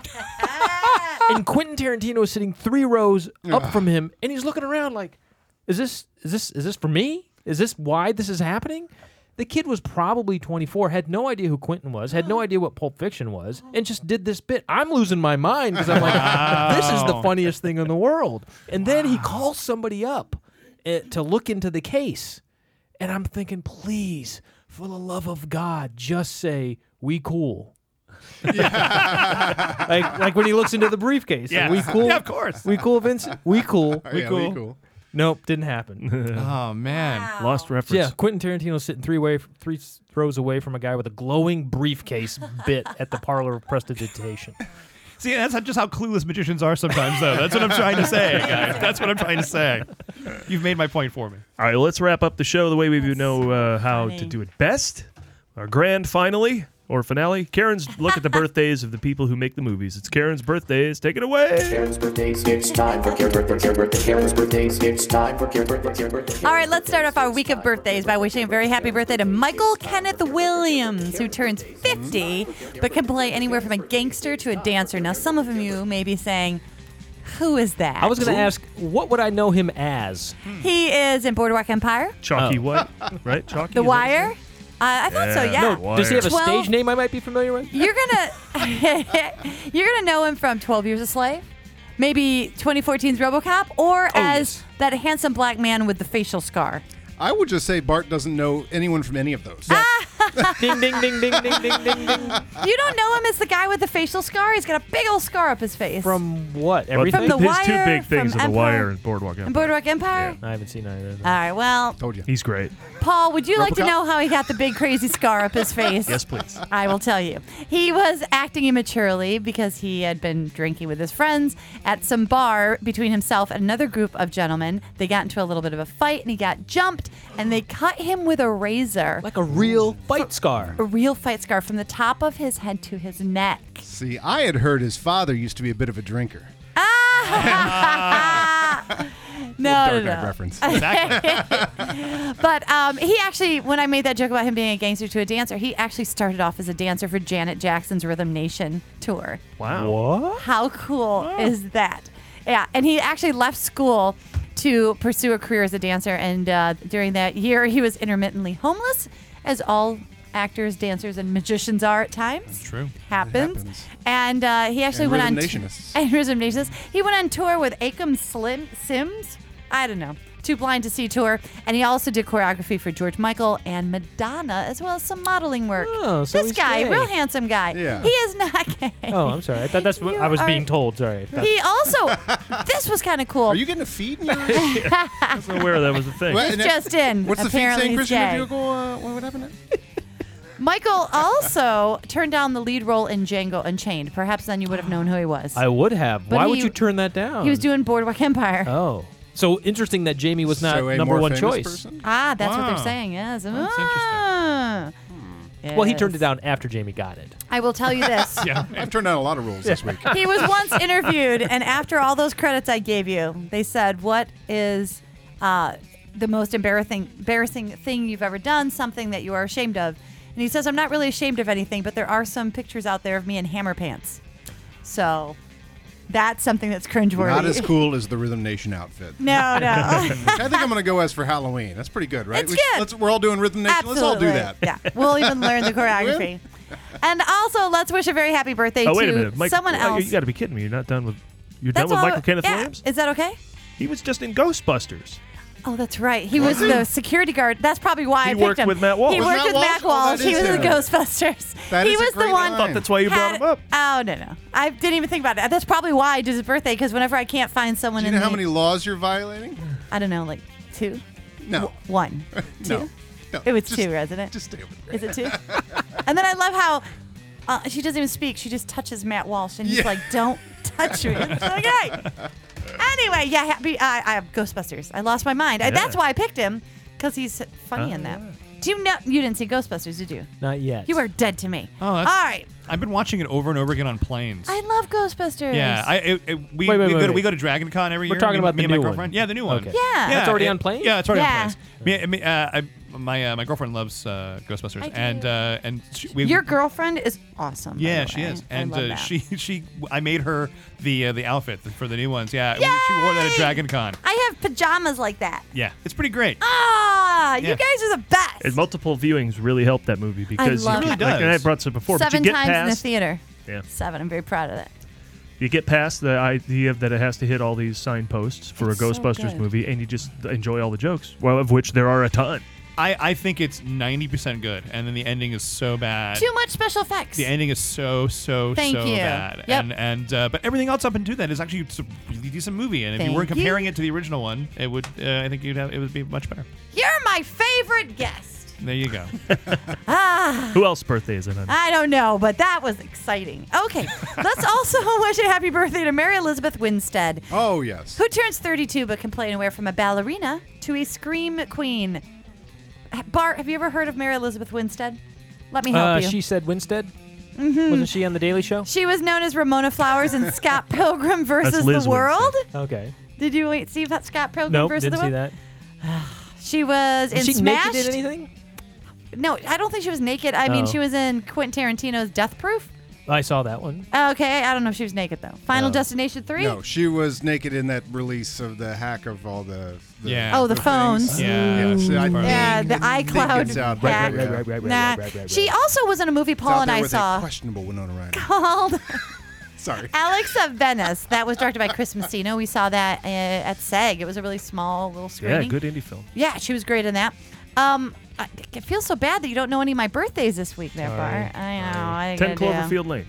S3: and Quentin Tarantino is sitting three rows up from him, and he's looking around like, "Is this is this is this for me? Is this why this is happening?" The kid was probably 24, had no idea who Quentin was, had no idea what Pulp Fiction was, and just did this bit. I'm losing my mind because I'm like, this is the
S12: Wow.
S3: funniest thing in the world. And then he calls somebody up eh, to look into the case. And I'm thinking, please, for the love of God, just say, we cool. like, like when he looks into the briefcase. like,
S11: Yeah.
S3: we cool.
S11: Yeah, of course.
S3: We cool, Vincent. We cool.
S11: Yeah, we cool. cool.
S3: Nope, didn't happen.
S11: Oh, man. Wow. Lost
S12: reference.
S3: Yeah, Quentin Tarantino's sitting three way, three throws away from a guy with a glowing briefcase bit at the parlor of prestidigitation.
S11: See, that's just how clueless magicians are sometimes, though. That's what I'm trying to say, guys. That's what I'm trying to say. You've made my point for me.
S4: All right, let's wrap up the show the way we know uh, how to do it best. Our grand finale or finale. Karen's look at the birthdays of the people who make the movies. It's Karen's birthdays. Take it away. Karen's birthdays. It's time for Karen's birthday. Karen's birthday. Karen's birthdays. It's time for Karen's birthday. Karen's birthday.
S6: All right, let's start off our week of birthdays by wishing a very happy birthday to Michael Kenneth Williams, who turns 50, but can play anywhere from a gangster to a dancer. Now, some of you may be saying, who is that?
S3: I was going to ask, what would I know him as?
S6: He is in Boardwalk Empire,
S3: Oh.
S4: Chalky what? Right? Chalky.
S6: The
S4: is that-
S6: Wire. Uh, I thought so, yeah.
S3: No, does he have a
S6: 12
S3: stage name I might be familiar with?
S6: You're gonna you're gonna know him from 12 Years a Slave, maybe 2014's RoboCop, or as that handsome black man with the facial scar.
S5: I would just say Bart doesn't know anyone from any of those.
S6: Ah.
S3: ding, ding, ding, ding, ding, ding, ding, ding.
S6: You don't know him as the guy with the facial scar. He's got a big old scar up his face.
S3: From what?
S6: From
S3: Everything?
S6: The His two Wire, big
S12: things
S6: from
S12: are The
S6: Empire.
S12: Wire and Boardwalk
S6: And
S12: Empire.
S6: Boardwalk Empire.
S3: I haven't seen either.
S6: All right. Well,
S5: Told you.
S12: He's great.
S6: Paul, would you like to
S12: RoboCop?
S6: know how he got the big crazy scar up his face?
S12: Yes, please.
S6: I will tell you. He was acting immaturely because he had been drinking with his friends at some bar between himself and another group of gentlemen. They got into a little bit of a fight and he got jumped and they cut him with a razor.
S3: Like a real fight scar.
S6: A real fight scar from the top of his head to his neck.
S5: See, I had heard his father used to be a bit of a drinker.
S6: No,
S5: Dark
S6: no,
S5: Knight
S6: no.
S5: reference.
S6: but um, he actually, when I made that joke about him being a gangster to a dancer, he actually started off as a dancer for Janet Jackson's Rhythm Nation tour.
S3: Wow. What?
S6: How cool is that? Yeah, and he actually left school to pursue a career as a dancer. And uh, during that year, he was intermittently homeless, as all actors, dancers, and magicians are at times.
S11: True.
S6: Happens. And uh, he actually
S11: And
S6: went
S11: Rhythm
S6: on.
S11: Nationists.
S6: and Rhythm Nationists. He went on tour with Akam Slim Sims. I don't know. Too blind to see tour, and he also did choreography for George Michael and Madonna, as well as some modeling work.
S3: Oh, so
S6: this
S3: he's
S6: guy,
S3: gay.
S6: real handsome guy.
S3: Yeah.
S6: He is not gay.
S3: Oh, I'm sorry. I thought that's what I was
S6: are-
S3: being told. Sorry.
S6: He also. this was kind of cool. Are you
S5: getting a feed?
S4: I'm aware that was a thing.
S6: It's just in.
S5: What's the feed
S6: Apparently
S5: saying,
S6: he's
S5: Christian? If
S6: gay.
S5: you go, uh, what would happen?
S6: Michael also turned down the lead role in Django Unchained. Perhaps then you would have known who he was.
S3: I would have.
S6: But
S3: Why would
S6: he-
S3: you turn that down?
S6: He was doing Boardwalk Empire.
S3: Oh. So interesting that Jamie was not
S5: So a
S3: number
S5: more
S3: one
S5: famous
S3: choice.
S5: person?
S6: Ah, that's what
S3: Wow.
S6: they're saying. Yes.
S3: That's
S6: Ah.
S3: Well, he turned it
S6: Yes.
S3: down after Jamie got it.
S6: I will tell you this.
S5: I've turned down a lot of rules this week.
S6: he was once interviewed, and after all those credits I gave you, they said, "What is uh, the most embarrassing embarrassing thing you've ever done? Something that you are ashamed of?" And he says, "I'm not really ashamed of anything, but there are some pictures out there of me in hammer pants, so that's something that's cringeworthy."
S5: Not as cool as the Rhythm Nation outfit.
S6: No, no.
S5: Which I think I'm going to go as for Halloween. That's pretty good, right?
S6: It's
S5: We-
S6: good.
S5: Let's, we're all doing Rhythm Nation. Let's all do that.
S6: Absolutely. Yeah, we'll even learn the choreography. And also, let's wish a very happy birthday
S4: Oh, wait
S6: to
S4: a minute. Mike,
S6: someone
S4: oh,
S6: else.
S4: You got to be kidding me. You're not done with. You're
S6: That's
S4: done with
S6: all-
S4: Michael Kenneth
S6: yeah.
S4: Williams?
S6: Is that okay?
S4: He was just in Ghostbusters.
S6: Oh, that's right. He was
S4: Was he?
S6: the security guard. That's probably why
S4: He
S6: I picked
S4: worked
S6: him.
S4: with Matt Walsh.
S6: He
S4: Was
S6: worked
S4: Matt
S6: with Matt
S4: Walsh? Oh,
S6: Walsh.
S4: that
S6: he
S4: is
S6: was
S4: him.
S6: the Ghostbusters.
S4: That
S6: he
S4: is a
S6: was
S4: great
S6: the one.
S4: line. I thought that's why you brought
S6: had-
S4: him up.
S6: Oh no no, I didn't even think about it. That's probably why I did his birthday because whenever I can't find someone
S5: Do you
S6: in
S5: know how
S6: the-
S5: many laws you're violating?
S6: I don't know, like two.
S5: No.
S6: one. Two.
S5: No. No,
S6: it was
S5: just-
S6: two, resident.
S5: Just stay with
S6: Is it two? and then I love how uh, she doesn't even speak. She just touches Matt Walsh, and he's
S5: Yeah.
S6: like, "Don't touch me." It's okay. Anyway, yeah, happy. I I have Ghostbusters. I lost my mind. I- that's
S3: Yeah.
S6: why I picked him because he's funny
S11: Oh,
S6: in that. Do you know? You didn't see Ghostbusters, did you?
S3: Not yet.
S6: You are dead to me.
S11: Oh,
S6: All
S11: that's,
S6: right.
S11: I've been watching it over and over again on planes.
S6: I love Ghostbusters.
S11: Yeah, I, it, it, we,
S3: Wait, wait,
S11: we,
S3: wait,
S11: go to,
S3: wait.
S11: we go to Dragon Con every
S3: We're
S11: year.
S3: talking
S11: me,
S3: about
S11: me
S3: the
S11: and my
S3: new one.
S11: girlfriend. Yeah, the new one.
S3: Okay. Yeah. That's already
S11: it-
S3: on planes?
S11: Yeah, it's already
S6: Yeah.
S11: on planes. Me, me, uh, I, my uh, my girlfriend loves uh, Ghostbusters,
S6: I do.
S11: and uh, and she, we,
S6: Your girlfriend is awesome. by
S11: Yeah,
S6: the
S11: she
S6: way.
S11: is,
S6: I
S11: and
S6: love
S11: uh,
S6: that.
S11: she she I made her the uh, the outfit for the new ones. Yeah, we- she wore that at Dragon Con.
S6: I have pajamas like that.
S11: Yeah, it's pretty great.
S6: Oh, Ah, you
S4: Yeah.
S6: guys are the best.
S4: And multiple viewings really helped that movie because
S6: love
S4: you,
S6: it. It really
S4: like and I
S6: does.
S4: brought this up before,
S6: Seven
S4: but you get
S6: times in the
S4: past
S6: theater.
S4: Yeah.
S6: Seven. I'm very proud of that.
S12: You get past the idea that it has to hit all these signposts for
S6: It's
S12: a
S6: so
S12: Ghostbusters
S6: good.
S12: movie, and you just enjoy all the jokes, well, of which there are a ton.
S11: I, I think it's 90% good, and then the ending is so bad.
S6: Too much special effects.
S11: The ending is so so
S6: Thank
S11: so
S6: you.
S11: bad,
S6: Yep.
S11: and and uh, but everything else up until that is actually it's a really decent movie, and if
S6: Thank
S11: you weren't
S6: you.
S11: comparing it to the original one, it would uh, I think you'd have it would be much better.
S6: You're my favorite guest.
S11: There you go.
S6: Ah.
S12: Who else's birthday is it on?
S6: I don't know, but that was exciting. Okay, let's also wish a happy birthday to Mary Elizabeth Winstead.
S5: Oh, yes.
S6: Who turns 32 but can play anywhere from a ballerina to a scream queen. Ha- Bart, have you ever heard of Mary Elizabeth Winstead? Let me help
S3: uh,
S6: you.
S3: She said Winstead.
S6: Mhm.
S3: Wasn't she on the Daily Show?
S6: She was known as Ramona Flowers in Scott Pilgrim versus the World.
S3: Okay.
S6: Did you wait, see that Scott Pilgrim
S3: Nope,
S6: versus the
S3: didn't see
S6: World?
S3: that.
S6: She was in
S3: Was she
S6: Smash.
S3: naked in anything?
S6: No, I don't think she was naked. I mean,
S3: Oh.
S6: she was in Quentin Tarantino's Death Proof.
S3: I saw that one.
S6: Okay, I don't know if she was naked though. Final
S5: Oh.
S6: Destination Three.
S5: No, she was naked in that release of the hack of all the. the
S6: Yeah. Oh, the
S5: things.
S6: phones.
S5: Yeah. so I
S6: Yeah,
S5: think-
S6: the
S5: I think
S6: iCloud
S5: it's out
S6: hack.
S5: there, yeah.
S6: Nah. She also was in a movie
S5: It's out
S6: Paul and
S5: there
S6: I
S5: with a
S6: saw
S5: questionable Winona Ryder.
S6: called
S5: Sorry.
S6: Alex of Venice. That was directed by Chris Messina. We saw that uh, at SAG. It was a really small little
S12: Yeah,
S6: screening.
S12: good indie film.
S6: Yeah, she was great in that. Um, I, it feels so bad that you don't know any of my birthdays this week, there,
S12: Sorry.
S6: Bar. I know. I ain't
S12: 10
S6: gonna do.
S12: Cloverfield Lane.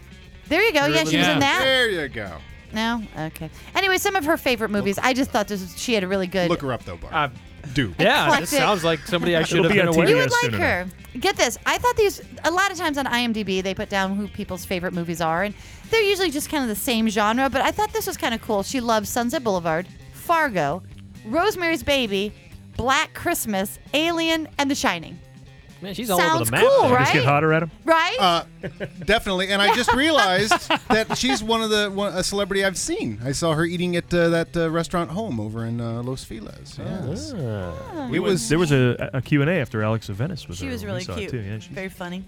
S6: There you go. Yeah, she was in that.
S5: There you go.
S6: No? Okay. Anyway, some of her favorite movies. I just thought this was, she had a really good.
S5: Look her up though, Bart. Do.
S6: Eclectic.
S5: Yeah,
S6: this
S5: sounds like somebody I should have been aware
S6: You
S5: of.
S6: would like
S5: soon
S6: her. Get this. I thought these, a lot of times on IMDb, they put down who people's favorite movies are, and they're usually just kind of the same genre, but I thought this was kind of cool. She loves Sunset Boulevard, Fargo, Rosemary's Baby, Black Christmas, Alien, and The Shining.
S3: Man,
S5: she's
S6: Sounds cool, right?
S12: Adam?
S6: Right?
S5: Uh, definitely. And I just realized that she's one of the one, a celebrity I've seen. I saw her eating at uh, that uh, restaurant home over in uh, Los Feliz. Yes.
S12: It was Ah. there was a, a Q and A after Alex of Venice was.
S6: She
S12: there
S6: was
S12: when Oh, we
S6: really
S12: saw it
S6: cute.
S12: Too. Yeah, she-
S6: Very funny.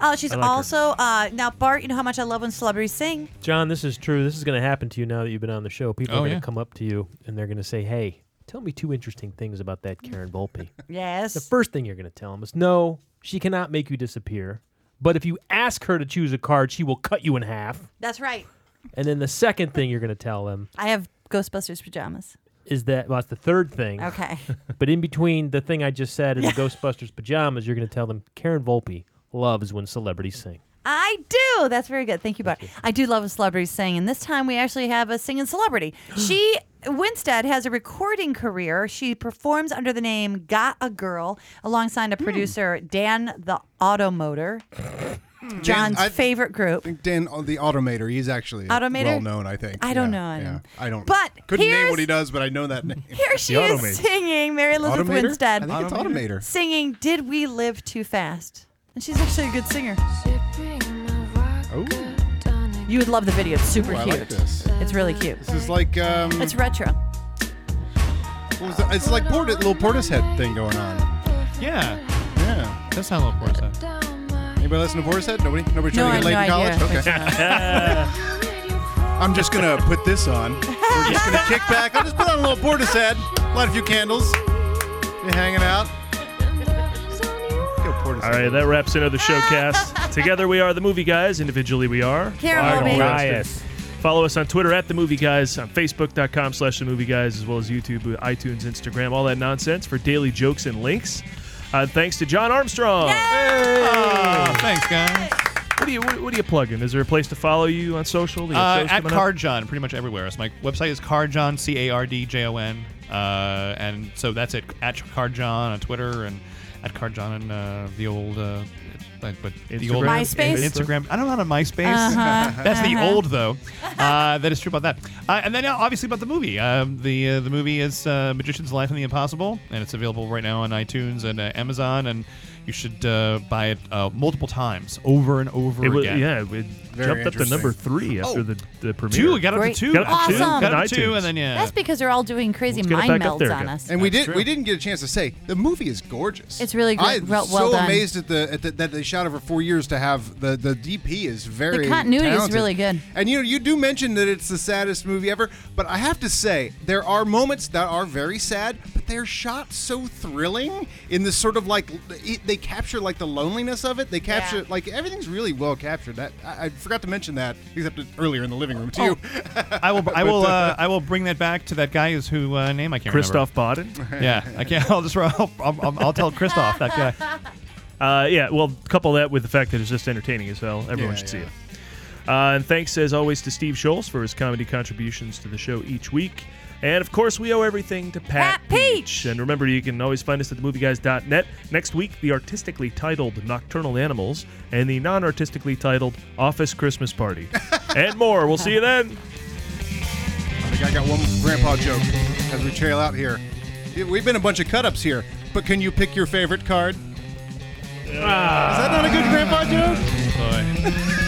S6: Oh, she's
S14: I like her.
S6: also uh, now Bart. You know how much I love when celebrities sing.
S14: John, this is true. This is going to happen to you now that you've been on the show. People
S6: Oh,
S14: are going to
S6: yeah.
S14: come up to you and they're going to say, "Hey, tell me two interesting things about that Karen Volpe."
S6: Yes.
S14: The first thing you're going to tell them is, "No, she cannot make you disappear. But if you ask her to choose a card, she will cut you in half."
S6: That's right.
S14: And then the second thing you're going to tell them
S6: I have Ghostbusters pajamas.
S14: is that well, that's the third thing.
S6: Okay.
S14: but in between the thing I just said and the Ghostbusters pajamas, you're going to tell them Karen Volpe loves when celebrities sing.
S6: I do. That's very good. Thank you, Bart. I do love when celebrities sing, and this time we actually have a singing celebrity. She Winstead has a recording career. She performs under the name Got a Girl alongside a
S5: Hmm.
S6: producer Dan the Automotor. John's
S5: I-
S6: favorite group.
S5: Dan, uh, the Automator. He's actually
S6: Automator?
S5: well known, I think.
S6: I don't know. I
S5: Yeah.
S6: don't-
S5: I don't.
S6: But
S5: couldn't name
S6: here's-
S5: what he does, but I know that name.
S6: Here she is singing Mary Elizabeth
S5: Automator?
S6: Winstead.
S5: I think it's Automator.
S6: Singing Did We Live Too Fast? And she's actually a good singer. You would love the video. It's super
S5: Oh. Ooh, I
S6: cute.
S5: like this.
S6: It's really cute.
S5: This is like um,
S6: It's retro.
S5: what was that? it's like Portis, little Portishead thing going on.
S11: Yeah.
S5: Yeah.
S11: That's not little Portishead.
S5: Anybody listen to Portishead? Nobody. Nobody
S11: No,
S5: trying to get
S11: I
S5: laid
S11: have
S5: in
S11: no
S5: college. Okay. I'm just gonna put this on. We're just gonna kick back. I'll just put on a little Portishead, light a few candles, be hanging out. Go Portishead.
S4: All right, that wraps into the showcast. Together we are the movie guys. Individually we are
S6: Karen
S4: Byron
S6: Mulvey.
S4: Preston.
S6: Bias.
S4: Follow us on Twitter at the Movie Guys, on Facebook.com slash the Movie Guys, as well as YouTube, iTunes, Instagram, all that nonsense for daily jokes and links. Uh, thanks to John Armstrong.
S11: Ah, thanks, guys.
S4: What do you what, what do you plug in? Is there a place to follow you on social? Do you have
S11: Uh,
S4: shows
S11: at
S4: coming up?
S11: Carjon, pretty much everywhere. So my website is Carjon, C A R D J O N, uh, and so that's it. At Carjon on Twitter and at Carjon and uh, the old. Uh, like, but the old
S6: Instagram? MySpace?
S11: Instagram. I don't know how to MySpace.
S6: Uh-huh,
S11: That's the
S6: uh-huh.
S11: old though. Uh, that is true about that. Uh, and then uh, obviously about the movie. Um, the uh, the movie is uh, Magician's Life in the Impossible, and it's available right now on iTunes and uh, Amazon, and you should uh, buy it uh, multiple times, over and over
S12: It was-
S11: again.
S12: yeah, it jumped up to number three after
S11: Oh.
S12: the, the premiere.
S11: Two, it got up
S6: Great.
S11: to two.
S12: Got up to two?
S6: Awesome.
S12: Got up
S11: to two, and then yeah.
S6: That's because they're all doing crazy
S11: Let's get it
S6: mind
S11: back up
S6: melds
S11: there
S6: on
S11: again.
S6: us.
S5: And we did. We didn't get a chance to say the movie is gorgeous.
S6: It's really good.
S5: I'm
S6: Well-
S5: so
S6: well done.
S5: amazed at the, at the that they shot over four years to have the the DP is very
S6: The continuity is
S5: talented.
S6: really good.
S5: And you know you do mention that it's the saddest movie ever, but I have to say there are moments that are very sad, but they're shot so thrilling in this sort of like it, they capture like the loneliness of it. They capture like everything's really well captured. That I, I forgot to mention that except earlier in the living room too.
S6: Oh,
S11: I will. I will.
S5: But,
S11: Uh, I will bring that back to that guy who's who uh, name I can't
S5: Christoph
S11: remember.
S5: Baden?
S11: yeah, I can't. I'll just. I'll, I'll, I'll tell Christoph that guy.
S4: Uh, yeah, well, couple that with the fact that it's just entertaining as hell. Everyone
S11: Yeah,
S4: should see it. Uh, and thanks, as always, to Steve Scholes for his comedy contributions to the show each week. And of course, we owe everything to Pat, Peach. And remember, you can always find us at themovieguys.net. Next week, the artistically titled Nocturnal Animals and the non artistically titled Office Christmas Party. and more. We'll see you then.
S5: I think I got one grandpa joke as we trail out here. We've been a bunch of cut ups here, but can you pick your favorite card? Is that not a good grandpa joke?
S11: Boy.